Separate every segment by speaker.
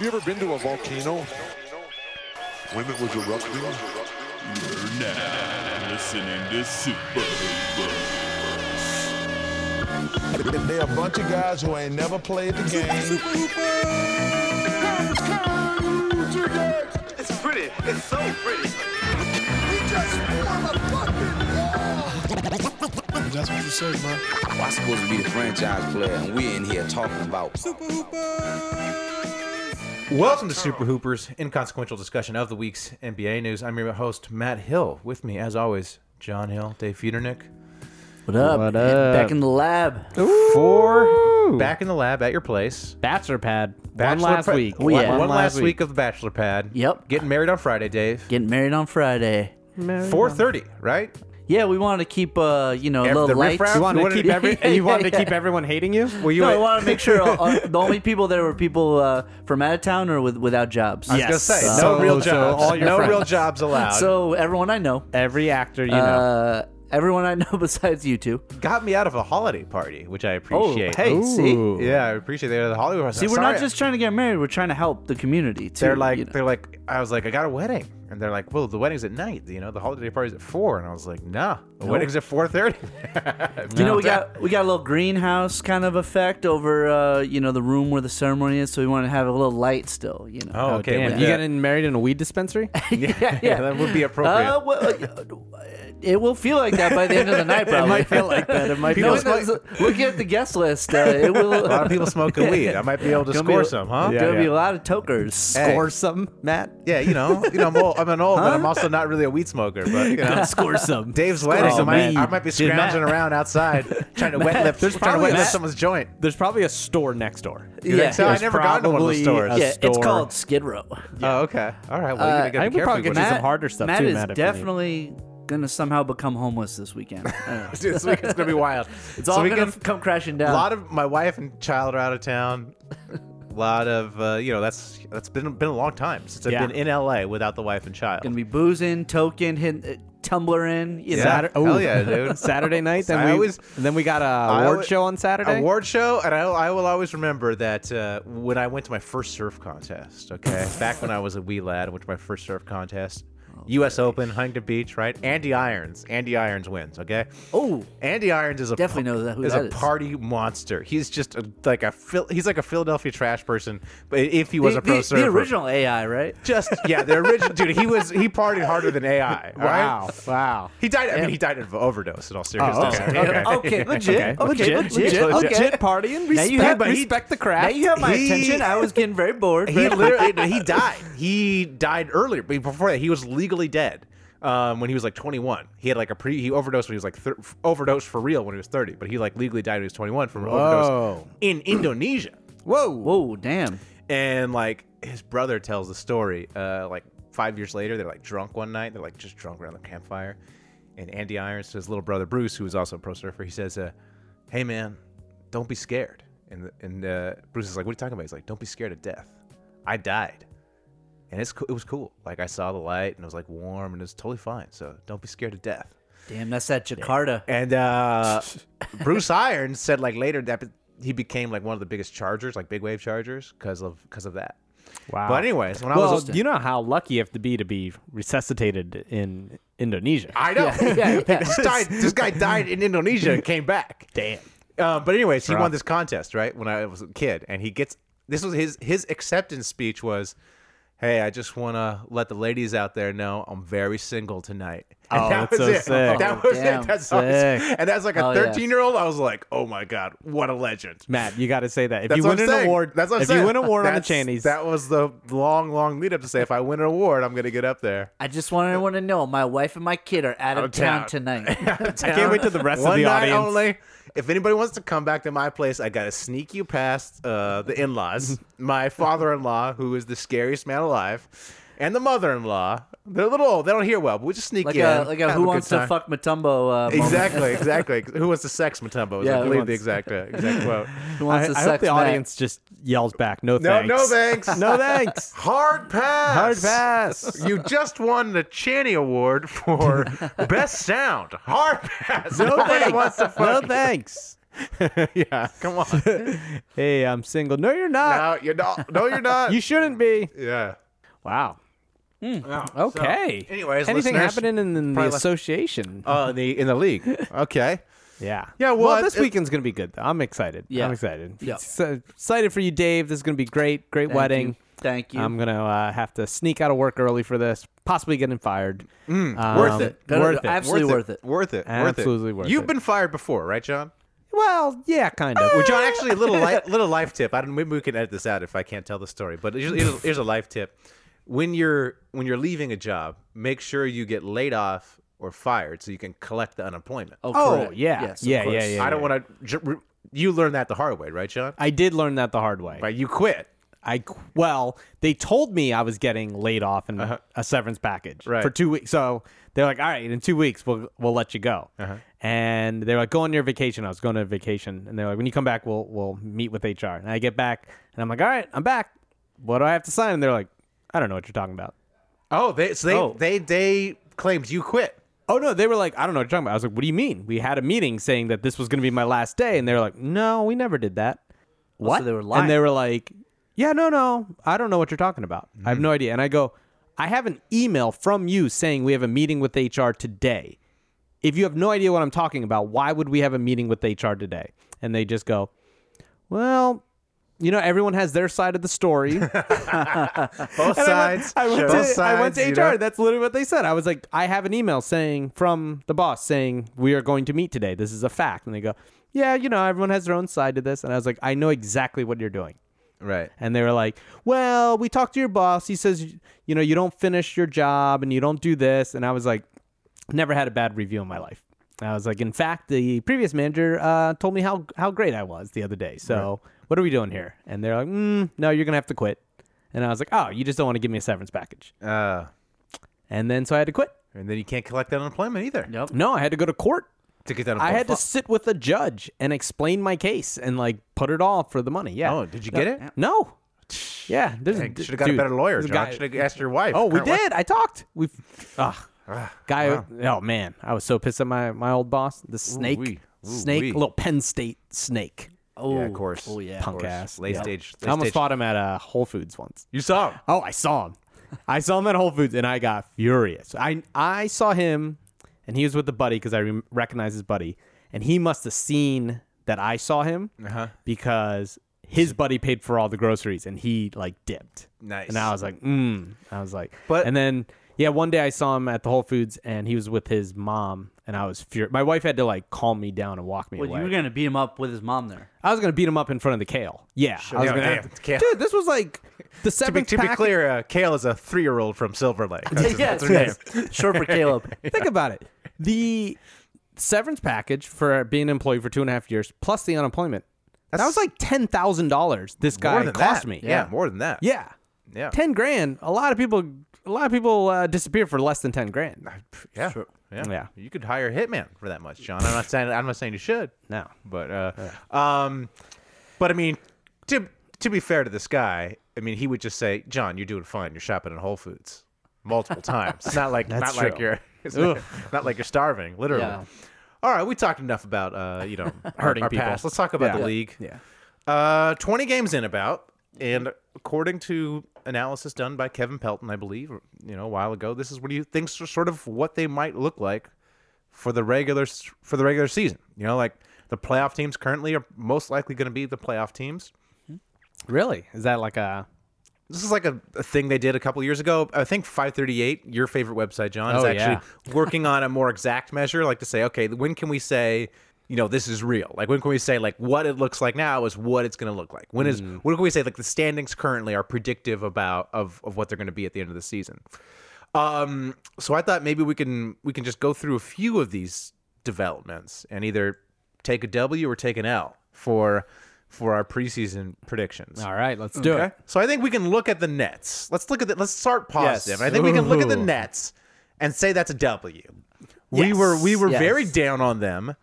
Speaker 1: you ever been to a volcano?
Speaker 2: When it was erupting?
Speaker 3: You're now listening to Super Hoopers.
Speaker 4: They're a bunch of guys who ain't never played the game.
Speaker 5: It's pretty. It's so pretty.
Speaker 6: I'm supposed to be the franchise player, and we're in here talking about
Speaker 7: Welcome to Super Hoopers, inconsequential discussion of the week's NBA news. I'm your host, Matt Hill. With me, as always, John Hill, Dave Feudernick.
Speaker 8: What up?
Speaker 9: What up?
Speaker 8: Back in the lab.
Speaker 7: Four back in the lab at your place.
Speaker 9: Bachelor pad.
Speaker 7: Bachelor
Speaker 9: one last
Speaker 7: pa-
Speaker 9: week.
Speaker 8: Oh, yeah.
Speaker 7: One,
Speaker 8: One
Speaker 7: last week. of the bachelor pad.
Speaker 8: Yep.
Speaker 7: Getting married on Friday, Dave.
Speaker 8: Getting married on Friday.
Speaker 7: 4:30, right?
Speaker 8: Yeah, we wanted to keep, uh, you know, a
Speaker 7: Every-
Speaker 8: little
Speaker 7: the
Speaker 8: light.
Speaker 7: riffraff?
Speaker 9: You wanted to
Speaker 7: What-
Speaker 9: keep every.
Speaker 8: Yeah,
Speaker 9: you wanted
Speaker 8: yeah,
Speaker 9: to keep
Speaker 8: yeah.
Speaker 9: everyone hating you.
Speaker 7: Were you
Speaker 8: No,
Speaker 7: at-
Speaker 8: I want to make sure all, all- the only people there were people uh, from out of town or with, without jobs.
Speaker 7: I was gonna
Speaker 9: Yes.
Speaker 7: say no
Speaker 9: So-
Speaker 7: real
Speaker 9: so
Speaker 7: jobs.
Speaker 9: all your
Speaker 7: no
Speaker 9: friends.
Speaker 7: real jobs allowed.
Speaker 8: So everyone I know,
Speaker 9: Every actor you know.
Speaker 8: uh, everyone I know besides you two.
Speaker 7: got me out of a holiday party, which I
Speaker 8: Oh,
Speaker 7: appreciate.
Speaker 8: hey, see,
Speaker 9: Ooh.
Speaker 7: Yeah, I appreciate they were the holiday party.
Speaker 8: see, we're
Speaker 7: Sorry,
Speaker 8: not just trying to get married. We're trying to help the community too.
Speaker 7: They're like,
Speaker 8: you know.
Speaker 7: they're like, I was like, I got a wedding, and they're like, well, the wedding's at night, you know, the holiday party's at four, and I was like, nah, the wedding's at four thirty.
Speaker 8: You know, we got we got a little greenhouse kind of effect over, uh, you know, the room where the ceremony is. So we want to have a little light still. You know.
Speaker 7: Oh, okay.
Speaker 9: Damn,
Speaker 7: with
Speaker 9: you
Speaker 7: the-
Speaker 9: getting married in a weed dispensary?
Speaker 8: yeah,
Speaker 7: yeah, that would be appropriate.
Speaker 8: Uh, well, uh, it will feel like that by the end of the night. Probably. it might feel like that. It might.
Speaker 7: People
Speaker 8: No,
Speaker 7: smoke-
Speaker 8: that's- looking at the guest list, uh, it will.
Speaker 7: a lot of people smoking weed. I might be able to
Speaker 8: Gonna
Speaker 7: score
Speaker 8: be-
Speaker 7: some, huh?
Speaker 9: Yeah,
Speaker 8: Gonna be
Speaker 9: yeah.
Speaker 8: a lot of tokers.
Speaker 7: Hey.
Speaker 9: Or some, Matt?
Speaker 7: Yeah, you know, you know, I'm, old, I'm an old, but I'm also not really a weed smoker. But you know,
Speaker 9: Score some.
Speaker 7: Dave's wedding,
Speaker 9: some
Speaker 7: I, might, I
Speaker 9: weed.
Speaker 7: might be
Speaker 9: Dude, Matt-
Speaker 7: scrounging around outside trying to wet lip, trying
Speaker 9: there's
Speaker 7: to
Speaker 9: probably
Speaker 7: wet lip
Speaker 9: Matt-
Speaker 7: someone's joint.
Speaker 9: There's probably a store next door.
Speaker 7: You think so? I
Speaker 9: There's
Speaker 7: never got into one of those
Speaker 9: probably
Speaker 7: stores.
Speaker 9: a
Speaker 8: yeah, it's
Speaker 9: store.
Speaker 8: called Skid Row.
Speaker 7: Oh, okay. All right. Well, you're
Speaker 8: Uh,
Speaker 7: gonna
Speaker 9: I
Speaker 7: be
Speaker 9: would
Speaker 7: careful.
Speaker 9: probably get
Speaker 7: with
Speaker 9: you
Speaker 7: this.
Speaker 9: some harder stuff
Speaker 8: Matt
Speaker 9: too,
Speaker 8: is
Speaker 9: Matt, if we need.
Speaker 8: definitely gonna somehow become homeless this weekend. I don't know.
Speaker 7: Dude, this weekend's gonna be wild.
Speaker 8: It's all gonna f- come crashing down.
Speaker 7: A lot of my wife and child are out of town. A lot of uh, you know that's that's been been a long time since
Speaker 9: Yeah.
Speaker 7: I've been in LA without the wife and child.
Speaker 8: gonna be boozing, token, hitting, uh, tumbling. You know.
Speaker 7: Yeah.
Speaker 9: Saturday,
Speaker 7: Hell yeah, dude.
Speaker 9: Saturday night. Then
Speaker 7: I
Speaker 9: we
Speaker 7: always-
Speaker 9: then we got a
Speaker 7: I
Speaker 9: award
Speaker 7: always-
Speaker 9: show on Saturday.
Speaker 7: Award show, and I, I will always remember that uh, when I went to my first surf contest. Okay, back when I was a wee lad, I went to my first surf contest.
Speaker 8: Oh,
Speaker 7: U.S. Open, Huntington Beach, right? Andy Irons. Andy Irons wins. Okay.
Speaker 8: Oh.
Speaker 7: Andy Irons is a
Speaker 8: Definitely know that- who
Speaker 7: is
Speaker 8: that
Speaker 7: a
Speaker 8: is.
Speaker 7: party monster. He's just a, like a Phil- he's like a Philadelphia trash person, but if he was
Speaker 8: the,
Speaker 7: a pro
Speaker 8: the-
Speaker 7: surfer,
Speaker 8: the original AI, right?
Speaker 7: just yeah, the original dude. He was he partied harder than AI. all right?
Speaker 9: Wow, wow.
Speaker 7: He died. I mean, he died of overdose in all seriousness.
Speaker 9: okay.
Speaker 8: okay, legit, okay,
Speaker 9: Legit,
Speaker 8: legit,
Speaker 9: legit,
Speaker 8: okay.
Speaker 9: legit partying. Respect,
Speaker 8: you have-
Speaker 9: respect the craft.
Speaker 8: Now you have my
Speaker 7: He-
Speaker 8: attention. I was getting very bored.
Speaker 7: He
Speaker 8: but-
Speaker 7: literally no, he died. He died earlier, but before that, he was legally dead. Um, when he was like 21, he had like a pre. He overdosed when he was like thir- overdosed for real when he was 30, but he like legally died when he was 21 from an overdose
Speaker 9: Whoa.
Speaker 7: in Indonesia.
Speaker 9: Whoa.
Speaker 8: Whoa, damn.
Speaker 7: And like his brother tells the story, uh, like five years later, they're like drunk one night. They're like just drunk around the campfire. And Andy Irons to his little brother Bruce, who is also a pro surfer, he says, uh, "Hey man, don't be scared." And and uh, Bruce is like, "What are you talking about?" He's like, "Don't be scared of death. I died, and it's co- it was cool. Like I saw the light and it was like warm and it was totally fine. So don't be scared of death."
Speaker 8: Damn, that's that Jakarta.
Speaker 7: And uh, Bruce Irons said like later that he became like one of the biggest chargers, like big wave chargers, because of because of that.
Speaker 9: Wow.
Speaker 7: But anyways, when I
Speaker 9: well,
Speaker 7: was
Speaker 9: you know how lucky you have to be to be resuscitated in Indonesia.
Speaker 7: I know.
Speaker 8: yeah, yeah.
Speaker 7: this, died, this guy died in Indonesia and came back.
Speaker 9: Damn.
Speaker 7: Um, but anyways, he won this contest, right? When I was a kid, and he gets this was his his acceptance speech was, "Hey, I just want to let the ladies out there know I'm very single tonight." And
Speaker 9: Oh,
Speaker 7: that
Speaker 9: that's
Speaker 7: was
Speaker 9: so
Speaker 7: it.
Speaker 9: sick.
Speaker 7: That
Speaker 8: Oh,
Speaker 7: was
Speaker 8: damn.
Speaker 7: it. That's all I-
Speaker 9: Sick.
Speaker 7: and as like a
Speaker 8: Oh, yeah.
Speaker 7: 13 year old, I was like, "Oh my god, what a legend!"
Speaker 9: Matt, you got to say that. If
Speaker 7: That's
Speaker 9: you
Speaker 7: what I'm
Speaker 9: win an
Speaker 7: saying.
Speaker 9: award,
Speaker 7: that's what I'm
Speaker 9: if
Speaker 7: saying.
Speaker 9: you win an award on the
Speaker 7: That's-
Speaker 9: Chinese,
Speaker 7: that was the long, long lead up to say, if I win an award, I'm gonna get up there.
Speaker 8: I just want everyone to know my wife and my kid are out of
Speaker 7: Out of
Speaker 8: town,
Speaker 7: town.
Speaker 8: tonight. uh,
Speaker 9: I can't wait till the rest of
Speaker 7: One
Speaker 9: the
Speaker 7: night
Speaker 9: audience.
Speaker 7: only. If anybody wants to come back to my place, I gotta sneak you past uh, the in-laws, my father-in-law, who is the scariest man alive, and the mother-in-law. They're a little old; they don't hear well, but we just sneak
Speaker 8: Like
Speaker 7: in.
Speaker 8: a uh, like a
Speaker 7: have
Speaker 8: who
Speaker 7: good
Speaker 8: wants to
Speaker 7: time.
Speaker 8: fuck Matumbo uh, moment.
Speaker 7: Exactly, exactly. Who wants to sex Matumbo? Is I
Speaker 8: Yeah, who
Speaker 7: believe the
Speaker 8: wants-
Speaker 7: exact uh, exact quote.
Speaker 8: Who
Speaker 9: I,
Speaker 8: wants to
Speaker 9: I hope
Speaker 8: sex
Speaker 9: the
Speaker 8: Matt?
Speaker 9: audience just yells back, "No
Speaker 7: No,
Speaker 9: thanks,
Speaker 7: no thanks.
Speaker 9: no thanks,
Speaker 7: Hard pass.
Speaker 9: hard pass."
Speaker 7: You just won the Channy Award for best sound. Hard pass.
Speaker 9: No
Speaker 7: Nobody
Speaker 9: thanks.
Speaker 7: wants to
Speaker 9: no
Speaker 7: fuck.
Speaker 9: thanks.
Speaker 7: yeah, come on.
Speaker 9: Hey, I'm single. No, you're not.
Speaker 7: no, you're not. No, you're not.
Speaker 9: You shouldn't be.
Speaker 7: yeah.
Speaker 9: Wow. Okay.
Speaker 7: anyways,
Speaker 9: anything
Speaker 7: listeners,
Speaker 9: happening in, in the
Speaker 7: probably less-
Speaker 9: association?
Speaker 7: Uh, in the in the league. Okay.
Speaker 9: yeah.
Speaker 7: yeah, well,
Speaker 9: well this
Speaker 7: it-
Speaker 9: weekend's gonna be good. though. I'm excited.
Speaker 8: Yeah.
Speaker 9: I'm excited.
Speaker 8: Yeah.
Speaker 9: So excited for you, Dave. This is gonna be great. Great
Speaker 8: Thank
Speaker 9: wedding.
Speaker 8: you. Thank you.
Speaker 9: I'm gonna uh, have to sneak out of work early for this, possibly getting fired.
Speaker 8: Mm.
Speaker 9: Um,
Speaker 7: worth it.
Speaker 9: Worth it.
Speaker 8: Absolutely worth it.
Speaker 7: Worth it.
Speaker 9: Absolutely
Speaker 7: worth
Speaker 9: worth
Speaker 7: it. You've
Speaker 9: it.
Speaker 7: been fired before, right, John?
Speaker 9: Well, yeah, kind
Speaker 8: Ah!
Speaker 9: of.
Speaker 7: Well, John, actually, a little li- little life tip. I don't. Maybe we can edit this out if I can't tell the story. But here's, here's, here's a life tip: when you're when you're leaving a job, make sure you get laid off or fired so you can collect the unemployment.
Speaker 9: Oh,
Speaker 8: correct.
Speaker 9: yeah.
Speaker 8: Yes, of
Speaker 9: yeah, yeah,
Speaker 8: course.
Speaker 9: yeah, yeah.
Speaker 7: I don't want to. You learned that the hard way, right, John?
Speaker 9: I did learn that the hard way.
Speaker 7: Right, you quit.
Speaker 9: I qu- well, they told me I was getting laid off and a severance package
Speaker 7: Right.
Speaker 9: for two weeks. So they're like, "All right, in two weeks we'll we'll let you go." And they're like, "Go on your vacation." I was going on vacation, and they're like, "When you come back, we'll we'll meet with HR." And I get back, and I'm like, "All right, I'm back. What do I have to sign?" And they're like, "I don't know what you're talking about."
Speaker 7: Oh, they so they
Speaker 9: Oh.
Speaker 7: they they claimed you quit.
Speaker 9: Oh no, they were like, I don't know what you're talking about. I was like, What do you mean? We had a meeting saying that this was gonna be my last day, and they were like, No, we never did that. What?
Speaker 8: Oh, so they were
Speaker 9: And they
Speaker 8: lying.
Speaker 9: were like, Yeah, no, no, I don't know what you're talking about. I
Speaker 8: Mm-hmm.
Speaker 9: have no idea. And I go, I have an email from you saying we have a meeting with HR today. If you have no idea what I'm talking about, why would we have a meeting with HR today? And they just go, Well, you know, everyone has their side of the story.
Speaker 7: Both
Speaker 9: And I went-
Speaker 7: sides.
Speaker 9: I went,
Speaker 7: Both
Speaker 9: to,
Speaker 7: sides,
Speaker 9: I went to
Speaker 7: you
Speaker 9: HR.
Speaker 7: know?
Speaker 9: That's literally what they said. I was like, I have an email saying from the boss saying we are going to meet today. This is a fact. And they go, Yeah, you know, everyone has their own side to this. And I was like, I know exactly what you're doing.
Speaker 7: Right.
Speaker 9: And they were like, Well, we talked to your boss. He says, you know, you don't finish your job and you don't do this. And I was like, Never had a bad review in my life. I was like, in fact, the previous manager uh, told me how how great I was the other day. So what are we doing here? And they're like, mm, no, you're gonna have to quit. And I was like, oh, you just don't want to give me a severance package.
Speaker 7: Uh,
Speaker 9: And then so I had to quit.
Speaker 7: and then you can't collect that unemployment either.
Speaker 8: Yep.
Speaker 9: No, I had to go to court.
Speaker 7: To get that,
Speaker 9: I had to
Speaker 7: unemployment.
Speaker 9: sit with a judge and explain my case and like put it all for the money. Yeah.
Speaker 7: Oh, did you get it?
Speaker 9: No. Yeah. There's a
Speaker 7: should have got
Speaker 9: dude,
Speaker 7: a better lawyer.
Speaker 9: there's a
Speaker 7: John
Speaker 9: guy-
Speaker 7: should have asked your wife.
Speaker 9: Oh, we
Speaker 7: Kinda like-
Speaker 9: did. I talked. We. Ugh. Guy. Oh man, I was so pissed at my my old boss. The snake.
Speaker 7: wee. Ooh,
Speaker 9: snake.
Speaker 7: wee.
Speaker 9: Little Penn State snake.
Speaker 8: Oh,
Speaker 7: Yeah, of course.
Speaker 8: Oh yeah.
Speaker 9: Punk ass.
Speaker 7: Late
Speaker 9: Yeah.
Speaker 7: stage-
Speaker 9: I
Speaker 7: late
Speaker 9: almost
Speaker 7: stage-
Speaker 9: fought him at uh, Whole Foods once.
Speaker 7: You saw him.
Speaker 9: Oh, I saw him. I saw him at Whole Foods, and I got furious. I I saw him, and he was with the buddy because I re- recognized his buddy, and he must have seen that I saw him
Speaker 7: Uh-huh.
Speaker 9: because his buddy paid for all the groceries, and he like dipped.
Speaker 7: Nice.
Speaker 9: And I was like, mm. I was like,
Speaker 7: But-
Speaker 9: but and then yeah, one day I saw him at the Whole Foods, and he was with his mom, and I was furious. My wife had to like calm me down and walk me
Speaker 8: Well,
Speaker 9: away.
Speaker 8: you were gonna beat him up with his mom there.
Speaker 9: I was gonna beat him up in front of the kale. Yeah, I was
Speaker 7: Yeah,
Speaker 9: gonna.
Speaker 7: damn, it's kale.
Speaker 9: Dude, this was like the
Speaker 7: To be,
Speaker 9: seventh.
Speaker 7: to be
Speaker 9: pack-
Speaker 7: clear, uh, Kale is a three-year-old from Silver Lake. That's his- that's her name.
Speaker 8: Short for Caleb.
Speaker 9: Think about it. The severance package for being an employee for two and a half years plus the unemployment. that was like ten thousand dollars. This guy
Speaker 7: More than
Speaker 9: cost
Speaker 7: that.
Speaker 9: me.
Speaker 7: Yeah, more than that.
Speaker 9: yeah,
Speaker 7: Yeah.
Speaker 9: Ten grand. A lot of people. A lot of people uh, disappear for less than ten grand.
Speaker 7: Yeah. yeah,
Speaker 9: Yeah.
Speaker 7: You could hire a hitman for that much, John. I'm not saying I'm not saying you should,
Speaker 9: No.
Speaker 7: but uh, um, but I mean, to to be fair to this guy, I mean, he would just say, "John, you're doing fine. You're shopping at Whole Foods multiple times. It's not like not
Speaker 9: That's
Speaker 7: like
Speaker 9: true.
Speaker 7: you're it's not, not like you're starving, literally."
Speaker 8: Yeah.
Speaker 7: All right, we talked enough about uh, you know
Speaker 9: Hurting
Speaker 7: our, our
Speaker 9: people.
Speaker 7: Past. Let's talk about
Speaker 9: Yeah.
Speaker 7: the league.
Speaker 9: Yeah.
Speaker 7: Uh, 20 games in about, and according to analysis done by Kevin Pelton, I believe, or, you know, a while ago, this is what he thinks are sort of what they might look like for the regular for the regular season. You know, like the playoff teams currently are most likely going to be the playoff teams.
Speaker 9: Really? Is that like a?
Speaker 7: This is like a, a thing they did a couple years ago. I think 538, your favorite website, John, is
Speaker 9: Oh,
Speaker 7: actually working on a more exact measure, like to say, okay, when can we say, you know, this is real? Like, when can we say, like, what it looks like now is what it's going to look like? When is,
Speaker 9: Mm.
Speaker 7: when can we say, like, the standings currently are predictive about of, of what they're going to be at the end of the season? Um, so I thought maybe we can we can just go through a few of these developments and either take a W or take an L for for our preseason predictions.
Speaker 9: All right, let's do it.
Speaker 7: So I think we can look at the Nets. Let's look at the, let's start positive.
Speaker 9: Yes.
Speaker 7: I think we can look at the
Speaker 9: Ooh.
Speaker 7: Nets and say that's a W. We
Speaker 9: Yes.
Speaker 7: were we were
Speaker 8: Yes.
Speaker 7: very down on them.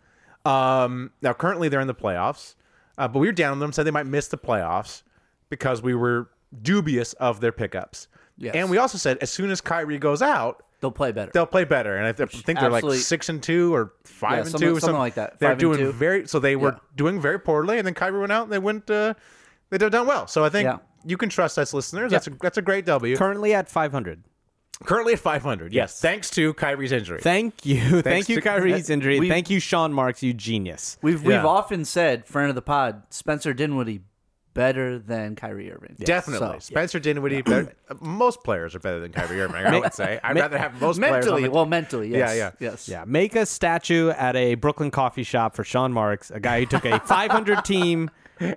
Speaker 7: Um, now currently they're in the playoffs, uh, but we were down on them, so they might miss the playoffs because we were dubious of their pickups.
Speaker 8: Yes.
Speaker 7: And we also said as soon as Kyrie goes out,
Speaker 8: They'll play better.
Speaker 7: they'll play better. And I th- think they're
Speaker 8: absolutely-
Speaker 7: like six and two or five
Speaker 8: Yeah,
Speaker 7: and
Speaker 8: something-
Speaker 7: two, or
Speaker 8: something like that.
Speaker 7: They're
Speaker 8: Five and
Speaker 7: doing
Speaker 8: two.
Speaker 7: very so they were
Speaker 8: Yeah.
Speaker 7: doing very poorly, and then Kyrie went out and they went. Uh, they did done well. So I think
Speaker 8: Yeah.
Speaker 7: you can trust us, listeners. That's a, that's a great W.
Speaker 9: Currently at 500.
Speaker 7: Currently at 500. Yes, thanks to Kyrie's injury.
Speaker 9: Thank you. Thank
Speaker 7: Thanks
Speaker 9: you,
Speaker 7: to-
Speaker 9: Kyrie's injury.
Speaker 8: we-
Speaker 9: Thank you, Sean Marks, you genius.
Speaker 8: We've
Speaker 7: Yeah.
Speaker 8: we've often said friend of the pod Spencer Dinwiddie better than Kyrie Irving.
Speaker 7: Definitely,
Speaker 8: So-
Speaker 7: Spencer Dinwiddie. Better, most players are better than Kyrie Irving. I would say. I'd rather have most players on
Speaker 8: mentally,
Speaker 7: the-
Speaker 8: well, mentally, yes,
Speaker 7: Yeah, yeah.
Speaker 8: yes,
Speaker 9: Yeah, make a statue at a Brooklyn coffee shop for Sean Marks, a guy who took a 500 team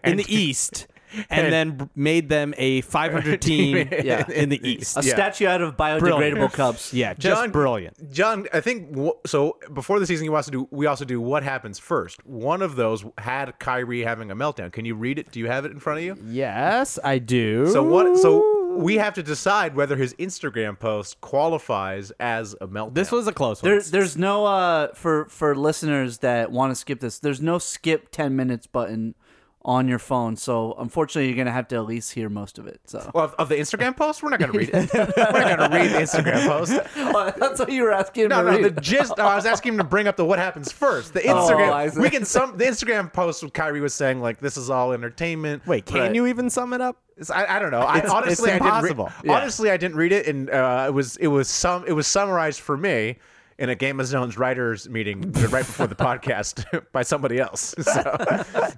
Speaker 9: in the East and, then b- made them a 500 team
Speaker 8: Yeah.
Speaker 9: in the East.
Speaker 8: A
Speaker 7: Yeah.
Speaker 8: statue out of biodegradable
Speaker 9: Brilliant.
Speaker 8: cups.
Speaker 9: Yeah, just
Speaker 7: John-
Speaker 9: brilliant.
Speaker 7: John, I think w- so. Before the season, you also do. We also do what happens first. One of those had Kyrie having a meltdown. Can you read it? Do you have it in front of you?
Speaker 9: Yes, I do.
Speaker 7: So what? So we have to decide whether his Instagram post qualifies as a meltdown.
Speaker 9: this was a close one.
Speaker 8: There, there's no uh for for listeners that want to skip this. There's no skip ten minutes button on your phone, so unfortunately you're gonna have to at least hear most of it. So
Speaker 7: Well, of, of the Instagram post. We're not going to read it. We're not going to read the Instagram post.
Speaker 8: Oh, that's what you were asking.
Speaker 7: No, no.
Speaker 8: Maria.
Speaker 7: The gist. I was asking him to bring up the what happens first. The
Speaker 9: Oh,
Speaker 8: I
Speaker 7: Instagram.
Speaker 8: see.
Speaker 7: we can some the Instagram post. with Kyrie was saying like this is all entertainment.
Speaker 9: Wait, can
Speaker 8: Right.
Speaker 9: you even sum it up?
Speaker 7: It's- I, I don't know. I,
Speaker 9: It's-
Speaker 7: honestly,
Speaker 9: it's
Speaker 7: I didn't.
Speaker 9: impossible.
Speaker 7: Re- Honestly, I didn't read it, and uh, it was it was some it was summarized for me in a Game of Zones writers meeting right before the podcast by somebody else. So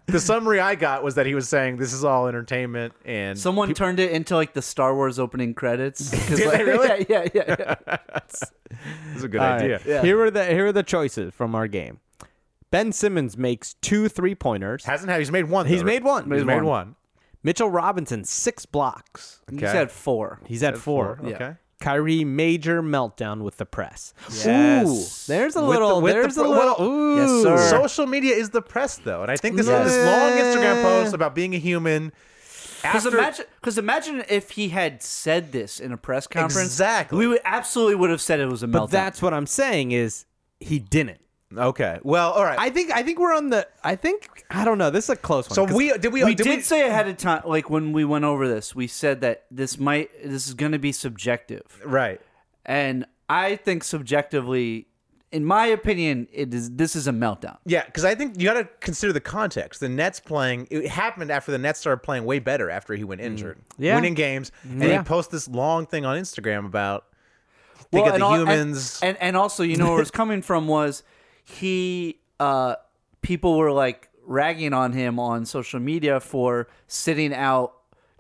Speaker 7: the summary I got was that he was saying this is all entertainment, and
Speaker 8: Someone turned it into like the Star Wars opening credits. 'Cause,
Speaker 7: Did
Speaker 8: like,
Speaker 7: they really?
Speaker 8: Yeah, yeah, yeah. yeah.
Speaker 7: this is a good
Speaker 9: All
Speaker 7: idea.
Speaker 9: right. Here are the here are the choices from our game. Ben Simmons makes two three pointers.
Speaker 7: Hasn't had he's made one.
Speaker 9: He's
Speaker 7: though,
Speaker 9: made
Speaker 7: right?
Speaker 9: one.
Speaker 7: He's,
Speaker 9: He's
Speaker 7: made
Speaker 9: one.
Speaker 7: one.
Speaker 9: Mitchell Robinson six blocks.
Speaker 8: You
Speaker 7: Okay.
Speaker 8: said four.
Speaker 9: He's at four.
Speaker 7: Okay.
Speaker 8: Yeah.
Speaker 9: Kyrie major meltdown with the press.
Speaker 8: Yes.
Speaker 9: Ooh, there's a
Speaker 7: With the-
Speaker 9: little.
Speaker 7: with the
Speaker 9: there's
Speaker 7: pr-
Speaker 9: a little.
Speaker 7: well,
Speaker 9: ooh.
Speaker 8: Yes, sir.
Speaker 7: Social media is the press, though, and I think this is this long
Speaker 9: Yes.
Speaker 7: Instagram post about being a human.
Speaker 8: Because
Speaker 7: After,
Speaker 8: imagine, because imagine if he had said this in a press conference.
Speaker 7: Exactly.
Speaker 8: We would absolutely would have said it was a meltdown.
Speaker 9: But that's what I'm saying is he didn't.
Speaker 7: okay, well, all right.
Speaker 9: I think. I think we're on the. I think. I don't know. This is a close one.
Speaker 7: so
Speaker 9: 'cause
Speaker 7: we did we,
Speaker 8: we
Speaker 7: did
Speaker 8: did
Speaker 7: we-
Speaker 8: say ahead of time, like when we went over this, we said that this might, this is going to be subjective,
Speaker 7: right.
Speaker 8: and I think subjectively, in my opinion, it is. This is a meltdown.
Speaker 7: Yeah, because I think you got to consider the context. The Nets playing, it happened after the Nets started playing way better after he went injured,
Speaker 9: Mm. Yeah.
Speaker 7: winning games, and
Speaker 9: Yeah.
Speaker 7: he posted this long thing on Instagram about think of
Speaker 8: and
Speaker 7: the
Speaker 8: al- and-
Speaker 7: humans.
Speaker 8: and, and also you know where it was coming from was he uh people were like ragging on him on social media for sitting out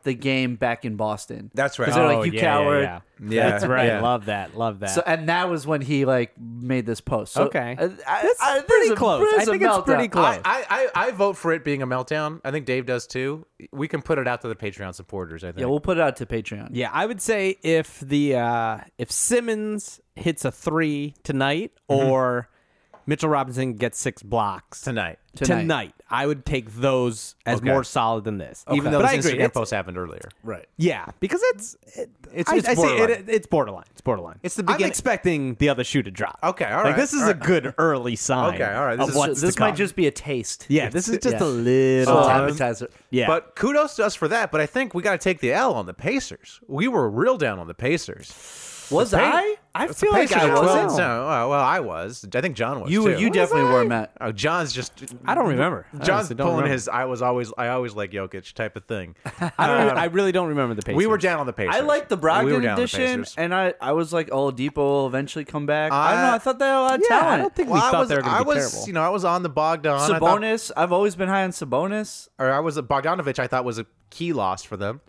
Speaker 8: the game back in Boston.
Speaker 7: That's right.
Speaker 8: 'Cause they're
Speaker 9: Oh,
Speaker 8: like you
Speaker 9: yeah, yeah,
Speaker 8: coward.
Speaker 9: yeah.
Speaker 7: Yeah,
Speaker 9: That's right.
Speaker 7: yeah.
Speaker 9: Love that. Love that.
Speaker 8: So and that was when he like made this post. So,
Speaker 9: Okay.
Speaker 8: I, I,
Speaker 9: That's
Speaker 8: I- there's
Speaker 9: pretty
Speaker 8: a-
Speaker 9: close.
Speaker 8: there's
Speaker 9: I
Speaker 8: a
Speaker 9: think it's
Speaker 8: meltdown.
Speaker 9: pretty close.
Speaker 7: I, I, I I vote for it being a meltdown. I think Dave does too. We can put it out to the Patreon supporters. I think.
Speaker 8: Yeah, we'll put it out to Patreon.
Speaker 9: Yeah, I would say if the uh, if Simmons hits a three tonight or Mitchell Robinson gets six blocks tonight,
Speaker 7: tonight.
Speaker 8: Tonight.
Speaker 9: I would take those as
Speaker 7: Okay.
Speaker 9: more solid than this.
Speaker 7: Even though this
Speaker 9: but I agree,
Speaker 7: Instagram
Speaker 9: it's-
Speaker 7: post happened earlier.
Speaker 8: Right.
Speaker 9: yeah, because it's it,
Speaker 7: It's-
Speaker 9: I,
Speaker 7: it's
Speaker 9: I say it-
Speaker 7: borderline.
Speaker 9: it's borderline. It's borderline.
Speaker 7: It's the
Speaker 9: I'm
Speaker 7: beginning-
Speaker 9: expecting the other shoe to drop.
Speaker 7: Okay, all
Speaker 9: Like
Speaker 7: right,
Speaker 9: this is
Speaker 7: all
Speaker 9: a
Speaker 7: right.
Speaker 9: good early sign.
Speaker 7: Okay, all right, this
Speaker 9: This of
Speaker 7: is-
Speaker 9: what's
Speaker 8: this
Speaker 9: to
Speaker 8: might
Speaker 9: come.
Speaker 8: just be a taste.
Speaker 9: yeah. This is just
Speaker 8: yeah.
Speaker 9: a little.
Speaker 8: Little
Speaker 7: Um,
Speaker 8: appetizer.
Speaker 9: yeah.
Speaker 7: But kudos to us for that. But I think we got to take the L on the Pacers. We were real down on the Pacers.
Speaker 8: Was
Speaker 7: Pac-
Speaker 8: I? I
Speaker 7: It's the
Speaker 8: feel like
Speaker 7: Pacers
Speaker 8: I
Speaker 7: are
Speaker 8: wasn't.
Speaker 7: 12. No, Uh, well, I was. I think John was.
Speaker 8: You
Speaker 7: too.
Speaker 8: were. You definitely were, Matt.
Speaker 7: Oh, John's just.
Speaker 9: I don't remember. I
Speaker 7: John's
Speaker 9: honestly don't
Speaker 7: pulling
Speaker 9: remember.
Speaker 7: his. I was always. I always like Jokic type of thing.
Speaker 9: I, don't, I really don't remember the Pacers.
Speaker 7: we were down on the Pacers.
Speaker 8: I like the Brogdon
Speaker 7: We were down on the
Speaker 8: edition,
Speaker 7: Pacers.
Speaker 8: and I, I was like, oh, Depot will eventually come back. I, don't
Speaker 7: I-
Speaker 8: know. I thought they had a lot of
Speaker 9: Yeah,
Speaker 8: talent.
Speaker 9: I don't think we
Speaker 7: Well, I
Speaker 9: thought
Speaker 7: was.
Speaker 9: they were going
Speaker 7: I
Speaker 9: to be
Speaker 7: was.
Speaker 9: terrible.
Speaker 7: You know, I was on the Bogdan. I thought-
Speaker 8: Sabonis, I've always been high on Sabonis.
Speaker 7: or I was a Bogdanovich. I thought was a key loss for them.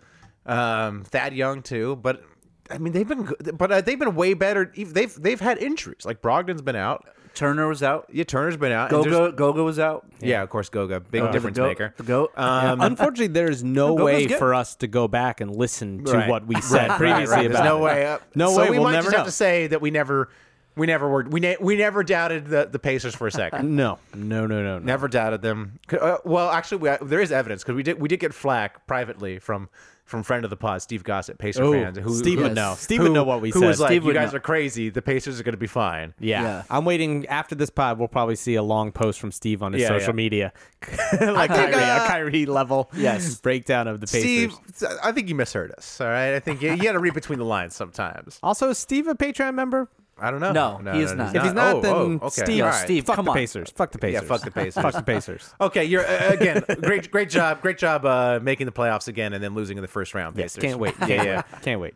Speaker 7: Um, Thad Young too, but I mean they've been. good- But uh, they've been way better. Ev- They've they've had injuries. Like Brogdon's been out.
Speaker 8: Turner was out.
Speaker 7: Yeah, Turner's been out. and there's-
Speaker 8: Goga, Goga was out.
Speaker 7: Yeah, of course, Goga, big
Speaker 8: The
Speaker 7: difference
Speaker 8: goat-
Speaker 7: maker.
Speaker 8: The goat.
Speaker 7: Um,
Speaker 9: Unfortunately, there is no
Speaker 8: Gogo's
Speaker 9: way
Speaker 8: good.
Speaker 9: for us to go back and listen to
Speaker 7: Right.
Speaker 9: what we said
Speaker 7: Right,
Speaker 9: previously
Speaker 7: right.
Speaker 9: about.
Speaker 7: There's no
Speaker 9: it.
Speaker 7: way up.
Speaker 9: No
Speaker 7: so
Speaker 9: way.
Speaker 7: We
Speaker 9: we'll
Speaker 7: might
Speaker 9: never
Speaker 7: just
Speaker 9: know.
Speaker 7: have to say that we never, we never were, we na- we never doubted the the Pacers for a second.
Speaker 9: no, no, no, no, no.
Speaker 7: never doubted them. C- Uh, well, actually, we, there is evidence because we did we did get flack privately from from friend of the pod, Steve Gossett, Pacer
Speaker 9: Ooh,
Speaker 7: fans. Who,
Speaker 9: Steve
Speaker 7: who,
Speaker 9: would know.
Speaker 7: who-
Speaker 9: Steve would know what we
Speaker 7: who
Speaker 9: said.
Speaker 7: was like,
Speaker 8: Steve
Speaker 7: "You
Speaker 8: would
Speaker 7: guys
Speaker 8: know.
Speaker 7: are crazy. The Pacers are going to be fine."
Speaker 9: Yeah.
Speaker 8: Yeah.
Speaker 9: I'm waiting after this pod. We'll probably see a long post from Steve on his
Speaker 7: Yeah,
Speaker 9: social
Speaker 7: yeah.
Speaker 9: media, like
Speaker 7: think,
Speaker 9: Kyrie,
Speaker 7: uh,
Speaker 9: a Kyrie level
Speaker 8: Yes.
Speaker 9: breakdown of the Pacers.
Speaker 7: Steve, I think you misheard us. All right, I think you, you got to read between the lines sometimes.
Speaker 9: Also, is Steve a Patreon member? Uh,
Speaker 7: I don't know.
Speaker 8: No, he is not.
Speaker 9: If he's not,
Speaker 7: Oh,
Speaker 9: then
Speaker 7: oh, okay.
Speaker 9: Steve,
Speaker 7: All
Speaker 8: right. Steve,
Speaker 9: fuck
Speaker 8: come
Speaker 9: the
Speaker 8: on.
Speaker 9: Pacers. Fuck the Pacers.
Speaker 7: fuck the Pacers.
Speaker 9: fuck the Pacers.
Speaker 7: Okay, you're uh, again great. Great job. Great job uh, making the playoffs again, and then losing in the first round.
Speaker 9: Yes,
Speaker 7: Pacers.
Speaker 9: can't wait.
Speaker 7: Yeah, yeah.
Speaker 9: Can't wait.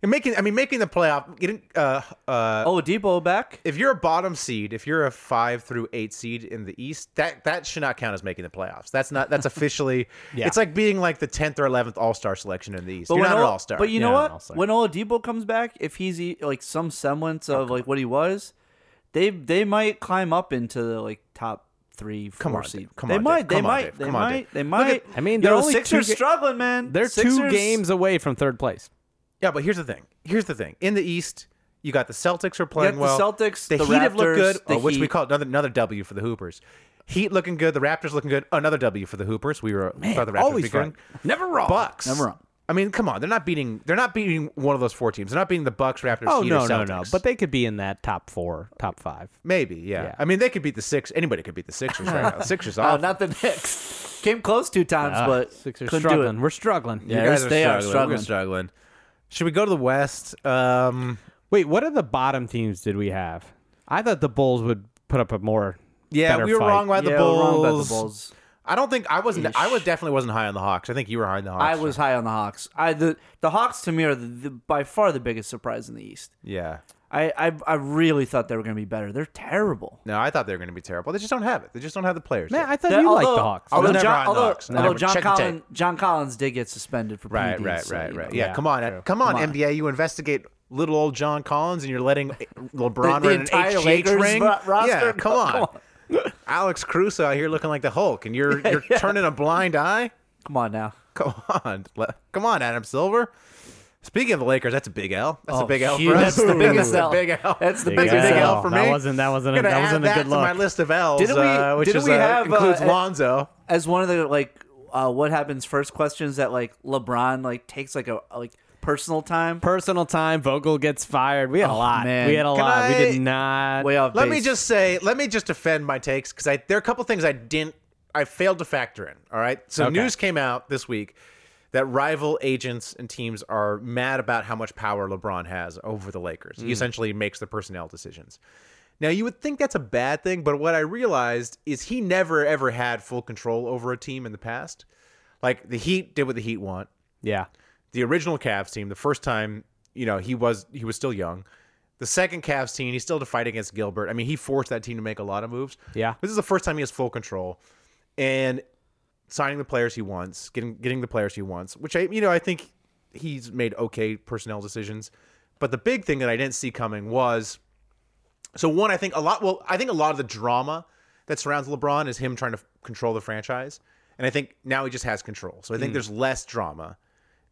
Speaker 7: You're making. I mean, making the playoff. Getting. Uh, uh,
Speaker 8: Oh, Debo back.
Speaker 7: if you're a bottom seed, if you're a five through eight seed in the East, that that should not count as making the playoffs. That's not. That's officially.
Speaker 9: Yeah.
Speaker 7: It's like being like the tenth or eleventh All Star selection in the East. you're
Speaker 8: when
Speaker 7: not an
Speaker 8: Ola-
Speaker 7: All Star.
Speaker 8: But you know
Speaker 9: Yeah, an
Speaker 8: what?
Speaker 9: all-star.
Speaker 8: When Oladipo comes back, if he's e- like some semblance of like what he was, they they might climb up into the like top three, four
Speaker 7: Come on,
Speaker 8: seed.
Speaker 7: Dave. Come
Speaker 8: they
Speaker 7: on,
Speaker 8: might.
Speaker 7: Dave.
Speaker 8: They
Speaker 7: Come on,
Speaker 8: might.
Speaker 7: Dave.
Speaker 8: They
Speaker 7: Come on,
Speaker 8: might.
Speaker 7: Dave.
Speaker 8: they might.
Speaker 9: I mean,
Speaker 8: You
Speaker 9: they're
Speaker 8: know,
Speaker 9: only two
Speaker 8: Sixers
Speaker 9: ga-
Speaker 8: struggling, man.
Speaker 9: They're two
Speaker 8: Sixers-
Speaker 9: games away from third place.
Speaker 7: Yeah, but here's the thing. Here's the thing. In the East, you got the Celtics are playing
Speaker 8: the
Speaker 7: well.
Speaker 8: Celtics, the
Speaker 7: Heat have looked good,
Speaker 8: Raptors, the
Speaker 7: oh, which we
Speaker 8: Heat.
Speaker 7: call another another W for the Hoopers. Heat looking good. The Raptors looking good. Another W for the Hoopers. We were thought the Raptors
Speaker 9: always
Speaker 7: would be good.
Speaker 9: right. Never wrong.
Speaker 7: Bucks.
Speaker 8: Never wrong.
Speaker 7: I mean, come on. They're not beating. They're not beating one of those four teams. They're not beating the Bucks, Raptors,
Speaker 9: Oh
Speaker 7: Heat,
Speaker 9: no,
Speaker 7: or
Speaker 9: no,
Speaker 7: Celtics.
Speaker 9: no. But they could be in that top four, top five.
Speaker 7: maybe, yeah.
Speaker 9: Yeah.
Speaker 7: I mean, they could beat the Six. Anybody could beat the Sixers right now. The Sixers
Speaker 8: Oh,
Speaker 7: off.
Speaker 8: not the Knicks. Came close two times,
Speaker 7: Ah,
Speaker 8: but
Speaker 9: Ah, Sixers
Speaker 8: couldn't
Speaker 9: struggling.
Speaker 8: do it.
Speaker 9: We're struggling.
Speaker 8: Yeah. Bears, they are
Speaker 7: We're struggling. Should we go to the West? Um,
Speaker 9: Wait, what are the bottom teams did we have? I thought the Bulls would put up a more.
Speaker 7: yeah,
Speaker 9: better
Speaker 7: we were
Speaker 9: fight.
Speaker 7: wrong about the
Speaker 8: Yeah,
Speaker 7: Bulls.
Speaker 8: we're wrong about the Bulls.
Speaker 7: I don't think I wasn't. I was definitely wasn't high on the Hawks. I think you were high on the Hawks.
Speaker 8: I was high on the Hawks. I the the Hawks to me are the, the, by far the biggest surprise in the East.
Speaker 7: Yeah.
Speaker 8: I, I I really thought they were going to be better. They're terrible.
Speaker 7: No, I thought they were going to be terrible. They just don't have it. They just don't have the players.
Speaker 9: Man,
Speaker 7: yet.
Speaker 9: I thought
Speaker 8: That-
Speaker 9: you
Speaker 8: although,
Speaker 9: liked the Hawks.
Speaker 7: I was
Speaker 8: Although
Speaker 7: never high
Speaker 8: John,
Speaker 7: on the
Speaker 8: althougn-
Speaker 7: Hawks. No.
Speaker 8: although
Speaker 7: Never.
Speaker 8: John,
Speaker 7: Check the
Speaker 8: Collins, John Collins did get suspended for
Speaker 7: right,
Speaker 8: PEDs,
Speaker 7: right,
Speaker 8: so,
Speaker 7: right,
Speaker 8: you
Speaker 7: right.
Speaker 8: know.
Speaker 7: Yeah,
Speaker 9: Yeah,
Speaker 7: come on,
Speaker 9: true.
Speaker 7: come on,
Speaker 8: Come on.
Speaker 7: NBA. You investigate little old John Collins, and you're letting LeBron
Speaker 8: The- the
Speaker 7: run an
Speaker 8: entire
Speaker 7: HGH
Speaker 8: Lakers
Speaker 7: ring.
Speaker 8: ro- roster?
Speaker 7: Yeah, come
Speaker 8: Come
Speaker 7: on. Alex Caruso out here looking like the Hulk, and you're you're turning a blind eye.
Speaker 8: Come on now.
Speaker 7: Come on, Le- come on, Adam Silver. Speaking of the Lakers, that's a big L. That's a
Speaker 8: Oh,
Speaker 7: big L for
Speaker 8: huge.
Speaker 7: us.
Speaker 8: That's the biggest
Speaker 7: That's
Speaker 8: L.
Speaker 7: a big L.
Speaker 8: That's the
Speaker 7: That's a
Speaker 8: biggest
Speaker 7: big L
Speaker 9: L.
Speaker 7: for me.
Speaker 9: That wasn't- that wasn't a-
Speaker 7: Gonna
Speaker 9: that
Speaker 7: add
Speaker 9: wasn't a good
Speaker 7: to my
Speaker 9: look.
Speaker 7: list of L's,
Speaker 8: Didn't we-
Speaker 7: uh, which
Speaker 8: didn't
Speaker 7: is,
Speaker 8: we
Speaker 7: uh,
Speaker 8: have, uh,
Speaker 7: includes
Speaker 8: a-
Speaker 7: Lonzo.
Speaker 8: As one of the like, uh, what happens first questions that like LeBron like takes like a like personal time
Speaker 9: Personal time. Vogel gets fired. We had a lot.
Speaker 8: man.
Speaker 9: We had a
Speaker 7: Oh, Can
Speaker 9: lot. we
Speaker 7: I-
Speaker 9: did not.
Speaker 8: way off.
Speaker 7: Let me
Speaker 8: base.
Speaker 7: just say, let me just defend my takes because I there are a couple things I didn't, I failed to factor in. All right, so
Speaker 9: Okay.
Speaker 7: news came out this week that rival agents and teams are mad about how much power LeBron has over the Lakers. He essentially makes the personnel decisions. Now you would think that's a bad thing, but what I realized is he never ever had full control over a team in the past. Like the Heat did what the Heat want
Speaker 9: yeah.
Speaker 7: the original Cavs team, the first time, you know, he was he was still young. The second Cavs team, he still had to fight against Gilbert. I mean, he forced that team to make a lot of moves.
Speaker 9: Yeah.
Speaker 7: This is the first time he has full control. And signing the players he wants, getting getting the players he wants, which I you know, I think he's made okay personnel decisions. But the big thing that I didn't see coming was so one, I think a lot. Well, I think a lot of the drama that surrounds LeBron is him trying to f- control the franchise, and I think now he just has control. So I think there's less drama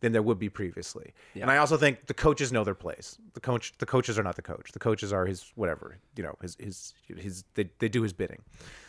Speaker 7: than there would be previously. And I also think the coaches know their place. The coach, the coaches are not the coach. The coaches are his whatever. You know, his his his. They they do his bidding.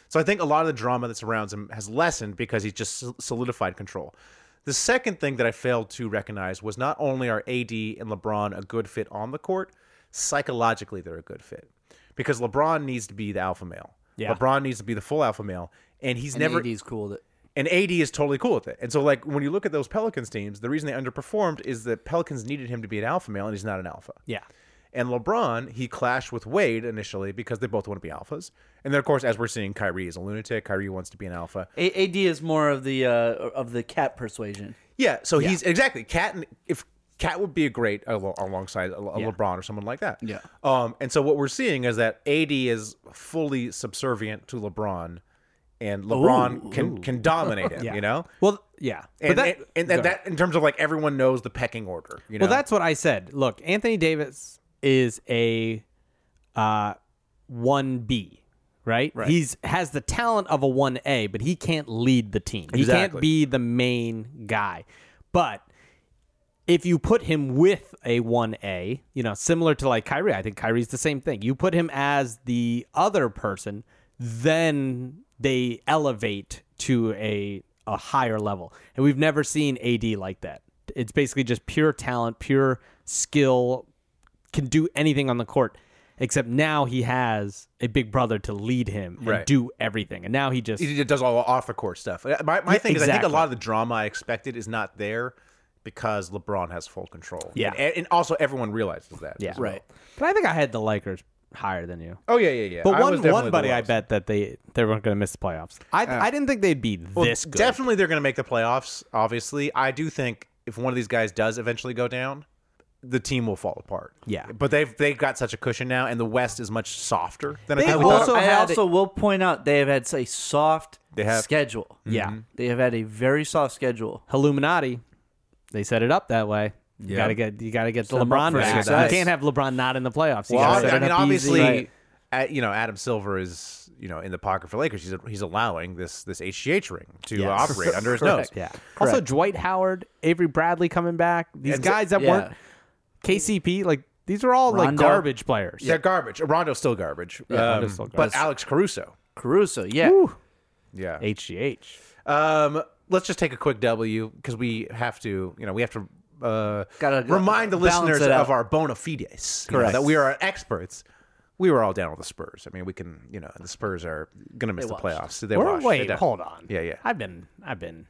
Speaker 7: So I think a lot of the drama that surrounds him has lessened because he's just sol- solidified control. The second thing that I failed to recognize was not only are AD and LeBron a good fit on the court, psychologically they're a good fit because LeBron needs to be the alpha male.
Speaker 9: Yeah.
Speaker 7: LeBron needs to be the full alpha male, and he's
Speaker 8: and
Speaker 7: never
Speaker 8: AD's cool. That
Speaker 7: and AD is totally cool with it. And so like when you look at those Pelicans teams, the reason they underperformed is that Pelicans needed him to be an alpha male, and he's not an alpha.
Speaker 9: Yeah.
Speaker 7: And LeBron, he clashed with Wade initially because they both want to be alphas. And then, of course, as we're seeing, Kyrie is a lunatic. Kyrie wants to be an alpha.
Speaker 8: A- AD is more of the uh, of the cat persuasion.
Speaker 7: Yeah, so he's exactly Cat. and- If Cat would be a great al- alongside a, a LeBron or someone like that.
Speaker 8: Yeah.
Speaker 7: Um, and so what we're seeing is that AD is fully subservient to LeBron, and LeBron can can dominate him. You know.
Speaker 9: Well, yeah.
Speaker 7: And,
Speaker 9: but that,
Speaker 7: and, and, and that in terms of like everyone knows the pecking order. You know?
Speaker 9: Well, that's what I said. Look, Anthony Davis is a uh, 1B, right? right? He's has the talent of a 1A, but he can't lead the team. He
Speaker 7: Exactly.
Speaker 9: can't be the main guy. But if you put him with a 1A, you know, similar to like Kyrie, I think Kyrie's the same thing. You put him as the other person, then they elevate to a a higher level. And we've never seen AD like that. It's basically just pure talent, pure skill, can do anything on the court. Except now he has a big brother to lead him and
Speaker 7: Right.
Speaker 9: do everything. And now he just
Speaker 7: he does all off the court stuff. Uh, My, my
Speaker 9: Yeah,
Speaker 7: thing is, I think
Speaker 9: exactly.
Speaker 7: a lot of the drama I expected is not there because LeBron has full control.
Speaker 9: Yeah.
Speaker 7: and, and also everyone realizes that.
Speaker 9: Yeah.
Speaker 7: as well.
Speaker 8: Right.
Speaker 9: But I think I had the Lakers higher than you.
Speaker 7: Oh yeah, yeah, yeah.
Speaker 9: But
Speaker 7: I was
Speaker 9: one
Speaker 7: definitely
Speaker 9: one
Speaker 7: the
Speaker 9: buddy I
Speaker 7: lowest.
Speaker 9: bet that they they weren't going to miss the playoffs. I I didn't think they'd be
Speaker 7: Well,
Speaker 9: this good.
Speaker 7: Definitely, they're going to make the playoffs. Obviously, I do think if one of these guys does eventually go down, the team will fall apart.
Speaker 9: Yeah.
Speaker 7: but they've they've got such a cushion now, and the West is much softer than I
Speaker 9: They
Speaker 7: think we
Speaker 9: will-
Speaker 7: thought.
Speaker 9: also
Speaker 8: I
Speaker 9: had-
Speaker 8: also will point out they have had a soft
Speaker 7: They have- Mm.
Speaker 8: schedule.
Speaker 9: Yeah.
Speaker 7: Mm-hmm.
Speaker 8: They have had a very soft schedule.
Speaker 9: Illuminati. They set it up that way. You
Speaker 7: Yeah.
Speaker 9: gotta get you gotta get
Speaker 8: Set 'em up
Speaker 9: LeBron
Speaker 8: for
Speaker 9: back.
Speaker 7: success.
Speaker 9: You can't have LeBron not in the playoffs. You
Speaker 7: Well,
Speaker 9: gotta
Speaker 7: I,
Speaker 9: set
Speaker 7: I
Speaker 9: it
Speaker 7: mean,
Speaker 9: up
Speaker 7: obviously,
Speaker 9: easy.
Speaker 7: uh, you know, Adam Silver is you know in the pocket for Lakers. He's he's allowing this this HGH ring to
Speaker 9: Yes.
Speaker 7: operate under his nose.
Speaker 8: Correct.
Speaker 9: Yeah. Also, Dwight Howard, Avery Bradley coming back. These
Speaker 7: And so-
Speaker 9: guys that
Speaker 8: yeah.
Speaker 9: weren't KCP, like these are all
Speaker 8: Rondo.
Speaker 9: like garbage players.
Speaker 7: They're garbage. Rondo's still garbage.
Speaker 9: Rondo's
Speaker 7: Um,
Speaker 9: still garbage.
Speaker 7: But Alex Caruso.
Speaker 8: Caruso, yeah.
Speaker 7: Yeah.
Speaker 9: HGH.
Speaker 7: Um, let's just take a quick W because we have to, you know, we have to uh,
Speaker 8: Gotta
Speaker 7: remind the
Speaker 8: balance
Speaker 7: listeners
Speaker 8: it out.
Speaker 7: of our bona fides. you know,
Speaker 8: Correct.
Speaker 7: that we are experts. We were all down with the Spurs. I mean, we can, you know, the Spurs are going to miss the
Speaker 8: washed.
Speaker 7: playoffs. So they
Speaker 9: We're-
Speaker 7: washed. They
Speaker 9: wait,
Speaker 7: done.
Speaker 9: hold on.
Speaker 7: Yeah, yeah.
Speaker 9: I've been I've been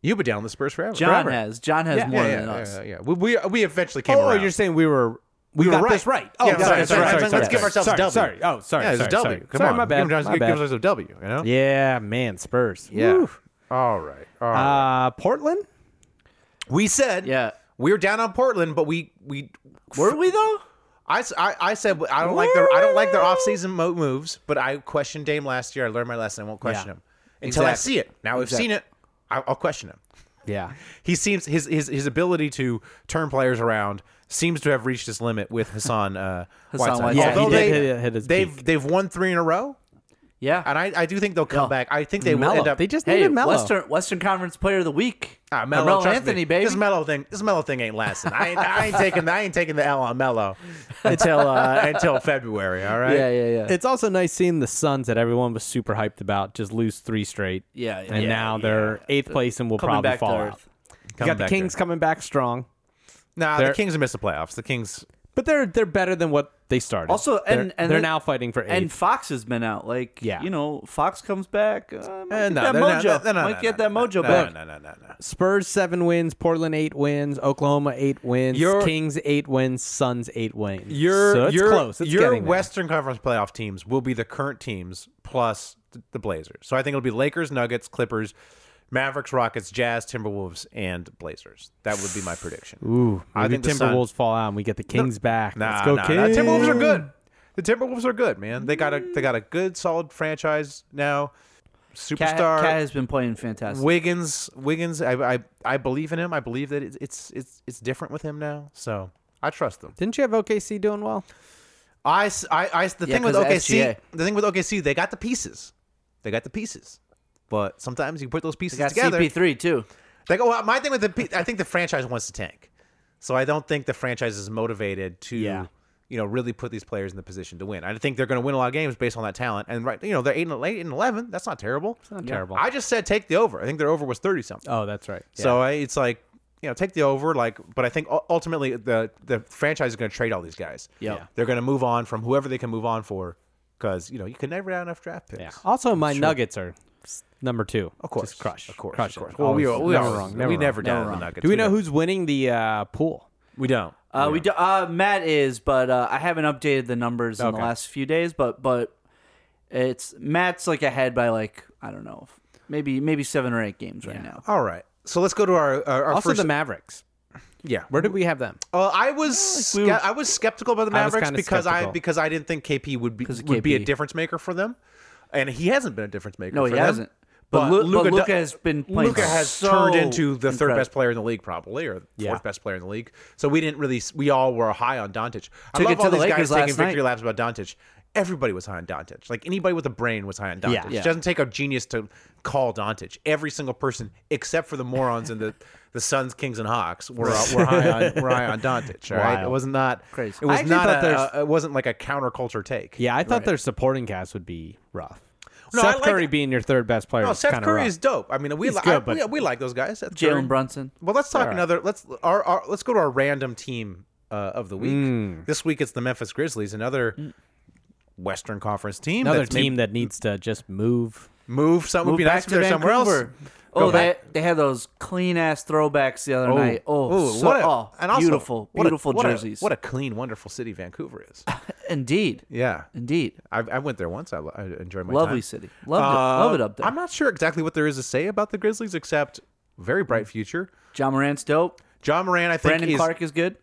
Speaker 7: You've been down with the Spurs forever.
Speaker 8: John
Speaker 7: forever.
Speaker 8: has. John has
Speaker 7: Yeah,
Speaker 8: more
Speaker 7: yeah,
Speaker 8: than
Speaker 7: yeah,
Speaker 8: us.
Speaker 7: yeah, yeah. We, we, we eventually came
Speaker 9: Oh,
Speaker 7: around.
Speaker 9: you're saying we were we,
Speaker 7: were
Speaker 9: got
Speaker 7: right.
Speaker 9: this right. Oh,
Speaker 7: Yeah, sorry,
Speaker 9: sorry, sorry,
Speaker 7: sorry,
Speaker 9: sorry,
Speaker 7: let's
Speaker 9: sorry,
Speaker 7: give ourselves a
Speaker 9: sorry,
Speaker 7: W.
Speaker 9: Sorry. Oh, sorry.
Speaker 7: yeah, it's
Speaker 9: sorry,
Speaker 7: a W.
Speaker 9: Sorry.
Speaker 7: Come
Speaker 9: sorry,
Speaker 7: on,
Speaker 9: My bad.
Speaker 7: Give, us-
Speaker 9: my
Speaker 7: give
Speaker 9: bad.
Speaker 7: us a W. You know.
Speaker 9: Yeah, man, Spurs.
Speaker 7: Yeah.
Speaker 9: Woo.
Speaker 7: All right. All right.
Speaker 9: Uh, Portland.
Speaker 7: we said.
Speaker 8: Yeah.
Speaker 7: We were down on Portland, but we we
Speaker 8: Were we though?
Speaker 7: I, s- I- I said I don't like their I don't like their offseason mo- moves, but I questioned Dame last year. I learned my lesson. I won't question
Speaker 9: Yeah.
Speaker 7: him until I
Speaker 8: Exactly.
Speaker 7: see it. Now we've seen it. I, I'll question him.
Speaker 9: Yeah.
Speaker 7: He seems his, his his ability to turn players around seems to have reached his limit with Hassan uh, Whiteside.
Speaker 8: Whiteside. Yeah, he
Speaker 7: Although
Speaker 9: did
Speaker 7: they,
Speaker 9: hit- hit his
Speaker 7: they've
Speaker 9: peak.
Speaker 7: they've won three in a row,
Speaker 8: Yeah.
Speaker 7: and I, I do think they'll come
Speaker 8: Yeah.
Speaker 7: back. I think they will
Speaker 9: Melo.
Speaker 7: end up.
Speaker 9: They just
Speaker 8: hey,
Speaker 9: needed Melo.
Speaker 8: Western Western Conference Player of the Week.
Speaker 7: Ah, Melo,
Speaker 8: Carmelo
Speaker 7: trust
Speaker 8: Anthony,
Speaker 7: me,
Speaker 8: baby.
Speaker 7: This Melo thing, this Melo thing ain't lasting. I ain't, I ain't taking, I ain't taking the L on Melo until uh, until February. All right.
Speaker 8: yeah, yeah, yeah.
Speaker 9: It's also nice seeing the Suns that everyone was super hyped about just lose three straight.
Speaker 8: Yeah,
Speaker 9: And
Speaker 8: yeah,
Speaker 9: now
Speaker 8: yeah.
Speaker 9: they're eighth place and will
Speaker 8: Coming
Speaker 9: probably
Speaker 8: back to
Speaker 9: fall out.
Speaker 8: earth.
Speaker 9: You
Speaker 7: Coming
Speaker 9: got the
Speaker 7: back
Speaker 9: Kings
Speaker 7: there.
Speaker 9: coming back strong,
Speaker 7: Nah,
Speaker 9: They're-
Speaker 7: the Kings missed the playoffs. The Kings.
Speaker 9: but they're they're better than what they started.
Speaker 8: Also,
Speaker 9: they're,
Speaker 8: and- and
Speaker 9: they're
Speaker 8: the-
Speaker 9: now fighting for eighth.
Speaker 8: And Fox has been out. Like,
Speaker 9: Yeah.
Speaker 8: you know, Fox comes back. Uh, might
Speaker 7: Eh,
Speaker 8: get
Speaker 7: no, they're
Speaker 8: that
Speaker 7: not-
Speaker 8: mojo.
Speaker 7: no, no, no,
Speaker 8: might
Speaker 7: no,
Speaker 8: get
Speaker 7: no,
Speaker 8: that
Speaker 7: no,
Speaker 8: mojo
Speaker 7: no,
Speaker 8: back.
Speaker 7: No, no, no, no.
Speaker 9: Spurs seven wins, Portland eight wins, Oklahoma eight wins,
Speaker 7: You're-
Speaker 9: Kings eight wins, Suns eight wins.
Speaker 7: Your
Speaker 9: so it's
Speaker 7: your
Speaker 9: close. It's
Speaker 7: your
Speaker 9: getting there.
Speaker 7: Western Conference playoff teams will be the current teams plus th- the Blazers. So I think it'll be Lakers, Nuggets, Clippers, Mavericks, Rockets, Jazz, Timberwolves, and Blazers. That would be my prediction.
Speaker 9: Ooh,
Speaker 7: I
Speaker 9: maybe
Speaker 7: think the Sun-
Speaker 9: Timberwolves fall out and we get the Kings back.
Speaker 7: Nah,
Speaker 9: Let's go,
Speaker 7: nah, nah.
Speaker 9: Kings.
Speaker 7: Timberwolves are good. The Timberwolves are good, man. They got a they got a good solid franchise now.
Speaker 8: Cat,
Speaker 7: Superstar
Speaker 8: Cat has been playing fantastic.
Speaker 7: Wiggins, Wiggins. I, I I believe in him. I believe that it's it's it's it's different with him now. So I trust them.
Speaker 9: Didn't you have OKC doing well?
Speaker 7: I, s- I- I s- the
Speaker 8: Yeah,
Speaker 7: thing with
Speaker 8: 'cause
Speaker 7: OKC,
Speaker 8: SGA.
Speaker 7: the thing with OKC, they got the pieces, they got the pieces, but sometimes you put those pieces
Speaker 8: They got
Speaker 7: together.
Speaker 8: CP3 too.
Speaker 7: They go. Well, my thing with the, pe- I think the franchise wants to tank, so I don't think the franchise is motivated to,
Speaker 9: Yeah.
Speaker 7: you know, really put these players in the position to win. I think they're going to win a lot of games based on that talent, and right, you know, they're eight and eight and eleven. That's not terrible. It's
Speaker 9: not terrible.
Speaker 7: I just said take the over. I think their over was thirty something.
Speaker 9: Oh, that's right. Yeah.
Speaker 7: So I, it's like you know take the over like, but I think u- ultimately the the franchise is going to trade all these guys.
Speaker 8: Yeah.
Speaker 7: they're going to move on from whoever they can move on for because you know you can never have enough draft picks.
Speaker 9: Yeah. Also, my Nuggets are s- number two.
Speaker 7: Of course,
Speaker 9: Just crush.
Speaker 7: Of course,
Speaker 9: crush
Speaker 7: of
Speaker 9: it.
Speaker 7: course. Well, we
Speaker 9: Always-
Speaker 7: we
Speaker 9: never
Speaker 7: always-
Speaker 9: wrong.
Speaker 7: we
Speaker 9: wrong.
Speaker 7: never down
Speaker 8: Never
Speaker 7: the
Speaker 8: wrong.
Speaker 7: Nuggets.
Speaker 9: Do we know
Speaker 7: don't.
Speaker 9: who's winning the uh, pool?
Speaker 7: We don't.
Speaker 8: Uh, We do, uh, Matt is, but uh, I haven't updated the numbers in the
Speaker 9: Okay.
Speaker 8: last few days. But but it's Matt's like ahead by like I don't know, maybe maybe seven or eight games right now.
Speaker 7: All right. So let's go to our uh, our, our
Speaker 9: Also,
Speaker 7: first
Speaker 9: the Mavericks.
Speaker 7: yeah.
Speaker 9: Where did we have them?
Speaker 7: Well, I was
Speaker 8: we were-
Speaker 7: sce- I was skeptical about the
Speaker 9: I was
Speaker 7: Mavericks
Speaker 9: kinda
Speaker 7: because I
Speaker 9: skeptical.
Speaker 7: because I didn't think KP would be
Speaker 8: 'Cause of
Speaker 7: would be a
Speaker 8: KP.
Speaker 7: difference maker for them, and he hasn't been a difference maker.
Speaker 8: No,
Speaker 7: for
Speaker 8: he
Speaker 7: them.
Speaker 8: hasn't. But, Lu- but
Speaker 7: Luka do-
Speaker 8: Luca has been playing.
Speaker 7: Luka has
Speaker 8: so
Speaker 7: turned into the third
Speaker 8: incredible.
Speaker 7: best player in the league, probably, or fourth
Speaker 9: Yeah.
Speaker 7: best player in the league. So we didn't really, we all were high on Doncic. I
Speaker 8: Took
Speaker 7: love
Speaker 8: it to
Speaker 7: all
Speaker 8: the
Speaker 7: these guys
Speaker 8: Lakers
Speaker 7: taking
Speaker 8: last
Speaker 7: victory
Speaker 8: night.
Speaker 7: laps about Doncic. Everybody was high on Doncic. Like anybody with a brain was high on Doncic.
Speaker 9: Yeah.
Speaker 7: It doesn't take a genius to call Doncic. Every single person, except for the morons and the the Suns, Kings, and Hawks, were, uh, were high on were high on Doncic. All right,
Speaker 9: Wild.
Speaker 7: it was not
Speaker 8: Crazy.
Speaker 7: It was
Speaker 9: I actually
Speaker 7: not
Speaker 9: thought
Speaker 7: a,
Speaker 9: there's-
Speaker 7: a- it wasn't like a counterculture take.
Speaker 9: Yeah, I thought their supporting cast would be rough.
Speaker 7: No, I
Speaker 9: Seth
Speaker 7: like-
Speaker 9: Curry being your third best player.
Speaker 7: No,
Speaker 9: is
Speaker 7: Oh, Seth
Speaker 9: kinda
Speaker 7: Curry
Speaker 9: rough.
Speaker 7: is dope. I mean, we,
Speaker 9: He's
Speaker 7: li-
Speaker 9: good,
Speaker 7: I-
Speaker 9: but-
Speaker 7: we we like those guys. Seth Curry.
Speaker 8: Jalen Brunson.
Speaker 7: Well, let's talk another. Let's our, our let's go to our random team uh, of the week. This week it's the Memphis Grizzlies, another
Speaker 8: Mm.
Speaker 7: Western Conference team.
Speaker 9: Another
Speaker 7: that's maybe
Speaker 9: team that needs to just move.
Speaker 7: move some would
Speaker 8: Move
Speaker 7: be nice
Speaker 8: back
Speaker 7: if
Speaker 8: to
Speaker 7: they're somewhere else.
Speaker 8: Vancouver. Oh, they,
Speaker 7: back.
Speaker 8: they had those clean ass throwbacks the other night. Oh,
Speaker 7: Ooh,
Speaker 8: so,
Speaker 7: what a-
Speaker 8: oh,
Speaker 7: and also,
Speaker 8: beautiful,
Speaker 7: what a-
Speaker 8: beautiful
Speaker 7: what a-
Speaker 8: jerseys.
Speaker 7: what a clean, wonderful city Vancouver is.
Speaker 8: indeed,
Speaker 7: Yeah,
Speaker 8: indeed,
Speaker 7: I, I went there once. I, lo- I enjoyed my
Speaker 8: lovely
Speaker 7: time. Uh,
Speaker 8: city. Loved it, love it up there.
Speaker 7: I'm not sure exactly what there is to say about the Grizzlies, except very bright future.
Speaker 8: John Moran's dope.
Speaker 7: John Moran, I think,
Speaker 8: Mm. Brandon
Speaker 7: is
Speaker 8: Clark is good.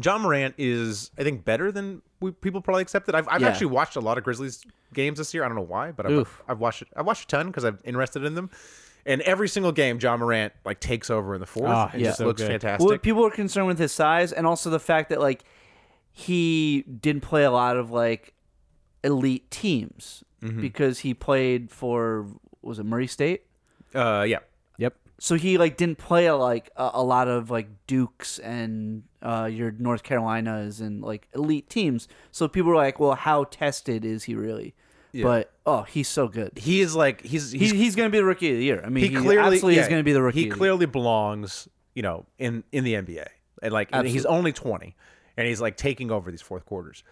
Speaker 7: John Moran is I think better than we, people probably accepted. I've, I've
Speaker 8: Yeah.
Speaker 7: actually watched a lot of Grizzlies games this year. I don't know why, but I've,
Speaker 9: Oof.
Speaker 7: I've watched I've watched a ton because I'm interested in them. And every single game, John Morant like takes over in the fourth.
Speaker 9: Ah,
Speaker 7: and
Speaker 9: yeah.
Speaker 7: just
Speaker 9: so
Speaker 7: looks
Speaker 9: good.
Speaker 7: fantastic.
Speaker 8: Well, people were concerned with his size and also the fact that like he didn't play a lot of like elite teams
Speaker 7: Mm-hmm.
Speaker 8: because he played for was it Murray State?
Speaker 7: uh, yeah,
Speaker 9: Yep.
Speaker 8: So he like didn't play a, like a, a lot of like Dukes and uh, your North Carolinas and like elite teams. So people were like, well, how tested is he really? But oh, he's so good.
Speaker 7: he is like he's
Speaker 8: He,
Speaker 7: he's
Speaker 8: he's going to be the rookie of the year. I mean,
Speaker 7: he clearly
Speaker 8: absolutely
Speaker 7: yeah,
Speaker 8: is going to be the rookie.
Speaker 7: He
Speaker 8: of the year.
Speaker 7: clearly belongs, you know, in in the NBA. And like and he's only twenty, and he's like taking over these fourth quarters.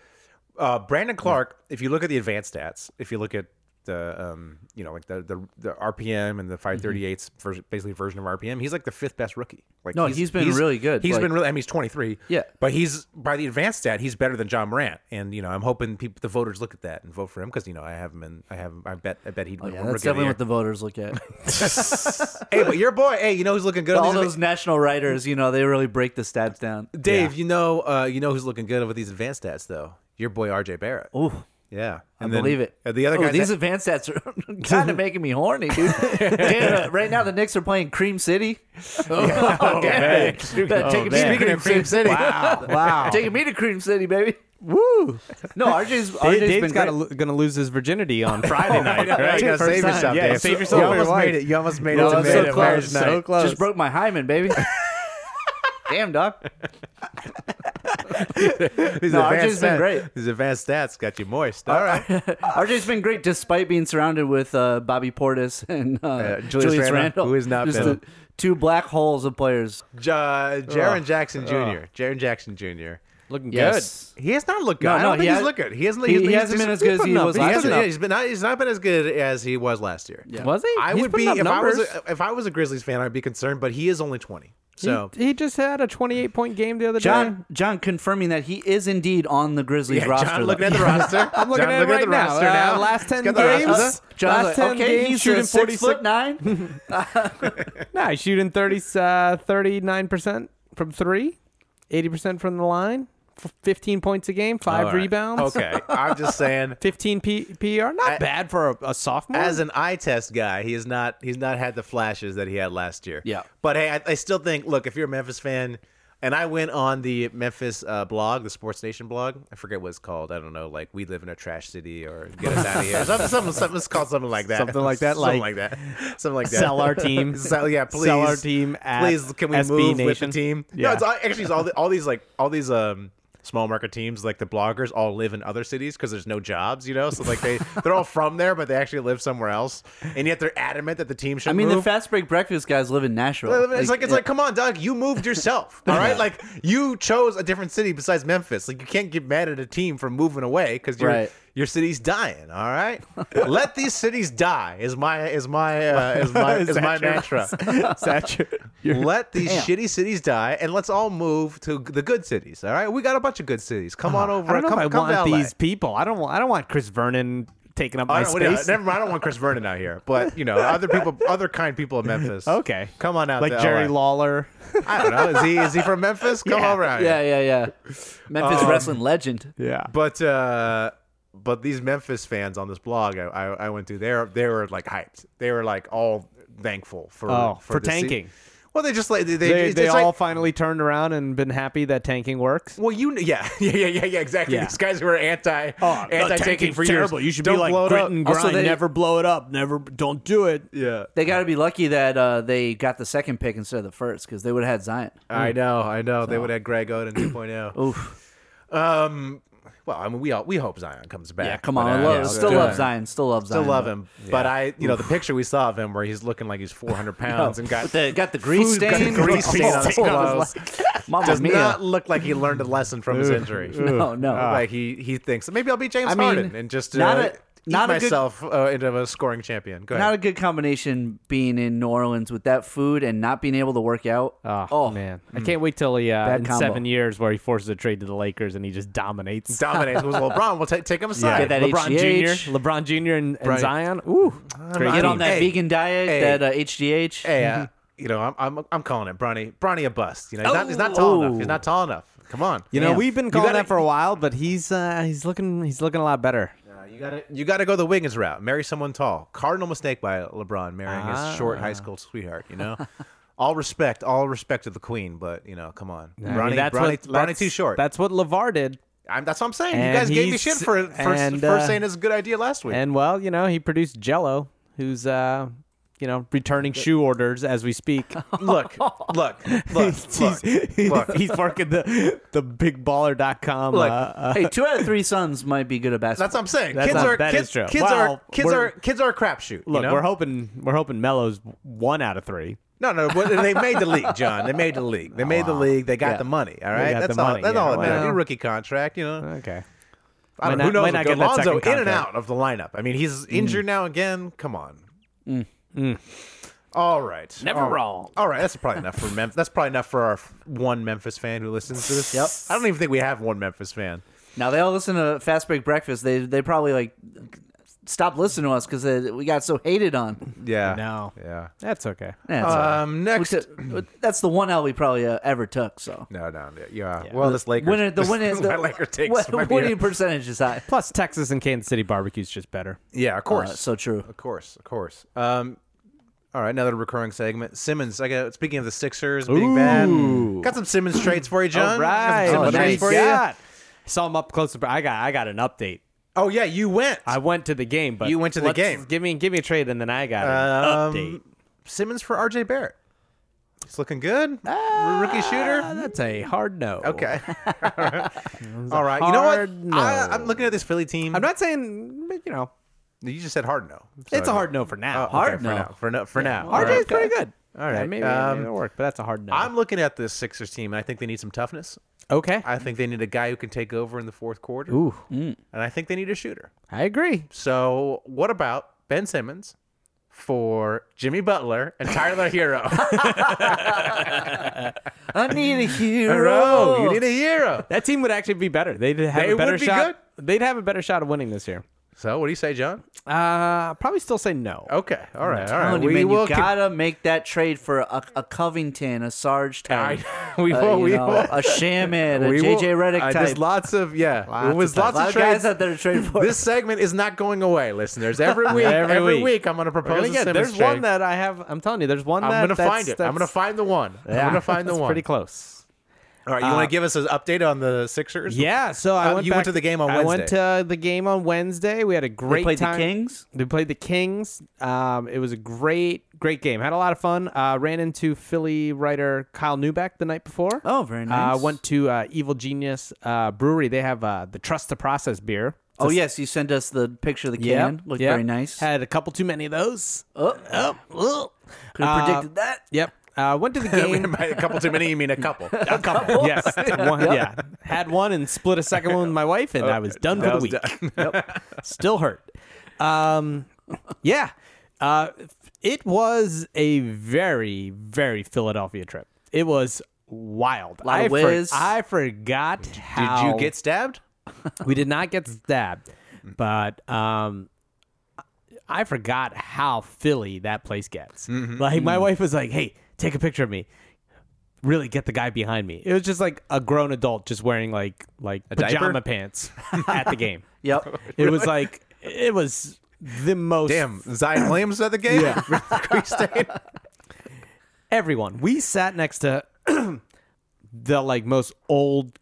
Speaker 7: Uh, Brandon Clark, if you look at the advanced stats, if you look at the um, you know, like the the, the RPM and the
Speaker 8: Mm-hmm.
Speaker 7: 538's vers- basically version of RPM, he's like the fifth best rookie. Like
Speaker 8: No, he's been really good,
Speaker 7: He's
Speaker 8: like-
Speaker 7: been really. I mean, he's twenty three.
Speaker 8: Yeah.
Speaker 7: but he's by the advanced stat, he's better than John Morant. And you know, I'm hoping people, the voters look at that and vote for him because you know I have him in. I have. I bet. I bet he'd.
Speaker 8: Oh,
Speaker 7: win
Speaker 8: yeah,
Speaker 7: Rookie of
Speaker 8: that's
Speaker 7: the
Speaker 8: definitely
Speaker 7: year.
Speaker 8: what the voters look at.
Speaker 7: hey, but your boy, hey, you know who's looking good? on
Speaker 8: all
Speaker 7: these
Speaker 8: those national writers, you know, they really break the stats down.
Speaker 7: Dave, you know, uh, you know who's looking good with these advanced stats though. Your boy RJ Barrett.
Speaker 8: Ooh,
Speaker 7: yeah,
Speaker 8: I
Speaker 7: And then,
Speaker 8: believe it.
Speaker 7: uh, The other
Speaker 8: Ooh,
Speaker 7: guy,
Speaker 8: these
Speaker 7: that,
Speaker 8: advanced stats are kind of making me horny, dude. Damn, uh, right now the Knicks are playing Cream City. Oh, man. That- taking me to
Speaker 7: speaking of Cream City, wow, wow.
Speaker 8: Taking me to Cream City, baby.
Speaker 9: Woo!
Speaker 8: No, RJ's, RJ's been
Speaker 9: Dave, Dave's
Speaker 8: great. Oh,
Speaker 9: got going to lose his virginity on Friday night. right?
Speaker 7: You gotta
Speaker 9: First
Speaker 7: save
Speaker 9: time.
Speaker 7: yourself,
Speaker 9: Yeah,
Speaker 7: Dave.
Speaker 9: save yourself.
Speaker 7: You
Speaker 9: for your
Speaker 7: almost
Speaker 9: wife.
Speaker 7: made it. You almost made
Speaker 8: Oh,
Speaker 7: it. To
Speaker 8: I'm so
Speaker 7: marriage
Speaker 8: close.
Speaker 7: night.
Speaker 9: So close.
Speaker 8: Just broke my hymen, baby. Damn, dog.
Speaker 7: These
Speaker 8: No,
Speaker 7: advanced
Speaker 8: RJ's been
Speaker 7: stats-
Speaker 8: great. Oh.
Speaker 7: These advanced stats got you moist. All right.
Speaker 8: RJ's been great despite being surrounded with uh, Bobby Portis and uh,
Speaker 7: Julius
Speaker 8: Julius,
Speaker 7: Randle,
Speaker 8: Randle,
Speaker 7: who has not
Speaker 8: Just
Speaker 7: been-
Speaker 8: the two black holes of players.
Speaker 7: J- uh,
Speaker 8: Oh.
Speaker 7: Jaron Jackson Jr. Jaron Jackson Jr.
Speaker 9: Looking
Speaker 8: Yes.
Speaker 7: He has not looked good.
Speaker 8: No,
Speaker 7: I don't
Speaker 8: no,
Speaker 7: think
Speaker 8: he
Speaker 7: he's
Speaker 8: has-
Speaker 7: looking. He hasn't.
Speaker 8: he-
Speaker 7: he's-
Speaker 8: he
Speaker 7: he's-
Speaker 8: hasn't been
Speaker 7: he's
Speaker 8: as good as
Speaker 7: putting
Speaker 8: he
Speaker 7: up-
Speaker 8: was
Speaker 7: he
Speaker 8: last
Speaker 7: hasn't-
Speaker 8: year.
Speaker 7: yeah, He's been. not- He's not been as good as he was last year.
Speaker 8: Yeah.
Speaker 9: good. Was he?
Speaker 7: I
Speaker 9: He's
Speaker 7: would be
Speaker 9: putting up
Speaker 7: if I was
Speaker 9: numbers.
Speaker 7: a, if I was a Grizzlies fan, I'd be concerned. But he is only twenty, so
Speaker 9: he, he just had a 28 point game the other day.
Speaker 8: John, John confirming that he is indeed on the Grizzlies roster.
Speaker 7: John
Speaker 8: though.
Speaker 7: looking at the roster.
Speaker 9: I'm looking
Speaker 7: John
Speaker 9: at it right
Speaker 7: the
Speaker 9: now.
Speaker 7: roster
Speaker 9: Uh,
Speaker 7: now.
Speaker 9: last
Speaker 7: He's
Speaker 9: 10
Speaker 7: got the roster.
Speaker 9: games.
Speaker 8: John's
Speaker 9: Last
Speaker 8: like,
Speaker 9: 10
Speaker 8: okay,
Speaker 9: games,
Speaker 8: he's
Speaker 9: shooting
Speaker 8: shooting
Speaker 9: 46
Speaker 8: six foot nine.
Speaker 9: Nah, he's shooting 30, uh, 39% from three, 80% from the line, f- 15 points a game,
Speaker 7: All
Speaker 9: five
Speaker 7: right.
Speaker 9: rebounds.
Speaker 7: Okay, I'm just saying.
Speaker 9: 15 P- PR. Not bad for a, a sophomore.
Speaker 7: As an eye test guy, he is not. He's not had the flashes that he had last year.
Speaker 8: Yeah.
Speaker 7: But hey, I, I still think. Look, if you're a Memphis fan, and I went on the Memphis uh, blog, the Sports Nation blog. I forget what it's called. I don't know. Like we live in a trash city, or get us out of here. Something, something, something. It's called something like that.
Speaker 9: Something like that,
Speaker 7: something
Speaker 9: like-
Speaker 7: like that. Something like that.
Speaker 9: Sell our team.
Speaker 7: Sell, yeah, please.
Speaker 9: Sell our team at
Speaker 7: please, can we
Speaker 9: SB
Speaker 7: move with the
Speaker 9: Nation?
Speaker 7: team? No,
Speaker 9: Yeah.
Speaker 7: it's all, actually it's all the, all these like all these um small market teams like the bloggers all live in other cities because there's no jobs, you know. So like they they're all from there, but they actually live somewhere else, and yet they're adamant that the team should.
Speaker 8: I mean, the
Speaker 7: move.
Speaker 8: fast break breakfast guys live in Nashville.
Speaker 7: It's like it's like, come on, Doug. You moved yourself, all right? Like you chose a different city besides Memphis. Like you can't get mad at a team for moving away because your
Speaker 8: Right.
Speaker 7: your city's dying. All right, let these cities die. Is my is my uh, is my is,
Speaker 9: Is that
Speaker 7: my
Speaker 9: your-
Speaker 7: mantra.
Speaker 9: Satch-
Speaker 7: Let these
Speaker 8: Damn.
Speaker 7: shitty cities die, and let's all move to the good cities. All right, we got a bunch of good cities. Come on over.
Speaker 9: Uh-huh. I don't know
Speaker 7: come,
Speaker 9: if I
Speaker 7: come
Speaker 9: want
Speaker 7: to LA.
Speaker 9: these people. I don't. Want, I don't want Chris Vernon taking up
Speaker 7: Oh, I
Speaker 9: my
Speaker 7: don't, wait,
Speaker 9: space.
Speaker 7: never mind. I don't want Chris Vernon out here, but you know, other people, other kind people in Memphis.
Speaker 9: Okay.
Speaker 7: come on out.
Speaker 9: like
Speaker 7: to
Speaker 9: Jerry
Speaker 7: LA.
Speaker 9: Lawler.
Speaker 7: I don't know. Is he is he from Memphis? Come over out here.
Speaker 8: yeah, yeah, yeah. Memphis wrestling legend.
Speaker 9: Yeah.
Speaker 7: But uh, but these Memphis fans on this blog I, I, I went to, they were, they were like hyped. They were like all thankful for
Speaker 9: Oh, for
Speaker 7: this se-
Speaker 9: tanking.
Speaker 7: Well, they just like they they,
Speaker 9: They,
Speaker 7: it's
Speaker 9: they
Speaker 7: like-
Speaker 9: all finally turned around and been happy that tanking works.
Speaker 7: well, you kn- yeah yeah yeah yeah, yeah exactly.
Speaker 9: Yeah.
Speaker 7: These guys were anti
Speaker 8: Oh,
Speaker 7: anti tanking for years. Don't blow it up.
Speaker 8: Also, grind, they- never
Speaker 9: blow it up. Never, don't do it.
Speaker 7: Yeah,
Speaker 8: They got to be lucky that uh, they got the second pick instead of the first because they would have had Zion.
Speaker 7: I know, I know. They would have Greg Oden 2.0. Oof. Um. Well, I mean, we all, we hope Zion comes back.
Speaker 8: Yeah, come
Speaker 7: but,
Speaker 8: on. I
Speaker 7: uh,
Speaker 8: love,
Speaker 7: yeah,
Speaker 8: still
Speaker 7: yeah.
Speaker 8: love Zion. Still love Zion.
Speaker 7: Still love him, but I, you know, the picture we saw of him where he's looking like he's 400 pounds and got
Speaker 8: With the, got the grease
Speaker 7: food- got the
Speaker 8: stain.
Speaker 7: grease
Speaker 8: Oh,
Speaker 7: stain on his
Speaker 8: oh,
Speaker 7: clothes.
Speaker 8: Mamma
Speaker 7: does
Speaker 8: mia.
Speaker 7: not look like he learned a lesson from his injury.
Speaker 8: no, no.
Speaker 7: Like he he thinks maybe I'll be James
Speaker 8: I mean,
Speaker 7: Harden and just uh,
Speaker 8: not a- Not
Speaker 7: not
Speaker 8: a good-
Speaker 7: myself uh, into a scoring champion. Go
Speaker 8: Not
Speaker 7: ahead.
Speaker 8: a good combination being in New Orleans with that food and not being able to work out.
Speaker 7: Ah,
Speaker 9: Oh, man, I can't wait till he uh,
Speaker 8: Bad
Speaker 9: in
Speaker 8: combo.
Speaker 9: seven years where he forces a trade to the Lakers and he just dominates.
Speaker 7: Dominates was LeBron. We'll ta- take him aside.
Speaker 8: Get that
Speaker 9: LeBron
Speaker 8: HGH.
Speaker 9: Jr., LeBron Jr. and, and
Speaker 7: Right.
Speaker 9: Zion. Ooh, it's a great
Speaker 8: Get
Speaker 9: team.
Speaker 8: on that
Speaker 7: Hey,
Speaker 8: vegan diet,
Speaker 7: hey.
Speaker 8: that uh, HGH.
Speaker 7: Hey, uh,
Speaker 9: Mm-hmm.
Speaker 7: you know, I'm, I'm I'm calling it Bronny. Bronny a bust. You know, he's not, he's not tall enough. He's not tall enough. Come on.
Speaker 9: You know,
Speaker 8: Damn.
Speaker 9: we've been calling
Speaker 7: gotta-
Speaker 9: that for a while, but he's uh, he's looking he's looking a lot better.
Speaker 7: Uh, You gotta you gotta go the Wiggins route. Marry someone tall. Cardinal mistake by LeBron marrying
Speaker 9: Ah.
Speaker 7: his short high school sweetheart. You know, all respect, all respect to the queen, but you know, come on,
Speaker 9: I mean,
Speaker 7: Bronny, Bronny, Bronny
Speaker 9: that's-
Speaker 7: too short. That's,
Speaker 9: That's what Levar did,
Speaker 7: I'm, that's what I'm saying. You
Speaker 9: And
Speaker 7: guys gave me
Speaker 9: he's-
Speaker 7: shit for for,
Speaker 9: and,
Speaker 7: for
Speaker 9: uh,
Speaker 7: saying it's a good idea last week.
Speaker 9: and well, you know, he produced Jello, who's uh, you know returning shoe orders as we speak.
Speaker 7: look, look, look,
Speaker 9: he's,
Speaker 7: look,
Speaker 9: he's-
Speaker 7: look.
Speaker 9: he's working the the bigballer.com.
Speaker 7: Look,
Speaker 9: uh, uh,
Speaker 8: hey, two out of three sons might be good at basketball.
Speaker 7: That's what I'm saying.
Speaker 9: That's
Speaker 7: kids
Speaker 9: not-
Speaker 7: are
Speaker 9: that
Speaker 7: kids,
Speaker 9: is true.
Speaker 7: kids
Speaker 9: Well,
Speaker 7: are kids
Speaker 9: we're-
Speaker 7: are kids are a crapshoot.
Speaker 9: look,
Speaker 7: you know?
Speaker 9: we're hoping we're hoping Melo's one out of three.
Speaker 7: No, no, but they made the league, John. They made the league. They made the league. They got the money. All right,
Speaker 9: got
Speaker 7: that's
Speaker 9: the
Speaker 7: all.
Speaker 9: money,
Speaker 7: That's
Speaker 9: yeah.
Speaker 7: all it matters.
Speaker 9: Well-
Speaker 7: Your rookie contract, you know.
Speaker 9: Okay.
Speaker 7: I don't
Speaker 9: Might
Speaker 7: know. Who
Speaker 9: not-
Speaker 7: knows? Not
Speaker 9: might not get that
Speaker 7: Alonzo in
Speaker 9: second
Speaker 7: and
Speaker 9: contract. Mm.
Speaker 7: out of the lineup. I mean, he's injured now again. Come on. Mm. All right.
Speaker 9: Never
Speaker 8: Oh.
Speaker 7: All-
Speaker 9: wrong.
Speaker 7: All right. That's probably enough for Memphis. That's probably enough for our f- one Memphis fan who listens to this. Yep. I don't even think we have one Memphis fan.
Speaker 8: Now they all listen to Fast Break Breakfast. They they probably like stopped listening to us because we got so hated on.
Speaker 7: Yeah.
Speaker 9: No.
Speaker 7: Yeah.
Speaker 9: That's okay.
Speaker 8: Yeah, it's all right.
Speaker 7: Um.
Speaker 8: We
Speaker 7: Next.
Speaker 8: took- that's the one L we probably uh, ever took. So
Speaker 7: No. No. Yeah. Well, this Lakers.
Speaker 8: winner, the
Speaker 7: this-
Speaker 8: winner,
Speaker 7: my
Speaker 8: the
Speaker 7: Laker takes.
Speaker 8: what-
Speaker 7: might be a-
Speaker 8: winning percentage is high.
Speaker 9: Plus, Texas and Kansas City barbecue's just better.
Speaker 7: yeah. Of
Speaker 8: Uh,
Speaker 7: course.
Speaker 8: so true.
Speaker 7: Of course, of course. Um, all right, another recurring segment. Simmons. I got. Speaking of the Sixers being
Speaker 9: Ooh.
Speaker 7: bad, got some Simmons trades for you, John. Got some Simmons
Speaker 8: Oh,
Speaker 7: trades
Speaker 8: nice.
Speaker 7: for you.
Speaker 9: Yeah. Saw him up close. and- I got I got an update.
Speaker 7: Oh yeah, you went.
Speaker 9: I went to the game, but
Speaker 7: You went to the
Speaker 9: let's-
Speaker 7: game.
Speaker 9: Give me give me a trade, and then I got an
Speaker 7: Um,
Speaker 9: update.
Speaker 7: Simmons for R.J. Barrett. He's looking good. Rookie
Speaker 9: Ah,
Speaker 7: shooter.
Speaker 9: that's a hard no.
Speaker 7: Okay. all right. You know what?
Speaker 9: hard no.
Speaker 7: I, I'm looking at this Philly team.
Speaker 9: I'm not saying but, you know
Speaker 7: You just said hard no.
Speaker 9: it's a hard no for now.
Speaker 7: hard no. For now. For now.
Speaker 9: RJ's
Speaker 7: Uh, All right.
Speaker 9: pretty good.
Speaker 7: All right.
Speaker 9: Yeah, maybe,
Speaker 7: Um,
Speaker 9: maybe it'll work, but that's a hard no.
Speaker 7: I'm looking at this Sixers team, and I think they need some toughness.
Speaker 9: okay.
Speaker 7: I think they need a guy who can take over in the fourth quarter.
Speaker 9: Ooh,
Speaker 7: And I think they need a shooter.
Speaker 9: I agree.
Speaker 7: So what about Ben Simmons for Jimmy Butler and Tyler Hero?
Speaker 8: I need a hero.
Speaker 7: Hero, you need a hero.
Speaker 9: That team would actually be better. They'd have
Speaker 7: They
Speaker 9: a better
Speaker 7: would be
Speaker 9: shot. They'd have a better shot of winning this year.
Speaker 7: So what do you say, John?
Speaker 9: Uh, probably still say no.
Speaker 7: Okay, all right, all
Speaker 8: Come
Speaker 7: right.
Speaker 8: on, you man, you
Speaker 7: con-
Speaker 8: gotta make that trade for a, a Covington, a Sarge type,
Speaker 7: I- we
Speaker 8: uh,
Speaker 7: will,
Speaker 8: you
Speaker 7: we
Speaker 8: know,
Speaker 7: will.
Speaker 8: a Shaman, a
Speaker 7: we will-
Speaker 8: JJ Redick
Speaker 7: uh,
Speaker 8: type.
Speaker 7: There's lots of yeah.
Speaker 9: Lots
Speaker 7: there's
Speaker 9: of
Speaker 7: lots
Speaker 8: lot
Speaker 7: of
Speaker 8: of
Speaker 7: trades.
Speaker 8: guys out there to trade for.
Speaker 7: this segment is not going away, listeners. Every week, every,
Speaker 9: Every
Speaker 7: week.
Speaker 9: week.
Speaker 7: I'm going to
Speaker 9: We're
Speaker 7: propose
Speaker 9: gonna
Speaker 7: a
Speaker 9: get-
Speaker 7: Simmons
Speaker 9: there's
Speaker 7: trade.
Speaker 9: one that I have. I'm telling you, there's one
Speaker 7: I'm
Speaker 9: that
Speaker 7: going to
Speaker 9: that's-
Speaker 7: find it. I'm
Speaker 9: that's-
Speaker 7: going to find the one. I'm
Speaker 9: Yeah,
Speaker 7: going to find the
Speaker 9: that's
Speaker 7: one.
Speaker 9: Pretty close.
Speaker 7: All right, you want to give us an update on the Sixers?
Speaker 9: Yeah, so I
Speaker 7: Uh,
Speaker 9: went.
Speaker 7: you went
Speaker 9: back-
Speaker 7: to the game on
Speaker 9: I went
Speaker 7: Wednesday.
Speaker 9: to the game on Wednesday. We had a great
Speaker 8: they played
Speaker 9: time.
Speaker 8: the Kings.
Speaker 9: They played the Kings. Um, it was a great, great game. Had a lot of fun. Uh, ran into Philly writer Kyle Newbeck the night before.
Speaker 8: Oh, very nice.
Speaker 9: Uh, went to uh, Evil Genius uh, Brewery. They have uh, the Trust the Process beer.
Speaker 8: Oh yes, you sent us the picture of the can. Looked
Speaker 9: yep.
Speaker 8: very nice.
Speaker 9: Had a couple too many of those.
Speaker 8: oh, oh, oh. Could have
Speaker 9: Uh,
Speaker 8: predicted that.
Speaker 9: Yep. Uh, went to the game.
Speaker 7: By a couple too many, you mean a couple.
Speaker 9: a couple. yes. One, Yeah. Had one and split a second one with my wife, and I was done for the week. Yep. Still hurt. Um, yeah. Uh, it was a very, very Philadelphia trip. It was wild.
Speaker 8: Lot of
Speaker 9: I, for-
Speaker 8: whiz.
Speaker 9: I forgot how.
Speaker 7: Did you get stabbed?
Speaker 9: We did not get stabbed, but um, I forgot how Philly that place gets.
Speaker 7: Mm-hmm.
Speaker 9: Like
Speaker 7: Mm.
Speaker 9: my wife was like, "Hey, take a picture of me." Really get the guy behind me. It was just like a grown adult just wearing like like
Speaker 7: diaper?
Speaker 9: pajama pants at the game.
Speaker 8: Yep.
Speaker 9: It was like it was the most
Speaker 7: Damn, Zion Williams at the game. Yeah.
Speaker 9: everyone. We sat next to the like most old,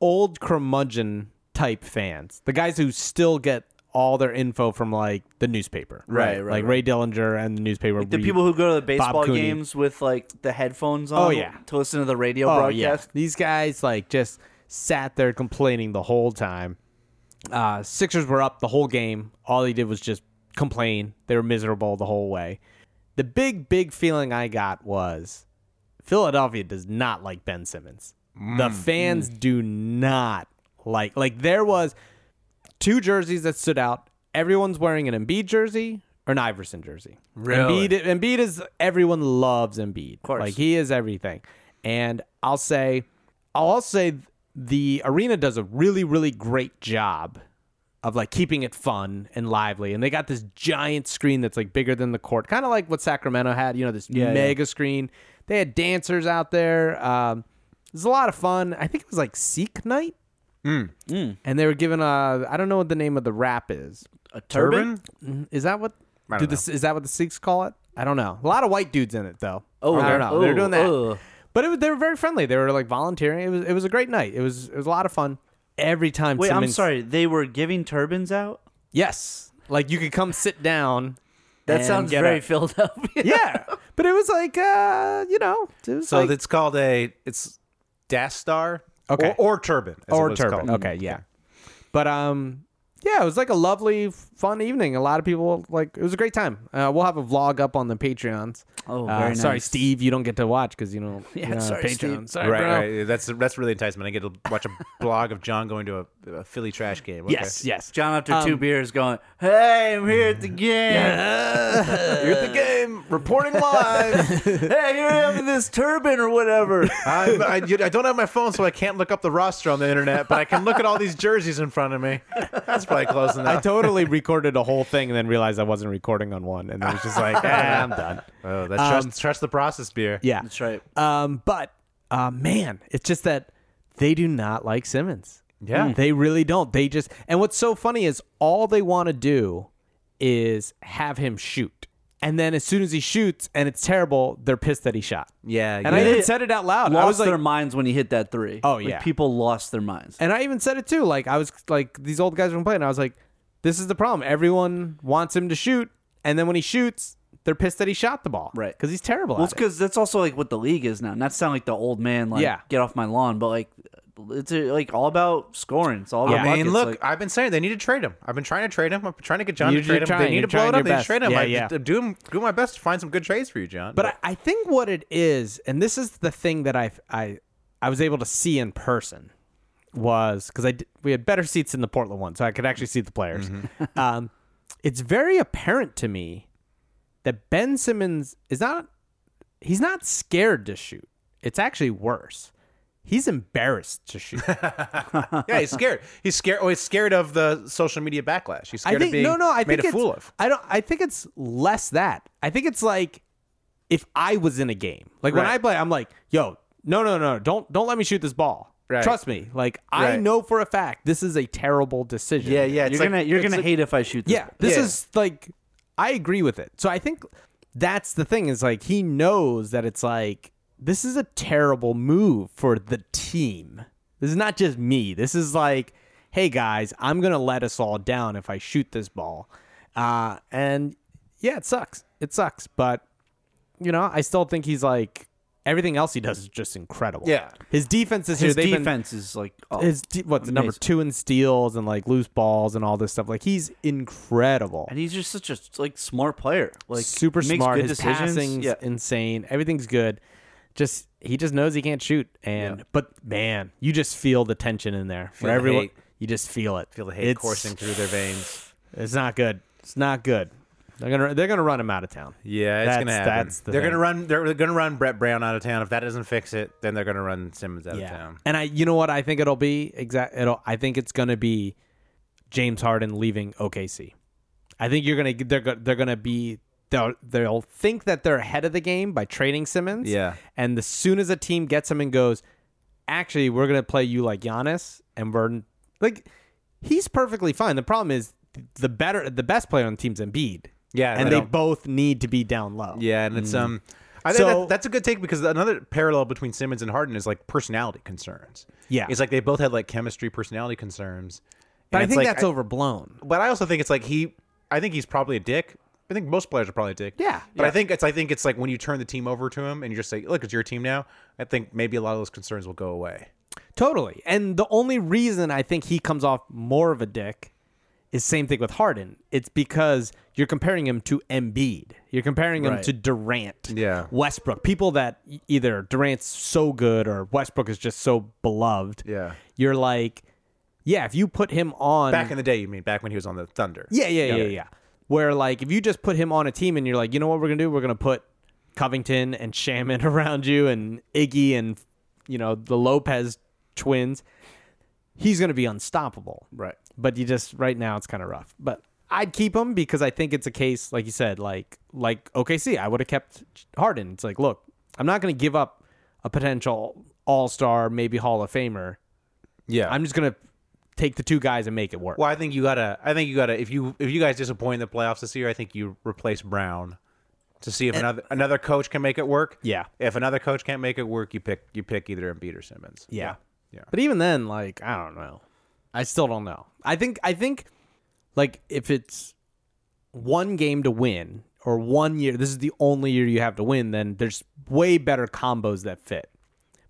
Speaker 9: old curmudgeon type fans, the guys who still get all their info from like the newspaper,
Speaker 8: Right, right,
Speaker 9: Like Ray Dillinger and the newspaper.
Speaker 8: The
Speaker 9: read-
Speaker 8: people who go to the
Speaker 9: Bob
Speaker 8: baseball
Speaker 9: Cooney.
Speaker 8: games with like the headphones on
Speaker 9: Oh, yeah.
Speaker 8: to listen to the radio
Speaker 9: oh yeah,
Speaker 8: broadcast.
Speaker 9: these guys like just sat there complaining the whole time. Uh, Sixers were up the whole game. All they did was just complain. They were miserable the whole way. The big, big feeling I got was Philadelphia does not like Ben Simmons. The fans do not like like there was two jerseys that stood out everyone's wearing an Embiid jersey or an Iverson jersey.
Speaker 7: Really?
Speaker 9: Embiid, Embiid is everyone loves Embiid. Of
Speaker 8: course.
Speaker 9: like he is everything. And I'll say, I'll also say the arena does a really, really great job of like keeping it fun and lively. And they got this giant screen that's like bigger than the court, kind of like what Sacramento had. You know, this
Speaker 8: yeah.
Speaker 9: mega screen. They had dancers out there. Um, it was a lot of fun. I think it was like Seek Night. And they were given a I don't know what the name of the rap is.
Speaker 8: A
Speaker 7: Turban?
Speaker 9: Is that what
Speaker 7: I
Speaker 9: do
Speaker 7: don't
Speaker 9: the, is that what the Sikhs call it? I don't know. A lot of white dudes in it though.
Speaker 8: Oh,
Speaker 9: I don't
Speaker 8: okay.
Speaker 9: know. They're
Speaker 8: Oh,
Speaker 9: doing that.
Speaker 8: oh.
Speaker 9: But it was, they were very friendly. They were like volunteering. It was it was a great night. It was it was a lot of fun. Every time
Speaker 8: Wait, I'm
Speaker 9: someone-
Speaker 8: sorry. They were giving turbans out.
Speaker 9: Yes. Like you could come sit down.
Speaker 8: That
Speaker 9: and
Speaker 8: sounds
Speaker 9: get
Speaker 8: very
Speaker 9: a-
Speaker 8: Philadelphia.
Speaker 9: Yeah. But it was like uh, you know, it was
Speaker 7: So
Speaker 9: like,
Speaker 7: it's called a it's Dash Star
Speaker 9: Okay.
Speaker 7: or, or Turban as it
Speaker 9: or
Speaker 7: was
Speaker 9: turban.
Speaker 7: called.
Speaker 9: Okay, yeah. But um, yeah, it was like a lovely, fun evening. A lot of people like it was a great time. Uh, we'll have a vlog up on the Patreons.
Speaker 8: Oh,
Speaker 9: Uh,
Speaker 8: very
Speaker 9: Sorry,
Speaker 8: nice.
Speaker 9: Steve, you don't get to watch because you don't.
Speaker 8: Yeah,
Speaker 9: you know,
Speaker 8: sorry,
Speaker 9: Patreon.
Speaker 8: Steve.
Speaker 9: Sorry,
Speaker 7: Right,
Speaker 9: bro.
Speaker 7: right. That's that's really enticement. I get to watch a blog of John going to a, a Philly trash game. Okay.
Speaker 9: Yes, yes.
Speaker 8: John, after two beers, going, "Hey, I'm here at the game.
Speaker 7: You're
Speaker 9: Uh,
Speaker 7: at the game, reporting live.
Speaker 8: Hey, you're having this turban or whatever."
Speaker 7: I'm, I, you- I don't have my phone, so I can't look up the roster on the internet, but I can look at all these jerseys in front of me. That's probably close
Speaker 9: I
Speaker 7: enough.
Speaker 9: totally recorded a whole thing and then realized I wasn't recording on one, and I was just like, "Ah, I'm done. Um,
Speaker 7: Oh, that's trust, trust the process beer.
Speaker 9: Yeah,
Speaker 8: That's right.
Speaker 9: Um, but uh, man, it's just that they do not like Simmons.
Speaker 7: Yeah. Mm.
Speaker 9: they really don't. They just and what's so funny is all they want to do is have him shoot, and then as soon as he shoots and it's terrible, they're pissed that he shot.
Speaker 7: Yeah,
Speaker 9: and I
Speaker 7: yeah.
Speaker 9: even said it out loud.
Speaker 8: Lost
Speaker 9: I was like,
Speaker 8: their minds when he hit that three.
Speaker 9: Oh,
Speaker 8: Like,
Speaker 9: yeah.
Speaker 8: people lost their minds.
Speaker 9: and I even said it too. Like I was like these old guys were complaining. I was like, this is the problem. Everyone wants him to shoot, and then when he shoots, they're pissed that he shot the ball.
Speaker 8: Right.
Speaker 9: because he's terrible.
Speaker 8: Well,
Speaker 9: at
Speaker 8: it's
Speaker 9: it.
Speaker 8: because that's also like what the league is now. Not to sound like the old man, like
Speaker 9: Yeah.
Speaker 8: get off my lawn, but like it's uh, like all about scoring. It's all about.
Speaker 9: Yeah.
Speaker 7: I mean,
Speaker 8: buckets,
Speaker 7: look,
Speaker 8: like-
Speaker 7: I've been saying they need to trade him. I've been trying to trade him. I've been trying to get John
Speaker 9: You're-
Speaker 7: to trade
Speaker 9: you're
Speaker 7: him.
Speaker 9: trying,
Speaker 7: they need
Speaker 9: you're
Speaker 7: to blow
Speaker 9: trying
Speaker 7: it
Speaker 9: your
Speaker 7: up. They
Speaker 9: best.
Speaker 7: should trade him.
Speaker 9: Yeah,
Speaker 7: I,
Speaker 9: yeah.
Speaker 7: d- Do, do my best to find some good trades for you, John.
Speaker 9: But I, I think what it is, and this is the thing that I I I was able to see in person was because I d- we had better seats in the Portland one, so I could actually see the players. um, it's very apparent to me that Ben Simmons is not he's not scared to shoot. It's actually worse. He's embarrassed to shoot.
Speaker 7: yeah, he's scared. He's scared. Oh, he's scared of the social media backlash. He's scared
Speaker 9: I think
Speaker 7: of being
Speaker 9: no, no. I
Speaker 7: made
Speaker 9: think
Speaker 7: a
Speaker 9: it's,
Speaker 7: fool of.
Speaker 9: I don't. I think it's less that. I think it's like if I was in a game, like when
Speaker 7: Right.
Speaker 9: I play, I'm like, yo, no, no, no, don't, don't let me shoot this ball.
Speaker 7: Right.
Speaker 9: Trust me. Like I
Speaker 7: Right.
Speaker 9: know for a fact this is a terrible decision.
Speaker 7: yeah.
Speaker 8: you're gonna you're gonna hate if I shoot. This
Speaker 9: yeah. This
Speaker 7: Yeah.
Speaker 9: is like I agree with it. So I think that's the thing is like he knows that it's like this is a terrible move for the team. This is not just me. This is like, hey guys, I'm gonna let us all down if I shoot this ball. Uh, and yeah, it sucks. It sucks, but you know, I still think he's like everything else he does is just incredible.
Speaker 7: Yeah.
Speaker 9: his defense is
Speaker 8: His
Speaker 9: here. They've been-
Speaker 8: defense is like oh,
Speaker 9: his de- what's the number
Speaker 8: amazing.
Speaker 9: two in steals and like loose balls and all this stuff. Like he's incredible.
Speaker 8: and he's just such a like smart player. Like
Speaker 9: super
Speaker 8: makes
Speaker 9: smart.
Speaker 8: Good
Speaker 9: His
Speaker 8: decisions.
Speaker 9: passing's
Speaker 8: Yeah.
Speaker 9: insane. Everything's good. Just he just knows he can't shoot. And but man, you just feel the tension in there for
Speaker 7: the
Speaker 9: everyone.
Speaker 7: hate.
Speaker 9: You just feel it.
Speaker 7: feel the hate
Speaker 9: it's,
Speaker 7: coursing through their veins.
Speaker 9: It's not good. It's not good. They're gonna they're gonna run him out of town.
Speaker 7: Yeah, it's
Speaker 9: That's-
Speaker 7: gonna happen.
Speaker 9: that's the
Speaker 7: they're
Speaker 9: thing.
Speaker 7: gonna run. They're gonna run Brett Brown out of town. If that doesn't fix it, then they're gonna run Simmons out of town.
Speaker 9: And I you know what I think it'll be exact it'll I think it's gonna be James Harden leaving OKC. I think you're gonna they're go- they're gonna be they'll they'll think that they're ahead of the game by trading Simmons.
Speaker 7: Yeah.
Speaker 9: And as soon as a team gets him and goes, actually we're gonna play you like Giannis and we're like he's perfectly fine. The problem is the better the best player on the team's Embiid.
Speaker 7: Yeah,
Speaker 9: And
Speaker 7: I
Speaker 9: they
Speaker 7: don't-
Speaker 9: both need to be down low.
Speaker 7: Yeah, and it's um, I think
Speaker 9: Mm. So-
Speaker 7: that's, that's a good take because another parallel between Simmons and Harden is like personality concerns.
Speaker 9: Yeah.
Speaker 7: it's like they both had like chemistry, personality concerns.
Speaker 9: But
Speaker 7: And
Speaker 9: I
Speaker 7: it's
Speaker 9: think
Speaker 7: like-
Speaker 9: that's
Speaker 7: I-
Speaker 9: overblown.
Speaker 7: But I also think it's like he. I think he's probably a dick. I think most players are probably a dick.
Speaker 9: Yeah,
Speaker 7: But I
Speaker 9: yeah.
Speaker 7: think it's I think it's like when you turn the team over to him and you just say, "Look, it's your team now." I think maybe a lot of those concerns will go away.
Speaker 9: Totally. And the only reason I think he comes off more of a dick is same thing with Harden. It's because you're comparing him to Embiid. You're comparing him
Speaker 8: Right.
Speaker 9: to Durant.
Speaker 7: Yeah.
Speaker 9: Westbrook. People that e- either Durant's so good or Westbrook is just so beloved.
Speaker 7: Yeah.
Speaker 9: You're like Yeah, if you put him on
Speaker 7: Back in the day, you mean back when he was on the Thunder?
Speaker 9: Yeah, yeah, yeah, yeah,
Speaker 7: Yeah.
Speaker 9: yeah. Where like if you just put him on a team and you're like, you know what we're gonna do? We're gonna put Covington and Shaman around you and Iggy and you know the Lopez twins. He's gonna be unstoppable.
Speaker 7: Right.
Speaker 9: But you just right now it's kind of rough. But I'd keep him because I think it's a case like you said, like like OKC. I would have kept Harden. It's like, look, I'm not gonna give up a potential All Star, maybe Hall of Famer.
Speaker 7: Yeah.
Speaker 9: I'm just gonna take the two guys and make it work.
Speaker 7: Well, I think you gotta. I think you gotta. If you if you guys disappoint in the playoffs this year, I think you replace Brown to see if another another coach can make it work.
Speaker 9: Yeah.
Speaker 7: If another coach can't make it work, you pick you pick either Embiid or Simmons.
Speaker 9: Yeah.
Speaker 7: Yeah.
Speaker 9: But even then, like, I don't know. I still don't know. I think I think like if it's one game to win or one year, this is the only year you have to win, then there's way better combos that fit.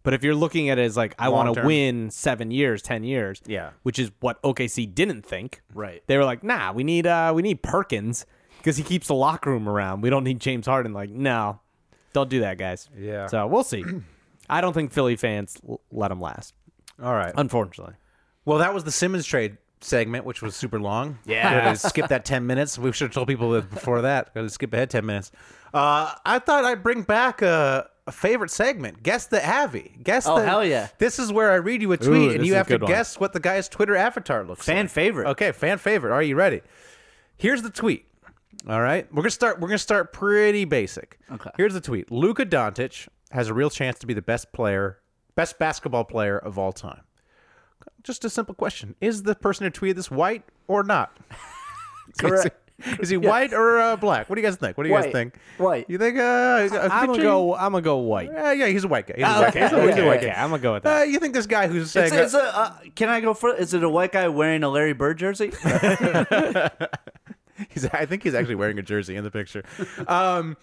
Speaker 9: But if you're looking at it as like I want to
Speaker 7: Long-term.
Speaker 9: win seven years, ten years,
Speaker 7: Yeah.
Speaker 9: which is what OKC didn't think.
Speaker 7: Right.
Speaker 9: They were like, nah, we need uh we need Perkins because he keeps the locker room around. We don't need James Harden. Like, no, don't do that, guys.
Speaker 7: Yeah.
Speaker 9: So we'll see. I don't think Philly fans l- let him last.
Speaker 7: All right.
Speaker 9: Unfortunately.
Speaker 7: Well, that was the Simmons trade segment, which was super long. Yeah, skip that ten minutes. We should have told people that before that. Got to skip ahead ten minutes. Uh, I thought I'd bring back a, a favorite segment. Guess the Avy. Guess.
Speaker 8: Oh,
Speaker 7: the,
Speaker 8: hell yeah.
Speaker 7: This is where I read you a tweet, and
Speaker 9: this
Speaker 7: you
Speaker 9: is
Speaker 7: have
Speaker 9: a
Speaker 7: to
Speaker 9: good one.
Speaker 7: guess what the guy's Twitter avatar looks like.
Speaker 8: Fan favorite.
Speaker 7: Okay, fan favorite. Are you ready? Here's the tweet. All right, we're gonna start. We're gonna start pretty basic. Okay. Here's the tweet. Luka Doncic has a real chance to be the best player, best basketball player of all time. Just a simple question: Is the person who tweeted this white or not?
Speaker 8: Correct.
Speaker 7: Is he, is he white or uh, black? What do you guys think? What do you guys
Speaker 8: White.
Speaker 7: think?
Speaker 8: White.
Speaker 7: You think? Uh, is-
Speaker 9: I'm gonna
Speaker 7: picture-
Speaker 9: go I'm gonna go white.
Speaker 7: Uh, yeah, he's a white guy. He's a white guy. He's a- he's a
Speaker 9: okay,
Speaker 7: white
Speaker 9: okay,
Speaker 7: guy.
Speaker 9: I'm gonna go with
Speaker 7: Uh,
Speaker 9: that.
Speaker 7: you think this guy who's saying
Speaker 8: It's, it's a, uh, can I go for? Is it a white guy wearing a Larry Bird jersey?
Speaker 7: He's, I think he's actually wearing a jersey in the picture. Um,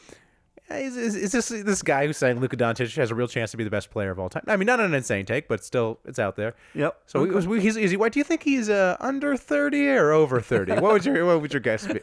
Speaker 7: is, is, is this this guy who's saying Luka Doncic has a real chance to be the best player of all time? I mean, not an insane take, but still, it's out there.
Speaker 8: Yep.
Speaker 7: So he was- he's, is he white? Do you think he's uh, under thirty or over thirty? What would your what would your guess be?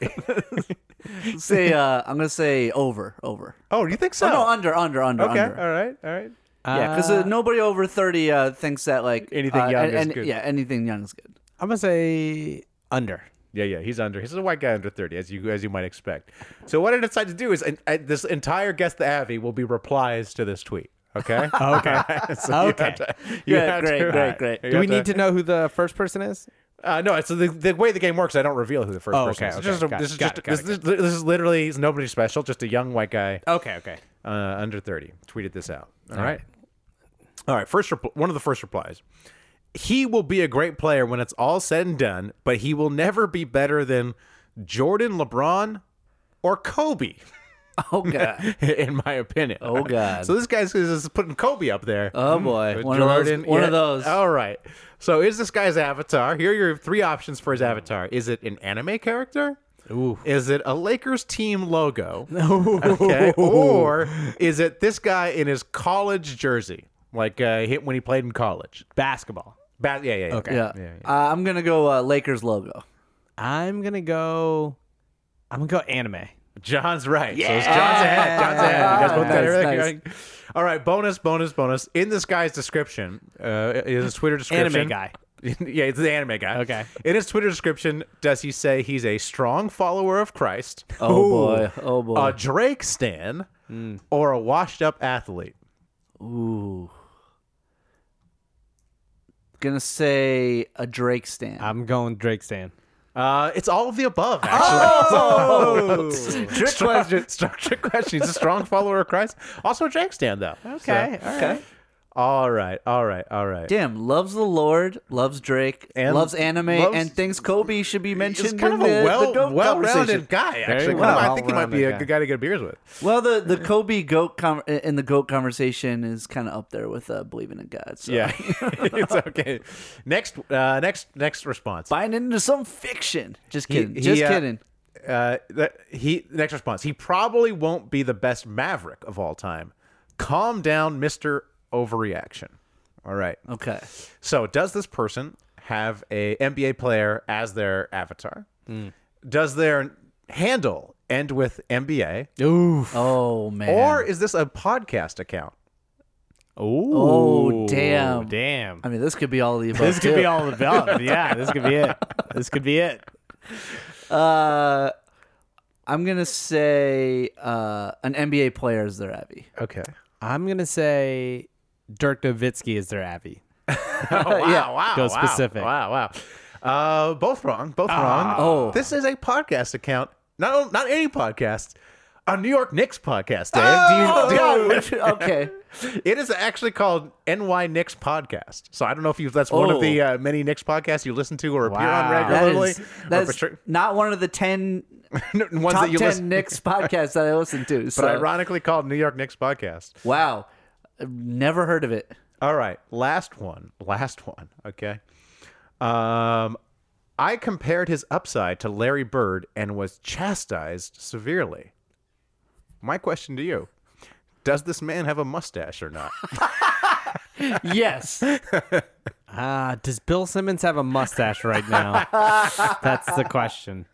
Speaker 8: say, uh, I'm gonna say over, over.
Speaker 7: oh, you think so?
Speaker 8: Oh, no, under, under, under,
Speaker 7: okay,
Speaker 8: under.
Speaker 7: all right, all right.
Speaker 8: Yeah, because uh, nobody over thirty uh, thinks that like
Speaker 7: Anything
Speaker 8: uh,
Speaker 7: young
Speaker 8: and-
Speaker 7: is
Speaker 8: and-
Speaker 7: good.
Speaker 8: Yeah, anything young is good.
Speaker 9: I'm gonna say under.
Speaker 7: Yeah, yeah, he's under. He's a white guy under thirty, as you as you might expect. So what I decide to do is, and, I, this entire guess the Avi will be replies to this tweet. Okay.
Speaker 9: Okay.
Speaker 7: So you
Speaker 9: Okay.
Speaker 7: have to- you
Speaker 8: Great,
Speaker 7: have
Speaker 8: great,
Speaker 7: to-
Speaker 8: great, Alright. great.
Speaker 7: you
Speaker 9: Do we
Speaker 7: have
Speaker 9: need to know who the first person is?
Speaker 7: Uh, no, so the, the way the game works, I don't reveal who the first
Speaker 9: Oh,
Speaker 7: person
Speaker 9: okay,
Speaker 7: is. It's
Speaker 9: okay,
Speaker 7: just a-
Speaker 9: got
Speaker 7: this
Speaker 9: it,
Speaker 7: is
Speaker 9: got
Speaker 7: just
Speaker 9: it,
Speaker 7: a-
Speaker 9: got
Speaker 7: this
Speaker 9: it,
Speaker 7: this- this is literally is nobody special, just a young white guy
Speaker 9: Okay, okay.
Speaker 7: uh, under thirty tweeted this out. All right, all right. First, repl- one of the first replies. He will be a great player when it's all said and done, but he will never be better than Jordan, LeBron, or Kobe,
Speaker 8: Oh god,
Speaker 7: in my opinion.
Speaker 8: Oh, God.
Speaker 7: So this guy's is putting Kobe up there.
Speaker 8: oh boy,
Speaker 7: With
Speaker 8: one
Speaker 7: Jordan,
Speaker 8: of those. One
Speaker 7: yeah.
Speaker 8: of those.
Speaker 7: All right. So is this guy's avatar? Here are your three options for his avatar. Is it an anime character? Is it a Lakers team logo? Okay. Or is it this guy in his college jersey, like uh, he- when he played in college?
Speaker 9: Basketball.
Speaker 7: Ba- yeah, yeah, yeah.
Speaker 9: Okay.
Speaker 8: Yeah, Uh, I'm gonna go uh, Lakers logo.
Speaker 9: I'm gonna go I'm gonna go anime.
Speaker 7: John's right. So it's John's ahead. John's ahead. You guys both got
Speaker 8: Nice,
Speaker 7: everything
Speaker 8: nice.
Speaker 7: right. All right. Bonus, bonus, bonus. In this guy's description, uh, in his Twitter description,
Speaker 9: Anime guy.
Speaker 7: yeah, it's the anime guy.
Speaker 9: Okay.
Speaker 7: In his Twitter description, does he say he's a strong follower of Christ?
Speaker 8: Oh boy, oh boy.
Speaker 7: A Drake stan or a washed up athlete?
Speaker 8: Ooh. Gonna say a Drake stand.
Speaker 9: I'm going Drake Stan.
Speaker 7: Uh, it's all of the above, actually.
Speaker 8: oh, trick question.
Speaker 7: Structure question. He's a strong follower of Christ. Also a Drake stan, though.
Speaker 9: Okay, all right.
Speaker 7: All right. All right. All right.
Speaker 8: Damn, loves the Lord, loves Drake,
Speaker 7: And
Speaker 8: loves anime,
Speaker 7: loves-
Speaker 8: and thinks Kobe should be mentioned.
Speaker 7: He's kind of
Speaker 8: in the,
Speaker 7: a
Speaker 8: the
Speaker 7: well,
Speaker 8: GOAT
Speaker 7: well-rounded
Speaker 8: conversation.
Speaker 7: guy, actually.
Speaker 9: well.
Speaker 7: I think he might be a
Speaker 9: Well-rounded
Speaker 7: good guy to get beers with.
Speaker 8: Well, the the Kobe goat com- in the goat conversation is kind of up there with uh, believing in God. So.
Speaker 7: Yeah, it's okay. Next, uh, next, next response.
Speaker 8: buying into some fiction. Just kidding.
Speaker 7: he,
Speaker 8: Just
Speaker 7: uh,
Speaker 8: kidding.
Speaker 7: Uh, that he next response. He probably won't be the best Maverick of all time. Calm down, Mister Overreaction. All right.
Speaker 8: Okay.
Speaker 7: So, does this person have a NBA player as their avatar?
Speaker 8: Hmm.
Speaker 7: Does their handle end with NBA,
Speaker 9: Oof.
Speaker 8: Oh man.
Speaker 7: or is this a podcast account?
Speaker 9: Oh,
Speaker 8: damn.
Speaker 9: Damn.
Speaker 8: I mean, this could be all the above.
Speaker 9: this could be
Speaker 8: too.
Speaker 9: all about. Yeah, this could be it. This could be it.
Speaker 8: Uh, I'm gonna say uh, an NBA player is their Abby.
Speaker 7: Okay.
Speaker 9: I'm gonna say Dirk Nowitzki is their Abby.
Speaker 7: Oh, wow, wow.
Speaker 9: Go
Speaker 7: wow,
Speaker 9: specific.
Speaker 7: Wow, wow. Uh, both wrong. Both wrong.
Speaker 8: Oh.
Speaker 7: This is a podcast account. Not not any podcast. A New York Knicks podcast, Dave. Do you,
Speaker 8: Oh, which- okay.
Speaker 7: It is actually called NY Knicks Podcast. So I don't know if you that's one
Speaker 8: Oh.
Speaker 7: of the uh, many Knicks podcasts you listen to or appear on
Speaker 9: Wow. That
Speaker 8: That
Speaker 7: regularly.
Speaker 8: is,
Speaker 7: or
Speaker 8: that
Speaker 7: for
Speaker 8: is
Speaker 7: sure-
Speaker 8: not one of the ten
Speaker 7: ones
Speaker 8: top
Speaker 7: that you
Speaker 8: ten
Speaker 7: listen
Speaker 8: Knicks podcasts that I listen to. So.
Speaker 7: but ironically called New York Knicks Podcast.
Speaker 8: wow, I've never heard of it.
Speaker 7: All right, last one. Last one. Okay. Um, I compared his upside to Larry Bird and was chastised severely. My question to you: Does this man have a mustache or not?
Speaker 8: Yes,
Speaker 9: Ah, does Bill Simmons have a mustache right now? That's the question.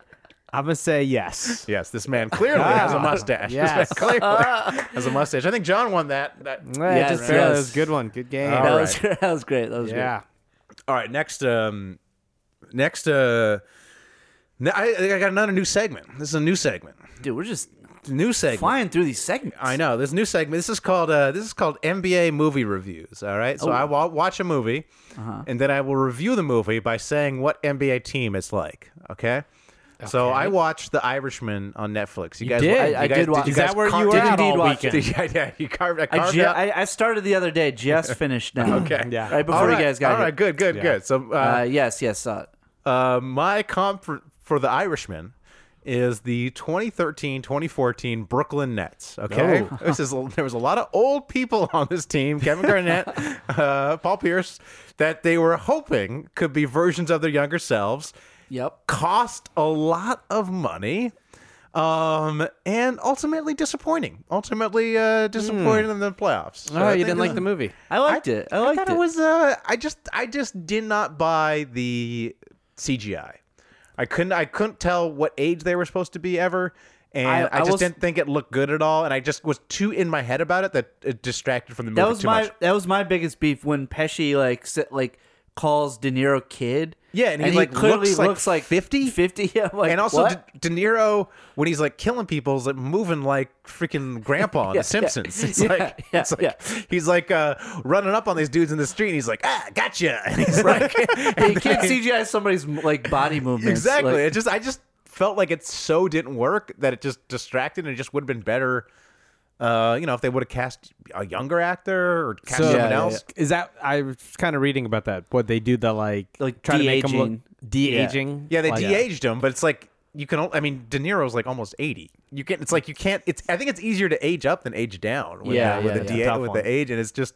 Speaker 9: I'm gonna say yes.
Speaker 7: yes, this man clearly has a mustache.
Speaker 9: Yes.
Speaker 7: This man clearly has a mustache. I think John won that. that
Speaker 9: Yeah,
Speaker 8: Yes,
Speaker 9: just barely.
Speaker 8: yes.
Speaker 9: That was a good one. Good game.
Speaker 8: that
Speaker 7: All
Speaker 8: was that was great. That was great.
Speaker 9: yeah.
Speaker 7: All right, next. Um, next. Uh, ne- I, I got another new segment. This is a new segment.
Speaker 8: Dude, we're just
Speaker 7: New segment.
Speaker 8: flying through these segments.
Speaker 7: I know this new segment. This is called uh, this is called NBA movie reviews. All right, so I wa- watch a movie, and then I will review the movie by saying what NBA team it's like. Okay. So I watched The Irishman on Netflix. You, guys,
Speaker 9: did?
Speaker 7: wa-
Speaker 9: I-
Speaker 7: you
Speaker 8: I
Speaker 7: guys-
Speaker 8: did watch-
Speaker 7: you
Speaker 9: Is that
Speaker 7: guys
Speaker 9: where you
Speaker 7: carve-
Speaker 9: were
Speaker 8: did
Speaker 9: at
Speaker 8: indeed
Speaker 9: all
Speaker 8: watch it.
Speaker 9: weekend?
Speaker 7: Yeah, yeah. You carved. I
Speaker 8: I,
Speaker 7: carved
Speaker 8: ju-
Speaker 7: out.
Speaker 8: I, I started the other day. Just finished now.
Speaker 7: okay.
Speaker 9: Yeah.
Speaker 8: Right before
Speaker 7: All
Speaker 8: you guys got
Speaker 7: All
Speaker 8: here.
Speaker 7: right. Good. Good. Good. So uh,
Speaker 8: Uh, yes, yes, saw it.
Speaker 7: Uh, my comp for, for the Irishman is the 2013-2014 Brooklyn Nets. Okay,
Speaker 9: Oh.
Speaker 7: this is there was a lot of old people on this team: Kevin Garnett, uh, Paul Pierce, that they were hoping could be versions of their younger selves.
Speaker 8: Yep.
Speaker 7: Cost a lot of money. Um and ultimately disappointing. Ultimately uh disappointing in the playoffs. So
Speaker 9: Oh,
Speaker 7: I
Speaker 9: you
Speaker 7: think
Speaker 9: didn't like
Speaker 7: it's-
Speaker 9: the movie.
Speaker 8: I liked it. I liked
Speaker 7: thought
Speaker 8: it.
Speaker 7: it was. Uh, I just, I just did not buy the CGI. I couldn't, I couldn't tell what age they were supposed to be ever, and
Speaker 8: I-
Speaker 7: I,
Speaker 8: I
Speaker 7: just
Speaker 8: was-
Speaker 7: didn't think it looked good at all. And I just was too in my head about it that it distracted from the movie
Speaker 8: that was
Speaker 7: too
Speaker 8: my
Speaker 7: much.
Speaker 8: that was my biggest beef when Pesci like s- like calls De Niro kid.
Speaker 7: Yeah, and he, like, looks like 50?
Speaker 8: 50. Yeah, I'm like,
Speaker 7: And also,
Speaker 8: what?
Speaker 7: De-, De Niro when he's like killing people is like moving like freaking grandpa in
Speaker 8: Yeah,
Speaker 7: The Simpsons.
Speaker 8: yeah,
Speaker 7: It's
Speaker 8: yeah,
Speaker 7: like,
Speaker 8: yeah,
Speaker 7: it's like
Speaker 8: yeah.
Speaker 7: he's like uh, running up on these dudes in the street, and he's like, "Ah, gotcha!" And he's like,
Speaker 8: you can't CGI somebody's like body movements.
Speaker 7: Exactly.
Speaker 8: Like,
Speaker 7: it just I just felt like it so didn't work that it just distracted and it just would have been better. Uh, you know, if they would have cast a younger actor or cast
Speaker 9: So
Speaker 7: someone
Speaker 8: yeah,
Speaker 7: else.
Speaker 9: is that I was kind of reading about that? What they do the like,
Speaker 8: Like
Speaker 9: try to make them look
Speaker 8: de-aging.
Speaker 9: de
Speaker 8: Mm-hmm.
Speaker 9: aging.
Speaker 7: Yeah, they de-aged him, but it's like you can. al- I mean, De Niro's like almost eighty. You can. It's like you can't. It's. I think it's easier to age up than age down. With
Speaker 8: Yeah,
Speaker 7: the, with
Speaker 8: yeah,
Speaker 7: the
Speaker 8: yeah.
Speaker 7: de-
Speaker 9: Tough
Speaker 7: with
Speaker 9: one.
Speaker 7: the age, and it's just.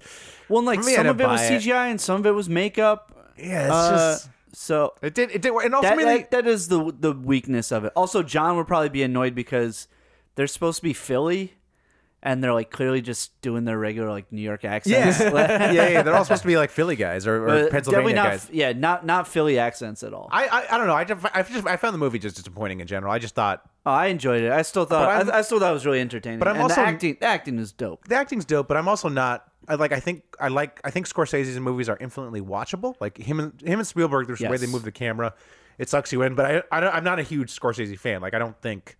Speaker 8: well, and, like
Speaker 7: For me, I
Speaker 8: some
Speaker 7: didn't
Speaker 8: of it was
Speaker 7: buy it.
Speaker 8: CGI and some of it was makeup.
Speaker 7: Yeah, it's
Speaker 8: Uh,
Speaker 7: just.
Speaker 8: so
Speaker 7: It did. It did. work. And
Speaker 8: that,
Speaker 7: ultimately,
Speaker 8: that, that is the the weakness of it. Also, John would probably be annoyed because they're supposed to be Philly, and they're like clearly just doing their regular like New York accents.
Speaker 7: yeah, yeah, yeah, they're all supposed to be like Philly guys or, or
Speaker 8: But
Speaker 7: Pennsylvania
Speaker 8: not,
Speaker 7: guys.
Speaker 8: Yeah, not not Philly accents at all. I,
Speaker 7: I, I I don't know. I just, I just I found the movie just disappointing in general. I just thought
Speaker 8: oh, I enjoyed it. I still thought
Speaker 7: But I'm-
Speaker 8: I, I still thought it was really entertaining.
Speaker 7: But I'm
Speaker 8: and
Speaker 7: also-
Speaker 8: the acting the acting is dope.
Speaker 7: the acting's dope, but I'm also not. I like. I think I like. I think Scorsese's movies are infinitely watchable. Like him and him and Spielberg. There's the way
Speaker 8: Yes.
Speaker 7: they move the camera. It sucks you in, but I, I don't, I'm not a huge Scorsese fan. Like I don't think.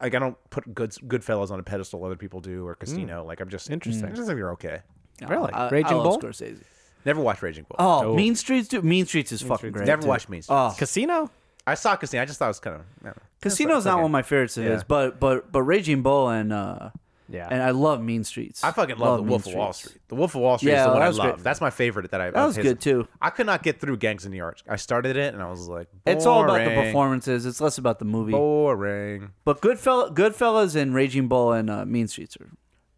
Speaker 7: Like I don't put good Goodfellas on a pedestal other people do or Casino.
Speaker 8: Mm.
Speaker 7: Like I'm just interesting. I just think they're okay.
Speaker 9: Really?
Speaker 8: I,
Speaker 9: Raging
Speaker 8: I love
Speaker 9: Bull?
Speaker 8: Scorsese.
Speaker 7: Never watched Raging Bull.
Speaker 8: Oh, Mean Streets, dude. Mean Streets is fucking great.
Speaker 7: Never
Speaker 8: dude.
Speaker 7: watched Mean Streets.
Speaker 8: Oh,
Speaker 9: Casino.
Speaker 7: I saw Casino. I just thought it was kind of. I don't know.
Speaker 8: Casino's not one of my favorites of his, but but but Raging Bull and uh
Speaker 9: Yeah.
Speaker 8: and I love Mean Streets.
Speaker 7: I fucking love, The
Speaker 8: Mean
Speaker 7: Wolf of Wall
Speaker 8: Streets.
Speaker 7: Street. The Wolf of Wall Street
Speaker 8: Yeah,
Speaker 7: is the one
Speaker 8: that
Speaker 7: I
Speaker 8: was
Speaker 7: love.
Speaker 8: great.
Speaker 7: That's my favorite. That I
Speaker 8: That
Speaker 7: of
Speaker 8: was
Speaker 7: his.
Speaker 8: good, too.
Speaker 7: I could not get through Gangs in New York. I started it and I was like,
Speaker 8: It's all about the
Speaker 7: boring,
Speaker 8: performances. It's less about the movie.
Speaker 7: Boring.
Speaker 8: But Goodfell- Goodfellas and Raging Bull and uh, Mean Streets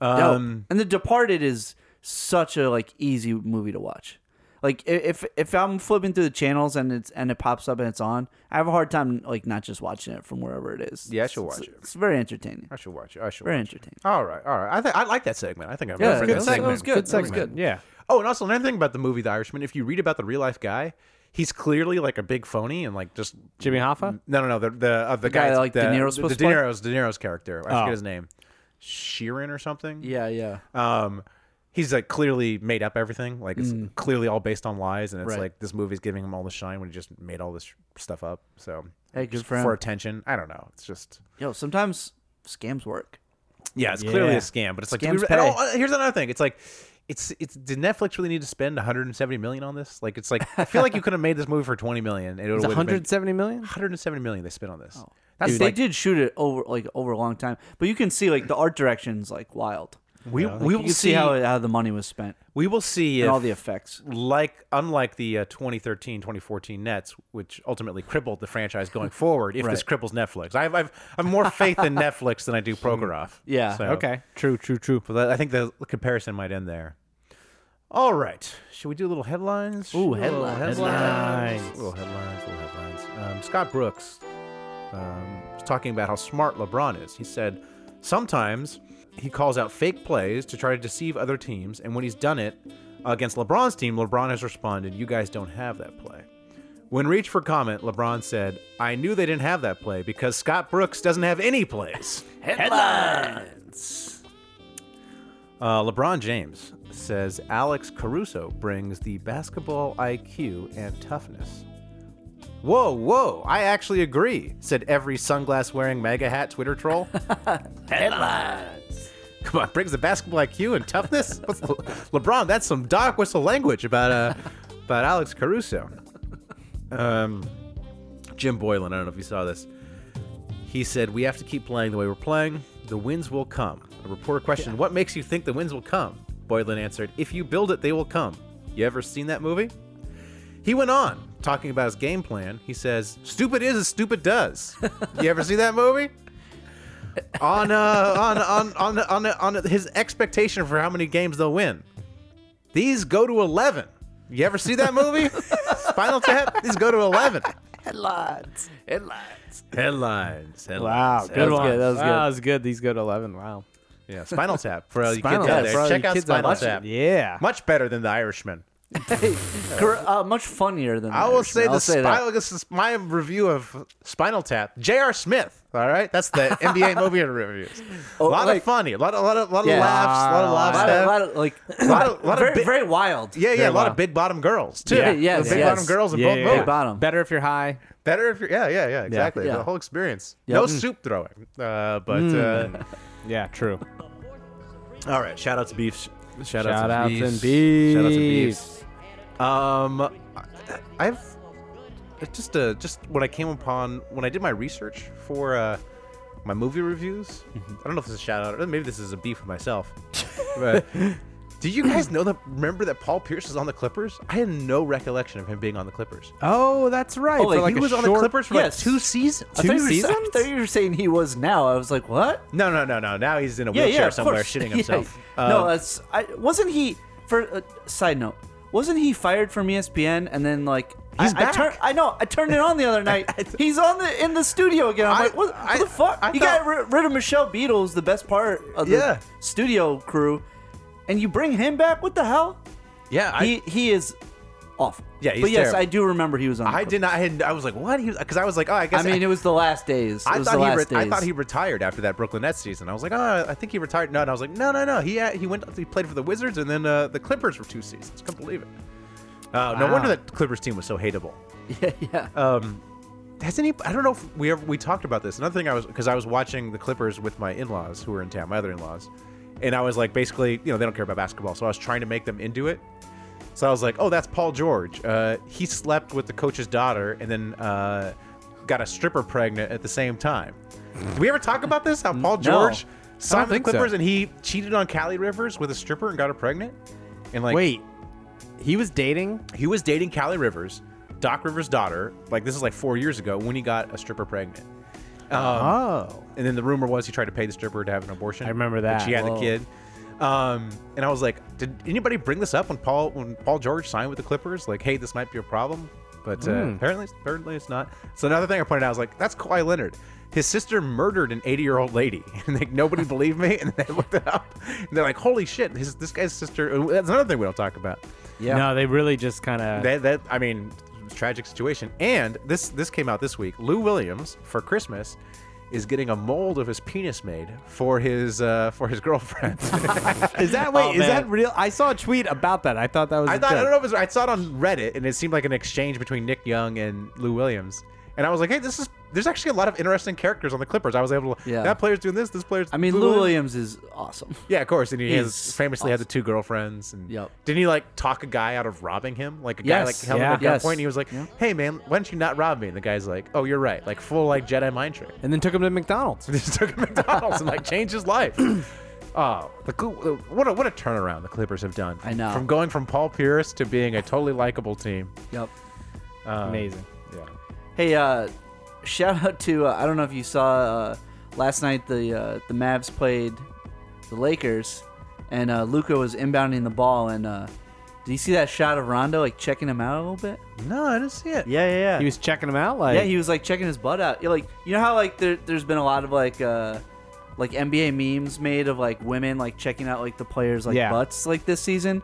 Speaker 8: are dope.
Speaker 7: Um,
Speaker 8: and The Departed is such a like easy movie to watch. Like i- if if I'm flipping through the channels and it's and it pops up and it's on, I have a hard time like not just watching it from wherever it is.
Speaker 7: Yeah, I should
Speaker 8: It's-
Speaker 7: watch
Speaker 8: It's very entertaining.
Speaker 7: I should watch it. I should
Speaker 8: Very
Speaker 7: watch it.
Speaker 8: entertaining.
Speaker 7: All right, all right. I think I like that segment. I think I
Speaker 8: Yeah,
Speaker 7: remember
Speaker 8: that
Speaker 7: that
Speaker 8: was-
Speaker 7: segment.
Speaker 8: that was good. That was good.
Speaker 9: Yeah.
Speaker 7: Oh, and also another thing about the movie The Irishman. If you read about the real life guy, he's clearly like a big phony and like just
Speaker 9: Jimmy
Speaker 8: Mm.
Speaker 9: Hoffa.
Speaker 7: no, no, no. The the of the, guy
Speaker 8: guy, like,
Speaker 7: the,
Speaker 8: De Niro's
Speaker 7: the,
Speaker 8: supposed
Speaker 7: De
Speaker 8: to play?
Speaker 7: Niro's De Niro's character. I
Speaker 9: Oh.
Speaker 7: forget his name, Sheeran or something.
Speaker 8: Yeah, yeah.
Speaker 7: Um, he's like clearly made up everything. Like it's clearly all based on lies, and it's
Speaker 8: Mm. Right.
Speaker 7: like this movie's giving him all the shine when he just made all this stuff up. So
Speaker 8: Hey, good
Speaker 7: just
Speaker 8: for
Speaker 7: for
Speaker 8: him.
Speaker 7: attention. I don't know. It's just
Speaker 8: Yo, sometimes scams work.
Speaker 7: yeah, it's clearly
Speaker 9: Yeah.
Speaker 7: a scam. But it's like do we
Speaker 8: Scams
Speaker 7: re- and
Speaker 8: pay.
Speaker 7: all- here's another thing. It's like. It's it's did Netflix really need to spend 170 million on this? Like it's like I feel like you could have made this movie for 20 million. It would
Speaker 9: It's
Speaker 7: have been
Speaker 9: 170 million.
Speaker 7: 170 million they spent on this.
Speaker 8: That's,
Speaker 7: That's
Speaker 8: they
Speaker 7: like,
Speaker 8: did shoot it over like over a long time, but you can see like the art direction's like wild.
Speaker 7: we
Speaker 8: Like,
Speaker 7: we
Speaker 8: you
Speaker 7: will
Speaker 8: can see,
Speaker 7: see
Speaker 8: how how the money was spent
Speaker 7: we will see
Speaker 8: and all
Speaker 7: if
Speaker 8: the effects.
Speaker 7: like unlike the uh, 2013 2014 nets which ultimately crippled the franchise going forward if this cripples netflix i've i've i've more faith in netflix than i do prokhorov
Speaker 8: Yeah.
Speaker 7: So-
Speaker 9: Okay. True. True. True.
Speaker 7: but that- i think the comparison might end there all right should we do little headlines Should
Speaker 8: Ooh,
Speaker 7: we do little
Speaker 8: headlines.
Speaker 9: Headlines.
Speaker 7: little headlines little headlines um, scott brooks um, was talking about how smart lebron is he said sometimes he calls out fake plays to try to deceive other teams and when he's done it against lebron's team lebron has responded you guys don't have that play when reached for comment, LeBron said, I knew they didn't have that play because Scott Brooks doesn't have any plays. Headlines! Uh, LeBron James says Alex Caruso brings the basketball IQ and toughness. Whoa, whoa, I actually agree, said every sunglass wearing mega hat Twitter troll. Headlines! Come on, brings the basketball IQ and toughness? What's Le- LeBron, that's some dog whistle language about, uh, about Alex Caruso. Um, Jim Boylan, I don't know if you saw this. He said, We have to keep playing the way we're playing. The wins will come. A reporter questioned, What makes you think the wins will come? Boylan answered, If you build it, they will come. You ever seen that movie? He went on, talking about his game plan. He says, Stupid is as stupid does. you ever see that movie? on, uh, on on on on on his expectation for how many games they'll win. These go to 11. You ever see that movie? Spinal Tap? These go to 11.
Speaker 8: Headlines, headlines.
Speaker 7: Headlines. headlines
Speaker 9: Wow. Good
Speaker 7: headlines.
Speaker 9: one.
Speaker 8: good, that was
Speaker 9: Wow,
Speaker 8: good.
Speaker 9: that was good. These go to 11. Wow.
Speaker 7: Yeah, Spinal Tap. For all you
Speaker 9: Spinal
Speaker 7: kids out
Speaker 9: Tap,
Speaker 7: there,
Speaker 9: bro,
Speaker 7: check
Speaker 9: you
Speaker 7: out
Speaker 9: kids out
Speaker 7: Spinal
Speaker 9: watching.
Speaker 7: Tap.
Speaker 9: Yeah.
Speaker 7: Much better than The Irishman.
Speaker 8: Cor- uh, much funnier than
Speaker 7: I
Speaker 8: the
Speaker 7: will
Speaker 8: Irishman,
Speaker 7: say,
Speaker 8: I'll
Speaker 7: the
Speaker 8: that.
Speaker 7: Spinal, this is my review of Spinal Tap. J.R. Smith. All right, that's the NBA movie reviews. a lot
Speaker 8: Oh, like-
Speaker 7: of funny, a lot, a lot of, lot
Speaker 8: Yeah.
Speaker 7: of laughs, a lot of
Speaker 8: A
Speaker 7: laughs.
Speaker 8: lot of, lot of, like
Speaker 7: Lot of- lot of
Speaker 8: very,
Speaker 7: bit-
Speaker 8: very wild.
Speaker 7: yeah, yeah, a lot
Speaker 9: wow.
Speaker 7: of big bottom girls too.
Speaker 9: Yeah.
Speaker 8: Yes,
Speaker 7: big
Speaker 8: yes.
Speaker 7: bottom girls in
Speaker 9: Yeah,
Speaker 7: both
Speaker 9: yeah,
Speaker 7: movies.
Speaker 9: yeah.
Speaker 8: bottom.
Speaker 9: Better if you're high.
Speaker 7: Better if you're, yeah, yeah, yeah, exactly.
Speaker 8: Yeah.
Speaker 7: The whole experience.
Speaker 8: Yep. Hmm.
Speaker 7: No
Speaker 8: Mm.
Speaker 7: soup throwing, uh, but uh,
Speaker 9: Yeah. True.
Speaker 7: All right, shout out to Beefs. Shout,
Speaker 9: Shout
Speaker 7: out
Speaker 9: outs
Speaker 7: to Beefs.
Speaker 9: and Beefs.
Speaker 7: Shout out to Beefs. Um, I've it's just uh, just when I came upon when I did my research for uh, my movie reviews.
Speaker 8: Mm-hmm.
Speaker 7: I don't know if this is a shout out or maybe this is a beef with myself. but do you guys know that? Remember that Paul Pierce is on the Clippers? I had no recollection of him being on the Clippers.
Speaker 8: Uh,
Speaker 9: Oh, that's right.
Speaker 8: Oh, like,
Speaker 9: For like
Speaker 7: he
Speaker 9: a
Speaker 7: was on the
Speaker 9: short-
Speaker 7: Clippers for
Speaker 8: Yes.
Speaker 7: like two seasons.
Speaker 8: I thought you were-
Speaker 9: seasons?
Speaker 8: I thought you were saying he was now. I was like, what?
Speaker 7: No, no, no, no. Now he's in a
Speaker 8: yeah,
Speaker 7: wheelchair
Speaker 8: yeah, of
Speaker 7: somewhere
Speaker 8: course.
Speaker 7: shitting
Speaker 8: Yeah.
Speaker 7: himself.
Speaker 8: no,
Speaker 7: Um,
Speaker 8: that's I wasn't he for uh, side note. Wasn't he fired from E ESPN and then like
Speaker 7: He's
Speaker 8: I, I,
Speaker 7: back.
Speaker 8: turn- I know I turned it on the other night. He's on the in the studio again. I'm
Speaker 7: I-
Speaker 8: like, what, what
Speaker 7: I-
Speaker 8: the fuck?
Speaker 7: I
Speaker 8: you
Speaker 7: thought-
Speaker 8: got rid, rid of Michelle Beatles, the best part of the
Speaker 7: Yeah.
Speaker 8: studio crew, and you bring him back. What the hell?
Speaker 7: yeah, I,
Speaker 8: he he is awful.
Speaker 7: Yeah, he's
Speaker 8: but yes,
Speaker 7: terrible.
Speaker 8: I do remember he was on. the
Speaker 7: I
Speaker 8: Clippers.
Speaker 7: did not. I, had, I was like, what? Because I was like, oh, I guess.
Speaker 8: I mean, it was the last days. It
Speaker 7: I
Speaker 8: was
Speaker 7: thought he.
Speaker 8: the last
Speaker 7: Re-
Speaker 8: days.
Speaker 7: I thought he retired after that Brooklyn Nets season. I was like, oh, I think he retired. No, and I was like, no, no, no. He he went. He played for the Wizards and then uh, the Clippers for two seasons. Couldn't believe it. Uh, No
Speaker 9: Wow.
Speaker 7: wonder that Clippers team was so hateable.
Speaker 8: yeah.
Speaker 7: Hasn't he? I don't know if we ever we talked about this. Another thing I was because I was watching the Clippers with my in-laws who were in town, my other in-laws, and I was like, basically, you know, they don't care about basketball, so I was trying to make them into it. So I was like, oh, that's Paul George. Uh, he slept with the coach's daughter and then uh, got a stripper pregnant at the same time. Did we ever talk about this? How Paul George signed with
Speaker 9: think
Speaker 7: the
Speaker 9: so.
Speaker 7: Clippers and he cheated on Callie Rivers with a stripper and got her pregnant? And like,
Speaker 9: Wait. He was dating.
Speaker 7: he was dating Callie Rivers, Doc Rivers' daughter. Like this is like four years ago when he got a stripper pregnant.
Speaker 9: Oh.
Speaker 7: And then the rumor was he tried to pay the stripper to have an abortion.
Speaker 9: I remember
Speaker 7: but
Speaker 9: that.
Speaker 7: she had
Speaker 9: Whoa.
Speaker 7: the kid. Um, and I was like, did anybody bring this up when Paul when Paul George signed with the Clippers? Like, hey, this might be a problem, but uh,
Speaker 9: Hmm.
Speaker 7: apparently, apparently it's not. So another thing I pointed out I was like, that's Kawhi Leonard. His sister murdered an 80 year old lady, and like nobody believed me. And they looked it up, and they're like, holy shit, his, this guy's sister. uh, That's another thing we don't talk about
Speaker 8: Yeah.
Speaker 9: No, they really just kind of.
Speaker 7: that that I mean, tragic situation. And this this came out this week. Lou Williams for Christmas, is getting a mold of his penis made for his uh, for his girlfriend.
Speaker 9: Is that wait?
Speaker 7: Oh,
Speaker 9: is that
Speaker 7: man.
Speaker 9: real? I saw a tweet about that. I thought that was.
Speaker 7: I
Speaker 9: a
Speaker 7: thought I
Speaker 9: joke.
Speaker 7: don't know if it was, I saw it on Reddit and it seemed like an exchange between Nick Young and Lou Williams. And I was like, hey, this is there's actually a lot of interesting characters on the Clippers. I was able to
Speaker 8: Yeah.
Speaker 7: that player's doing this, this player's
Speaker 8: I mean, Lou Williams is awesome.
Speaker 7: Yeah, of course. And he has
Speaker 8: is
Speaker 7: famously had the two girlfriends and
Speaker 8: Yep.
Speaker 7: didn't he like talk a guy out of robbing him? Like a guy
Speaker 8: Yes.
Speaker 7: like held him at
Speaker 9: Yeah.
Speaker 7: gunpoint and he was like, Hey man, why don't you not rob me? And the guy's like, Oh, you're right. Like full like Jedi mind trick.
Speaker 9: And then took him to McDonald's.
Speaker 7: They just took him to McDonald's and like changed his life. Oh, the, Cl- what a what a turnaround the Clippers have done.
Speaker 8: I know.
Speaker 7: From going from Paul Pierce to being a totally likable team.
Speaker 8: Yep.
Speaker 9: Amazing.
Speaker 8: Hey, uh, shout out to uh, I don't know if you saw uh, last night the uh, the Mavs played the Lakers, and uh, Luca was inbounding the ball, and uh, did you see that shot of Rondo like checking him out a little bit?
Speaker 7: No, I didn't see it.
Speaker 8: Yeah, yeah, yeah.
Speaker 9: He was checking him out. Like
Speaker 8: yeah, he was like checking his butt out. Yeah, Like you know how like there, there's been a lot of like uh like NBA memes made of like women like checking out like the players like
Speaker 9: Yeah.
Speaker 8: butts like this season.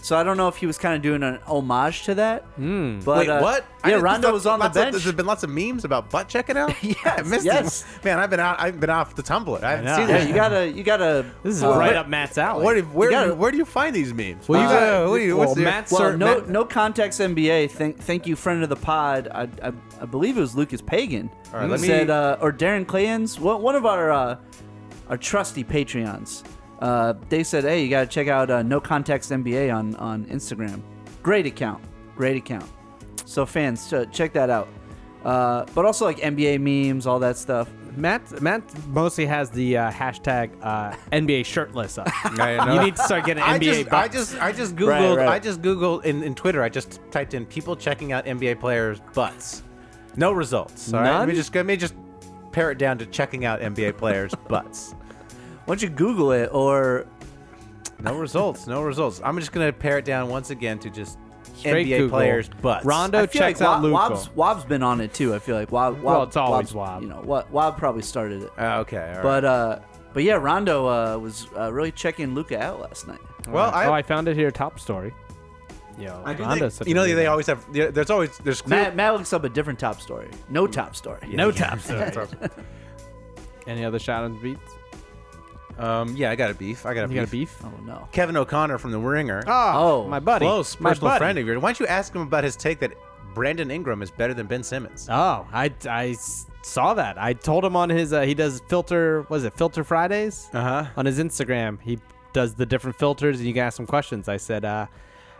Speaker 8: So I don't know if he was kind of doing an homage to that.
Speaker 9: Hmm.
Speaker 8: But
Speaker 7: Wait,
Speaker 8: uh,
Speaker 7: what? I
Speaker 8: Yeah,
Speaker 7: didn't-
Speaker 8: Rondo
Speaker 7: there's
Speaker 8: was on the
Speaker 7: lots of-
Speaker 8: bench.
Speaker 7: there's been lots of memes about butt checking out.
Speaker 8: Yes,
Speaker 7: I missed
Speaker 8: yes.
Speaker 7: it. Man, I've been out. I've been off the Tumblr. I haven't
Speaker 9: know.
Speaker 7: seen
Speaker 8: yeah,
Speaker 7: it.
Speaker 8: you gotta you gotta.
Speaker 9: this is
Speaker 8: uh,
Speaker 9: right up Matt's alley.
Speaker 7: Where, do- where,
Speaker 8: You
Speaker 7: do-
Speaker 8: gotta-
Speaker 7: where do you find these memes?
Speaker 9: well, you
Speaker 7: Uh,
Speaker 9: got,
Speaker 7: what do you- what's
Speaker 9: well,
Speaker 7: your-
Speaker 9: Matt's
Speaker 8: Well,
Speaker 9: certain-
Speaker 8: no,
Speaker 9: Matt-
Speaker 8: no context NBA. Thank, thank you, friend of the pod. I, I, I believe it was Lucas Pagan. All
Speaker 7: right, let me-
Speaker 8: said, uh, or Darren Clayens, one one of our uh, our trusty Patreons. Uh, they said, hey, you gotta check out uh, No Context NBA on on Instagram. Great account, great account. So fans, ch- check that out. Uh, but also like NBA memes, all that stuff.
Speaker 9: Matt Matt mostly has the uh, hashtag uh, NBA shirtless up.
Speaker 7: I know.
Speaker 9: You need to start getting
Speaker 7: I
Speaker 9: NBA.
Speaker 7: just, I
Speaker 9: bucks.
Speaker 7: just, I just googled.
Speaker 8: right.
Speaker 7: I just googled in, in Twitter. I just typed in people checking out NBA players' butts. No results. All right, let me
Speaker 9: None?
Speaker 7: just let me just pare it down to checking out NBA players' butts.
Speaker 8: Why don't you Google it or
Speaker 7: No results. No results. I'm just gonna pare it down once again to just
Speaker 9: Straight
Speaker 7: NBA
Speaker 9: Google.
Speaker 7: players' butts.
Speaker 9: Rondo
Speaker 8: I feel
Speaker 9: checks
Speaker 8: like
Speaker 9: out
Speaker 8: Wa-
Speaker 9: Luka.
Speaker 8: Wob's, Wob's been on it too. I feel like Wob. Wob
Speaker 9: Well, it's
Speaker 8: Wob's-
Speaker 9: always Wob.
Speaker 8: You know what? Wob probably started it.
Speaker 7: Uh, okay. all right.
Speaker 8: But uh, but yeah, Rondo uh, was uh, really checking Luca out last night.
Speaker 7: well, I,
Speaker 9: oh, I found it here. Top story. Yo,
Speaker 7: I do
Speaker 9: Rondo's
Speaker 7: think,
Speaker 9: such
Speaker 7: you
Speaker 9: a
Speaker 7: know
Speaker 9: good
Speaker 7: they
Speaker 9: guy.
Speaker 7: always have. there- There's always there's clear,
Speaker 8: Matt, Matt looks up a different top story. No top story.
Speaker 9: no top story. Any other shout outs beats?
Speaker 7: Um, yeah, I got a beef. I got a
Speaker 9: You
Speaker 7: beef.
Speaker 9: got a beef?
Speaker 8: Oh no.
Speaker 7: Kevin O'Connor from The Ringer.
Speaker 8: Oh.
Speaker 9: Ah, my buddy,
Speaker 7: Close
Speaker 9: my
Speaker 7: personal
Speaker 9: buddy.
Speaker 7: friend of yours. Why don't you ask him about his take that Brandon Ingram is better than Ben Simmons?
Speaker 9: Oh, I, I s- saw that. I told him on his uh, he does filter. Was it Filter Fridays?
Speaker 7: Uh-huh.
Speaker 9: On his Instagram, he does the different filters, and you can ask him questions. I said, uh,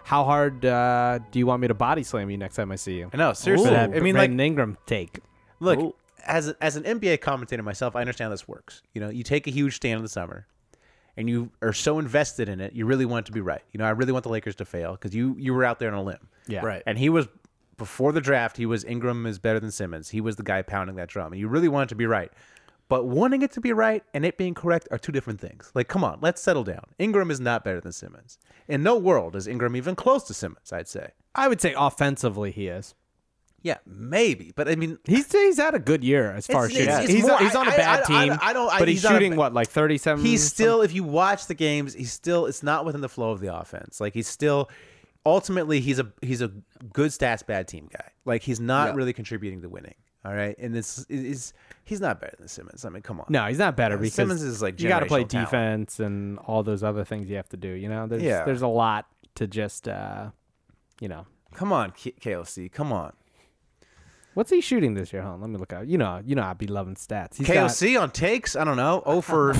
Speaker 9: "How hard uh, do you want me to body slam you next time I see you?"
Speaker 7: I know, seriously.
Speaker 9: For
Speaker 7: I
Speaker 9: that
Speaker 7: mean, like,
Speaker 9: Brandon Ingram take.
Speaker 7: look,
Speaker 8: Oh.
Speaker 7: as a, as an NBA commentator myself, I understand this works. You know, you take a huge stand in the summer, and you are so invested in it, you really want it to be right. You know, I really want the Lakers to fail because you you were out there on a limb.
Speaker 9: Yeah.
Speaker 8: Right.
Speaker 7: And he was before the draft. He was Ingram is better than Simmons. He was the guy pounding that drum, and you really want it to be right. But wanting it to be right and it being correct are two different things. Like, come on, let's settle down. Ingram is not better than Simmons. In no world is Ingram even close to Simmons. I'd say.
Speaker 9: I would say offensively, he is.
Speaker 7: Yeah, maybe. But I mean,
Speaker 9: He's he's had a good year as far
Speaker 7: It's-
Speaker 9: as shooting.
Speaker 7: it's- it's
Speaker 9: he's,
Speaker 7: more-
Speaker 9: he's on a
Speaker 7: I- I-
Speaker 9: bad
Speaker 7: I-
Speaker 9: team.
Speaker 7: I- I don't- I-
Speaker 9: but he's,
Speaker 7: he's on a
Speaker 9: shooting
Speaker 7: ba-
Speaker 9: what like thirty seven.
Speaker 7: he's still if you watch the games he's still it's not within the flow of the offense like he's still ultimately he's a he's a good stats bad team guy like he's not really contributing to winning all right and this is he's not better than simmons i mean come on
Speaker 9: no, he's not better
Speaker 7: Yeah,
Speaker 9: because
Speaker 7: Simmons is, like,
Speaker 9: you gotta play
Speaker 7: generational talent.
Speaker 9: defense and all those other things you have to do. You know, there's
Speaker 7: Yeah.
Speaker 9: there's a lot to just uh, you know.
Speaker 7: come on K- klc come on
Speaker 9: What's he shooting this year? Hold on, let me look out. You know, you know, I'd be loving stats. He's got-
Speaker 7: klc on takes i don't know oh for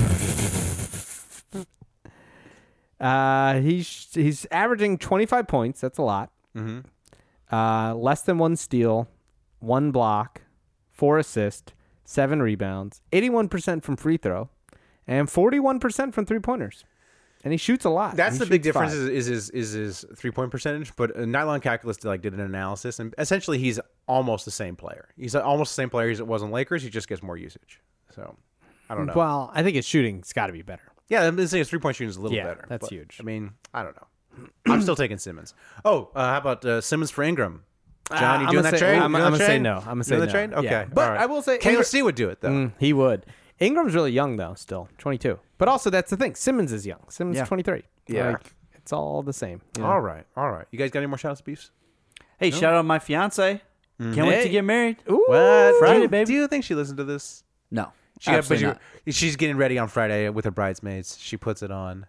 Speaker 9: Uh, he's he's averaging 25 points. That's a lot. Mm-hmm. Uh, less than one steal, one block, four assists, seven rebounds, 81% from free throw, and 41% from three pointers. And he shoots a lot.
Speaker 7: that's
Speaker 9: He
Speaker 7: the big
Speaker 9: shoots
Speaker 7: difference
Speaker 9: five.
Speaker 7: is, is is is his three point percentage but uh, nylon calculus did, like did an analysis and essentially he's almost the same player he's almost the same player as it was on lakers he just gets more usage so i don't know
Speaker 9: Mm, Well, I think his shooting's got to be better.
Speaker 7: Yeah, I'm saying his three point shooting is a little
Speaker 9: Yeah,
Speaker 7: better.
Speaker 9: that's huge.
Speaker 7: I mean, I don't know. I'm still taking Simmons. Oh, uh, how about uh, Simmons for Ingram? John, you
Speaker 9: Ah, I'm
Speaker 7: doing
Speaker 9: gonna
Speaker 7: that
Speaker 9: say-
Speaker 7: trade?
Speaker 9: I'm-
Speaker 7: You doing
Speaker 9: I'm
Speaker 7: that
Speaker 9: gonna say
Speaker 7: trade?
Speaker 9: no. I'm gonna
Speaker 7: You
Speaker 9: say
Speaker 7: doing
Speaker 9: no.
Speaker 7: that trade? Okay,
Speaker 9: Yeah.
Speaker 7: all
Speaker 9: But
Speaker 7: right.
Speaker 9: I will say
Speaker 7: KOC would do it though.
Speaker 9: Mm, he would. Ingram's really young though, still 22. But also that's the thing. Simmons is young. Simmons
Speaker 8: Yeah.
Speaker 9: is 23.
Speaker 7: Yeah.
Speaker 9: Like, it's all the same. Mm, you know?
Speaker 7: All right, all right. You guys got any more shout outs, beefs?
Speaker 8: Hey, shout out my fiance. Can't wait
Speaker 9: Hey.
Speaker 7: Mm-hmm.
Speaker 8: to get married.
Speaker 9: Ooh.
Speaker 7: What?
Speaker 8: Friday,
Speaker 7: do, you-
Speaker 8: baby.
Speaker 7: Do you think she listened to this?
Speaker 8: No.
Speaker 7: She got-
Speaker 8: Absolutely
Speaker 7: but she- she's getting ready on Friday with her bridesmaids. She puts it on.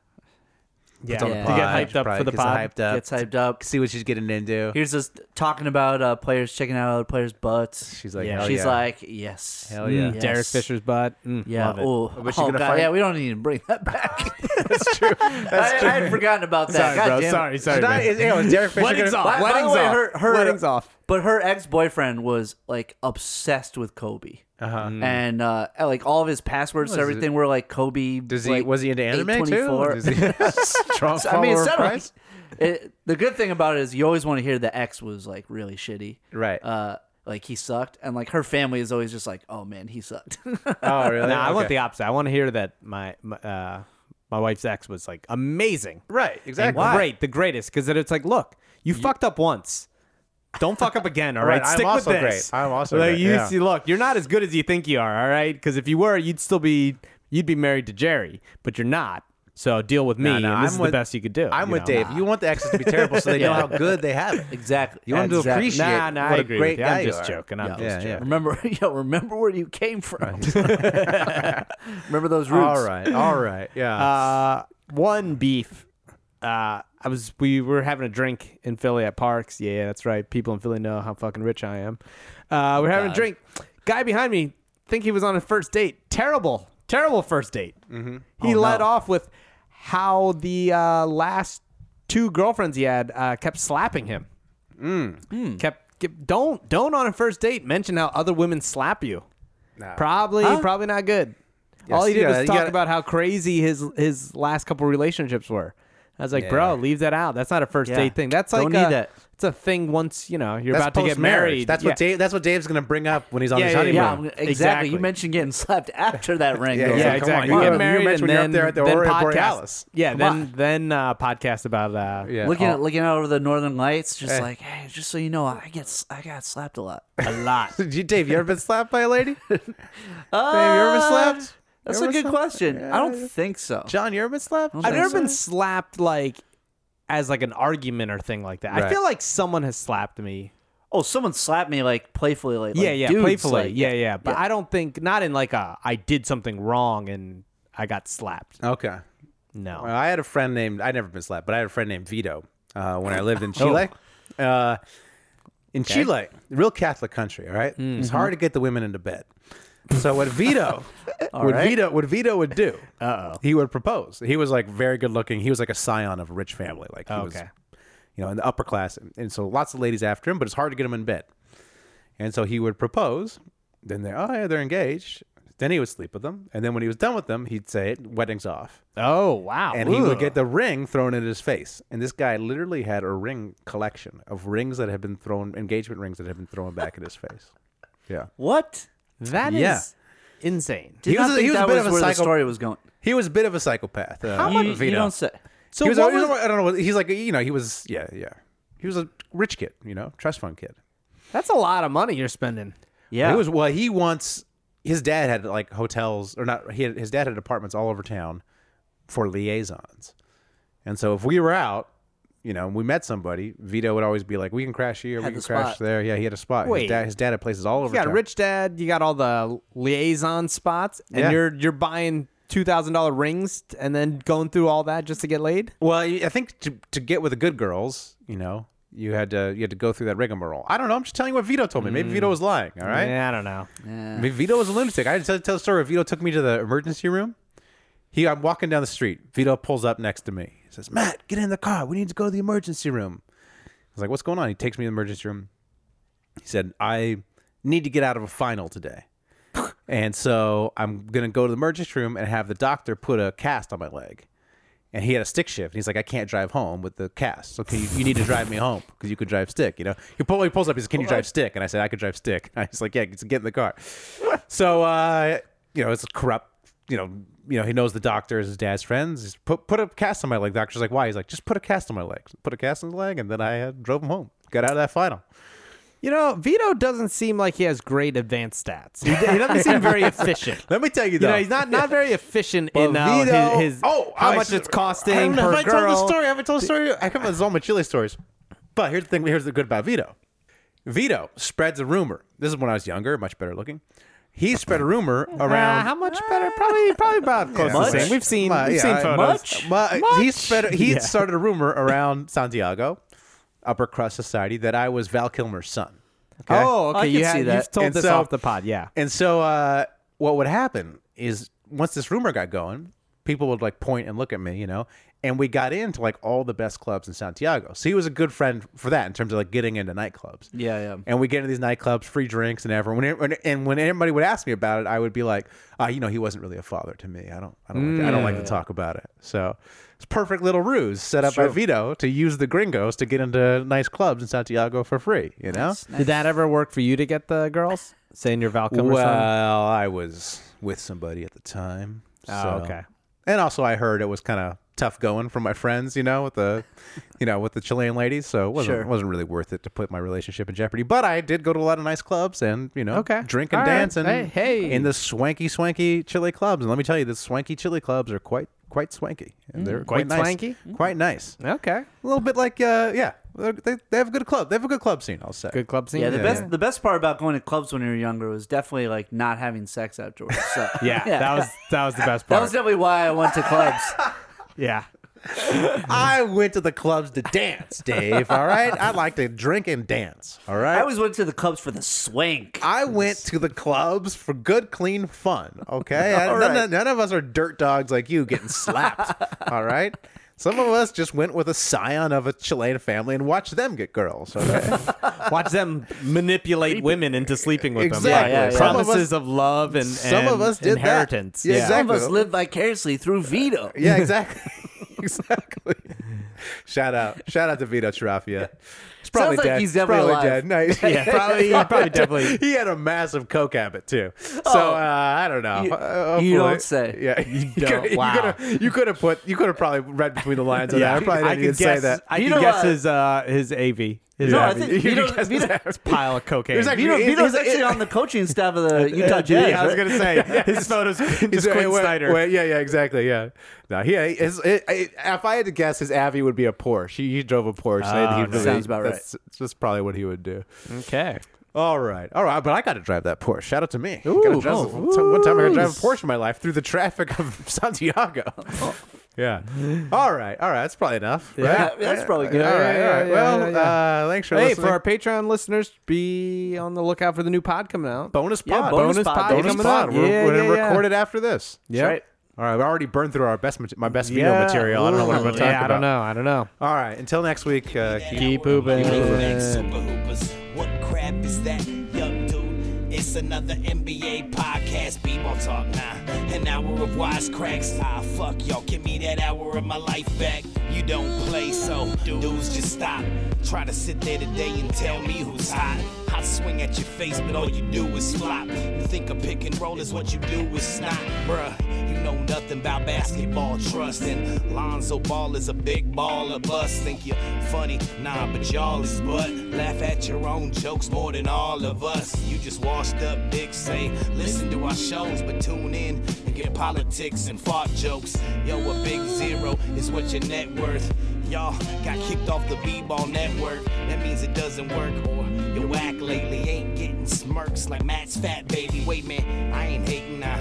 Speaker 9: Yeah,
Speaker 7: It's on
Speaker 8: Yeah.
Speaker 7: the pod.
Speaker 9: to get hyped up
Speaker 7: Probably
Speaker 9: for the
Speaker 7: gets
Speaker 9: pod.
Speaker 7: Hyped up.
Speaker 8: Gets hyped up.
Speaker 7: See what she's getting into.
Speaker 8: Here's us talking about uh, players checking out other players' butts.
Speaker 7: She's like,
Speaker 9: Yeah.
Speaker 7: hell
Speaker 8: She's
Speaker 7: yeah.
Speaker 8: like, yes.
Speaker 7: hell yeah.
Speaker 9: Mm, Derek
Speaker 8: Yes.
Speaker 9: Fisher's butt. Mm,
Speaker 8: yeah.
Speaker 9: love it.
Speaker 8: Oh,
Speaker 7: But you're
Speaker 8: oh,
Speaker 7: gonna
Speaker 8: God.
Speaker 7: find-
Speaker 8: Yeah, we don't need to bring that back.
Speaker 7: That's true.
Speaker 8: I, I had forgotten about that.
Speaker 9: Sorry,
Speaker 8: God
Speaker 9: bro.
Speaker 8: damn it.
Speaker 9: Sorry, sorry.
Speaker 7: Should I-
Speaker 9: man.
Speaker 7: is- you know, is Derek Fisher
Speaker 9: Wedding's
Speaker 7: gonna-
Speaker 8: By-
Speaker 9: off.
Speaker 8: by the
Speaker 9: Wedding's
Speaker 8: way,
Speaker 9: off.
Speaker 8: her- her-
Speaker 9: Wedding's off.
Speaker 8: But her ex boyfriend was like obsessed with Kobe,
Speaker 7: Uh-huh.
Speaker 8: and uh, like all of his passwords, and
Speaker 7: Was it-
Speaker 8: everything were like Kobe.
Speaker 7: Does he
Speaker 8: like,
Speaker 7: was he into anime too?
Speaker 8: 824.
Speaker 7: Is he a strong
Speaker 8: I
Speaker 7: follower
Speaker 8: mean, it
Speaker 7: of
Speaker 8: sounded
Speaker 7: Christ?
Speaker 8: like- it- the good thing about it is you always want to hear the ex was like really shitty,
Speaker 7: Right.
Speaker 8: Uh, like he sucked, and like her family is always just like, "Oh man, he sucked."
Speaker 7: Oh, really?
Speaker 9: Nah, I want
Speaker 7: Okay.
Speaker 9: the opposite. I want to hear that my, my uh my wife's ex was like amazing.
Speaker 7: right.
Speaker 9: and
Speaker 7: Exactly. Why?
Speaker 9: great, the greatest. Because then it's like, look, you, fucked up once. Don't fuck up again. All right,
Speaker 7: Right, I'm
Speaker 9: stick
Speaker 7: also
Speaker 9: with this.
Speaker 7: great. I'm also
Speaker 9: like
Speaker 7: great,
Speaker 9: you
Speaker 7: yeah.
Speaker 9: see. Look, you're not as good as you think you are. All right, because if you were, you'd still be you'd be married to Jerry, but you're not. So deal with me.
Speaker 7: No, no,
Speaker 9: and this
Speaker 7: I'm
Speaker 9: is
Speaker 7: with-
Speaker 9: the best you could do.
Speaker 7: I'm
Speaker 9: you
Speaker 7: with
Speaker 9: know?
Speaker 7: Dave. You want the exes to be terrible so they know
Speaker 8: Yeah.
Speaker 7: how good they have it.
Speaker 8: exactly.
Speaker 7: You want 'em to
Speaker 8: Exactly.
Speaker 7: appreciate
Speaker 9: Nah, nah,
Speaker 7: what
Speaker 9: I
Speaker 7: a
Speaker 9: agree.
Speaker 7: great
Speaker 9: with you.
Speaker 7: guy
Speaker 9: I'm
Speaker 7: you
Speaker 9: just
Speaker 7: are.
Speaker 9: joking. I'm
Speaker 8: Yeah.
Speaker 9: just
Speaker 7: Yeah, yeah.
Speaker 9: joking.
Speaker 8: Remember, yo, remember where you came from. remember those roots.
Speaker 7: All right. All right. Yeah.
Speaker 9: Uh, one beef. Uh, I was we were having a drink in Philly at Parks. Yeah, that's right. People in Philly know how fucking rich I am. Uh, we're having a drink. Guy behind me think he was on a first date. Terrible, terrible first date.
Speaker 7: Oh,
Speaker 9: He led off with how the uh, last two girlfriends he had uh, kept slapping him.
Speaker 7: Mm.
Speaker 8: Hmm.
Speaker 9: Kept, kept don't don't on a first date mention how other women slap you. Probably probably not good. All he
Speaker 7: you
Speaker 9: did
Speaker 7: gotta-
Speaker 9: was
Speaker 7: you
Speaker 9: talk
Speaker 7: gotta-
Speaker 9: about how crazy his his last couple relationships were. I was like,
Speaker 7: Yeah.
Speaker 9: bro, leave that out. That's not a first
Speaker 8: Yeah.
Speaker 9: date thing. That's like
Speaker 8: Don't need
Speaker 9: a,
Speaker 8: that.
Speaker 9: It's a thing once you know you're
Speaker 7: That's
Speaker 9: about to get
Speaker 7: post-marriage.
Speaker 9: married.
Speaker 7: That's
Speaker 9: Yeah.
Speaker 7: what Dave. That's what Dave's gonna bring up when he's on
Speaker 9: Yeah,
Speaker 7: his
Speaker 9: yeah,
Speaker 7: honeymoon.
Speaker 8: Yeah,
Speaker 9: Anyway,
Speaker 8: I'm- exactly.
Speaker 9: exactly.
Speaker 8: You mentioned getting slapped after that ring.
Speaker 7: Yeah,
Speaker 8: goes
Speaker 9: Yeah,
Speaker 7: So come
Speaker 8: up.
Speaker 7: on,
Speaker 9: exactly.
Speaker 7: you
Speaker 9: You
Speaker 7: get
Speaker 9: get married
Speaker 7: married
Speaker 9: and
Speaker 7: when you're up
Speaker 9: then,
Speaker 7: there at the
Speaker 9: then
Speaker 7: Aurora
Speaker 9: podcast.
Speaker 7: Borealis.
Speaker 9: Yeah,
Speaker 8: Come
Speaker 9: then
Speaker 8: on.
Speaker 9: then uh, podcast about uh,
Speaker 7: Yeah.
Speaker 8: looking
Speaker 9: all-
Speaker 8: at looking out over the northern lights, just like, hey, just so you know, I get s- I got slapped a lot.
Speaker 9: a lot.
Speaker 7: Did you, Dave, you ever been slapped by a lady? Dave, you ever
Speaker 8: Uh,
Speaker 7: been slapped?
Speaker 8: That's
Speaker 7: You
Speaker 8: a
Speaker 7: ever
Speaker 8: good
Speaker 7: slapped?
Speaker 8: question. I don't think so.
Speaker 7: John, you ever been slapped?
Speaker 8: don't
Speaker 9: I've
Speaker 8: think
Speaker 9: never
Speaker 8: so.
Speaker 9: been slapped like as like an argument or thing like that. I
Speaker 7: Right.
Speaker 9: feel like someone has slapped me.
Speaker 8: Oh, someone slapped me like playfully, like
Speaker 9: yeah,
Speaker 8: like,
Speaker 9: yeah,
Speaker 8: dudes,
Speaker 9: playfully.
Speaker 8: like-
Speaker 9: yeah, yeah. But
Speaker 8: yeah.
Speaker 9: I don't think not in like a I did something wrong and I got slapped.
Speaker 7: Okay.
Speaker 9: No.
Speaker 7: Well, I had a friend named I'd never been slapped, but I had a friend named Vito uh, when I lived in Chile. uh, in Chile, real Catholic country. All right? it's hard to get the women into bed. So what Vito, what Vito, what Vito would do? Uh-oh. He would propose. He was like very good looking. He was like a scion of a rich family. Like he was,
Speaker 9: Okay.
Speaker 7: you know, in the upper class, and, and so lots of ladies after him. But it's hard to get him in bed. And so he would propose. Then they, oh yeah, they're engaged. Then he would sleep with them, and then when he was done with them, he'd say, "Wedding's off."
Speaker 9: oh wow.
Speaker 7: and he would
Speaker 9: Ooh.
Speaker 7: get the ring thrown in his face. And this guy literally had a ring collection of rings that had been thrown, engagement rings that had been thrown back in his face. Yeah,
Speaker 8: What?
Speaker 9: That is
Speaker 7: Yeah.
Speaker 9: insane.
Speaker 8: Did
Speaker 7: He
Speaker 8: not
Speaker 7: was a-
Speaker 8: think
Speaker 7: he was a
Speaker 8: that
Speaker 7: bit
Speaker 8: was
Speaker 7: of a
Speaker 8: where the
Speaker 7: psycho-
Speaker 8: story was going.
Speaker 7: he was a bit of a psychopath. Uh,
Speaker 8: You, you
Speaker 7: Vito.
Speaker 8: don't say.
Speaker 9: So
Speaker 7: He was,
Speaker 9: what
Speaker 7: he was-
Speaker 9: was-
Speaker 7: I don't know. what- He's like you know he was yeah yeah he was a rich kid you know trust fund kid.
Speaker 9: that's a lot of money you're spending.
Speaker 8: Yeah,
Speaker 7: He was well. He once his dad had like hotels or not. He had, his dad had apartments all over town for liaisons, and so if we were out, you know, and we met somebody, Vito would always be like, "We can crash here.
Speaker 8: Had
Speaker 7: we can
Speaker 8: the
Speaker 7: crash
Speaker 8: spot.
Speaker 7: there." Yeah, he had a spot.
Speaker 9: Wait.
Speaker 7: His dad, his dad had places all over.
Speaker 9: You got a
Speaker 7: town.
Speaker 9: rich dad, you got all the liaison spots, and
Speaker 7: Yeah.
Speaker 9: you're you're buying two thousand dollar rings and then going through all that just to get laid?
Speaker 7: Well, I think to to get with the good girls, you know. You had to you had to go through that rigmarole. I don't know. I'm just telling you what Vito told me. Maybe Vito was lying. All right.
Speaker 9: Yeah, I don't know.
Speaker 7: I mean, Vito was a lunatic. I had to tell, tell the story. Vito took me to the emergency room. He, I'm walking down the street. Vito pulls up next to me. He says, "Matt, get in the car. We need to go to the emergency room." I was like, "What's going on?" He takes me to the emergency room. He said, "I need to get out of a final today, and so I'm gonna go to the emergency room and have the doctor put a cast on my leg." And he had a stick shift. And he's like, "I can't drive home with the cast. So can you, you need to drive me home because you could drive stick." You know, he, pull, he pulls up. He says, "Can you drive stick?" And I said, "I could drive stick." And I was like, "Yeah, get in the car." So uh, you know, it's a corrupt. You know, you know, he knows the doctor is his dad's friends. He's put put a cast on my leg. The doctor's like, why? He's like, just put a cast on my leg. Put a cast on his leg, and then I uh, drove him home. Got out of that final.
Speaker 9: You know, Vito doesn't seem like he has great advanced stats. He, he doesn't seem very efficient.
Speaker 7: Let me tell you
Speaker 9: You
Speaker 7: though,
Speaker 9: know, he's not not very efficient
Speaker 7: But
Speaker 9: in uh,
Speaker 7: Vito- Oh,
Speaker 9: his, his how
Speaker 7: I
Speaker 9: much
Speaker 7: should-
Speaker 9: it's costing
Speaker 7: I don't know
Speaker 9: per
Speaker 7: if I
Speaker 9: girl.
Speaker 7: told the story. I haven't told the story. I can't remember. This is all my Chile stories. But here's the thing. Here's the good about Vito. Vito spreads a rumor. This is when I was younger, much better looking. He spread a rumor
Speaker 9: Uh,
Speaker 7: around.
Speaker 9: how much better? Probably, probably about close
Speaker 7: Much?
Speaker 9: to the same. We've seen,
Speaker 7: Uh,
Speaker 9: we've
Speaker 7: yeah,
Speaker 9: seen
Speaker 7: I-
Speaker 9: photos.
Speaker 8: Much?
Speaker 7: But he spread, he
Speaker 9: Yeah.
Speaker 7: started a rumor around Santiago, upper crust society, that I was Val Kilmer's son. Okay?
Speaker 9: Oh,
Speaker 8: I
Speaker 9: okay.
Speaker 8: can
Speaker 9: You
Speaker 8: see
Speaker 9: had,
Speaker 8: that.
Speaker 9: you've told
Speaker 7: And
Speaker 9: this
Speaker 7: so-
Speaker 9: off the pod, yeah.
Speaker 7: And so, uh, what would happen is once this rumor got going, people would like point and look at me, you know, and we got into like all the best clubs in Santiago. So he was a good friend for that in terms of like getting into nightclubs.
Speaker 8: Yeah, yeah.
Speaker 7: And we get into these nightclubs, free drinks, and everyone. when- And when anybody would ask me about it, I would be like, uh, you know, he wasn't really a father to me. I don't, I don't, like, I don't like
Speaker 8: Mm.
Speaker 7: to talk about it. So it's a perfect little ruse set up by Vito to use the gringos to get into nice clubs in Santiago for free. You know,
Speaker 9: Did that ever work for you to get the girls? Saying you're Val Kilmer
Speaker 7: well,
Speaker 9: son?
Speaker 7: I was with somebody at the time.
Speaker 9: Oh,
Speaker 7: so-
Speaker 9: okay.
Speaker 7: And also, I heard it was kind of tough going from my friends, you know, with the, you know, with the Chilean ladies. So it wasn't
Speaker 8: Sure.
Speaker 7: wasn't really worth it to put my relationship in jeopardy. But I did go to a lot of nice clubs and you know,
Speaker 9: Okay.
Speaker 7: drink and
Speaker 9: All right.
Speaker 7: dance
Speaker 9: Hey,
Speaker 7: and
Speaker 9: hey.
Speaker 7: in the swanky swanky Chile clubs. And let me tell you, the swanky Chile clubs are quite quite swanky and they're quite,
Speaker 9: Mm. Quite
Speaker 7: nice,
Speaker 9: swanky?
Speaker 7: quite nice.
Speaker 9: Okay.
Speaker 7: A little bit like uh, yeah, they're- they they have a good club. They have a good club scene. I'll say.
Speaker 9: Good club scene.
Speaker 8: Yeah, the best the best part about going to clubs when you were younger was definitely like not having sex afterwards. So,
Speaker 9: Yeah, that was that was the best
Speaker 8: that
Speaker 9: part.
Speaker 8: was definitely why I went to clubs.
Speaker 9: yeah.
Speaker 7: I went to the clubs to dance, Dave. All right, I like to drink and dance. All right,
Speaker 8: I always went to the clubs for the swank.
Speaker 7: I went to the clubs for good, clean fun. Okay, I- none, none- none of us are dirt dogs like you getting slapped. all right, some of us just went with a scion of a Chilean family and watched them get girls. Okay,
Speaker 9: Watch them manipulate women into sleeping with
Speaker 7: Exactly.
Speaker 9: them.
Speaker 8: Yeah, yeah, yeah.
Speaker 9: Promises
Speaker 7: Some
Speaker 9: of, love and,
Speaker 7: some
Speaker 9: and
Speaker 7: of us did that.
Speaker 9: inheritance.
Speaker 7: Yeah,
Speaker 8: Some of
Speaker 7: exactly.
Speaker 8: us lived vicariously through Vito.
Speaker 7: yeah, exactly, exactly. Shout out, shout out to Vito Chirafia. He's probably
Speaker 8: like
Speaker 7: dead.
Speaker 8: he's definitely
Speaker 7: probably
Speaker 8: alive.
Speaker 7: dead. No, he's-
Speaker 9: Yeah, probably, probably definitely.
Speaker 7: he had a massive coke habit too. So uh, I don't know.
Speaker 8: You-
Speaker 7: Uh,
Speaker 8: you
Speaker 7: hopefully-
Speaker 8: don't say.
Speaker 7: Yeah, you
Speaker 9: don't. Wow.
Speaker 7: You could have put. You could have probably read between the lines on
Speaker 9: Yeah,
Speaker 7: that. I probably
Speaker 9: I
Speaker 7: didn't even
Speaker 9: could
Speaker 7: say
Speaker 9: guess.
Speaker 7: that.
Speaker 9: I
Speaker 8: You
Speaker 9: could
Speaker 8: know
Speaker 9: guess
Speaker 8: what?
Speaker 9: his uh, his AV. His
Speaker 8: No, I
Speaker 9: AV.
Speaker 8: think
Speaker 9: You
Speaker 8: Vito-
Speaker 9: could guess
Speaker 8: Vito-
Speaker 9: his pile of cocaine.
Speaker 7: There's actually-
Speaker 8: Vito,
Speaker 7: It-
Speaker 8: Vito's
Speaker 7: it-
Speaker 8: actually
Speaker 7: it-
Speaker 8: on the coaching staff of the Utah Jazz.
Speaker 9: yeah, I was
Speaker 8: right?
Speaker 9: gonna say his photos. Just
Speaker 7: He's-
Speaker 9: Quinn
Speaker 7: wait,
Speaker 9: Snyder.
Speaker 7: wait, yeah, yeah, exactly. Yeah. No, he, his, it, it, if I had to guess, his Avi would be a Porsche. He, he drove a Porsche. and he
Speaker 9: Oh,
Speaker 7: really,
Speaker 8: Sounds about right.
Speaker 7: that's, That's probably what he would do.
Speaker 9: Okay.
Speaker 7: All right, all right, but I got to drive that Porsche. Shout out to me.
Speaker 9: Ooh,
Speaker 7: Gotta drive-
Speaker 9: oh,
Speaker 7: one time I got to drive a
Speaker 9: ooh. Oh.
Speaker 7: Porsche in my life through the traffic of Santiago. yeah. All right, all right, that's probably enough. right?
Speaker 8: Yeah, that's probably good.
Speaker 7: All right, all
Speaker 9: yeah,
Speaker 7: right.
Speaker 9: yeah,
Speaker 7: well,
Speaker 9: yeah, yeah.
Speaker 7: Uh, thanks for
Speaker 9: Hey,
Speaker 7: listening.
Speaker 9: for our Patreon listeners, be on the lookout for the new pod coming out.
Speaker 7: bonus pod,
Speaker 8: Yeah, bonus pod.
Speaker 7: bonus
Speaker 9: coming
Speaker 7: pod.
Speaker 9: out.
Speaker 7: We're,
Speaker 9: Yeah,
Speaker 7: we're gonna
Speaker 9: yeah, yeah.
Speaker 7: record it after this.
Speaker 9: Yeah. right.
Speaker 7: All right, we already burned through our best, mat- my best video material. I don't know what I'm going to talk
Speaker 9: yeah,
Speaker 7: about.
Speaker 9: I don't know. I don't know.
Speaker 7: All right, until next week. Uh, keep,
Speaker 9: Keep pooping.
Speaker 1: Super Hoopers. What crap is that, young dude? It's another NBA podcast, b-ball talk now. An hour of wisecracks. Ah, fuck y'all. Give me that hour of my life back. You don't play, so dudes just stop. Try to sit there today and tell me who's hot. I swing at your face, but all you do is flop. You think a pick and roll is what you do is snot, bruh. You know nothing about basketball trust. And Lonzo Ball is a big baller bust. Think you funny? Nah, but y'all is butt. Laugh at your own jokes more than all of us. You just washed up dicks say, listen to our shows, but tune in and get politics and fart jokes. Yo, a big zero is what your net worth. Y'all got kicked off the B-ball network. That means it doesn't work or your whack lately ain't getting smirks like Matt's fat baby. Wait, man, I ain't hating now.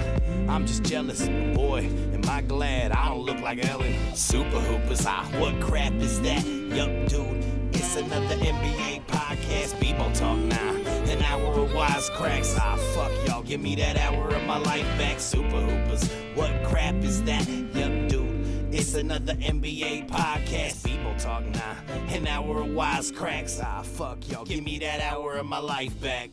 Speaker 1: I'm just jealous. Boy, am I glad I don't look like Ellen. Super Hoopers, ah, what crap is that? Yup, dude, it's another NBA podcast. People talk now. An hour of wisecracks. Ah, fuck y'all. Give me that hour of my life back. Super Hoopers, what crap is that? Yup, dude. It's another NBA podcast. People talk now. An hour of wisecracks. Ah, fuck y'all. Give me that hour of my life back.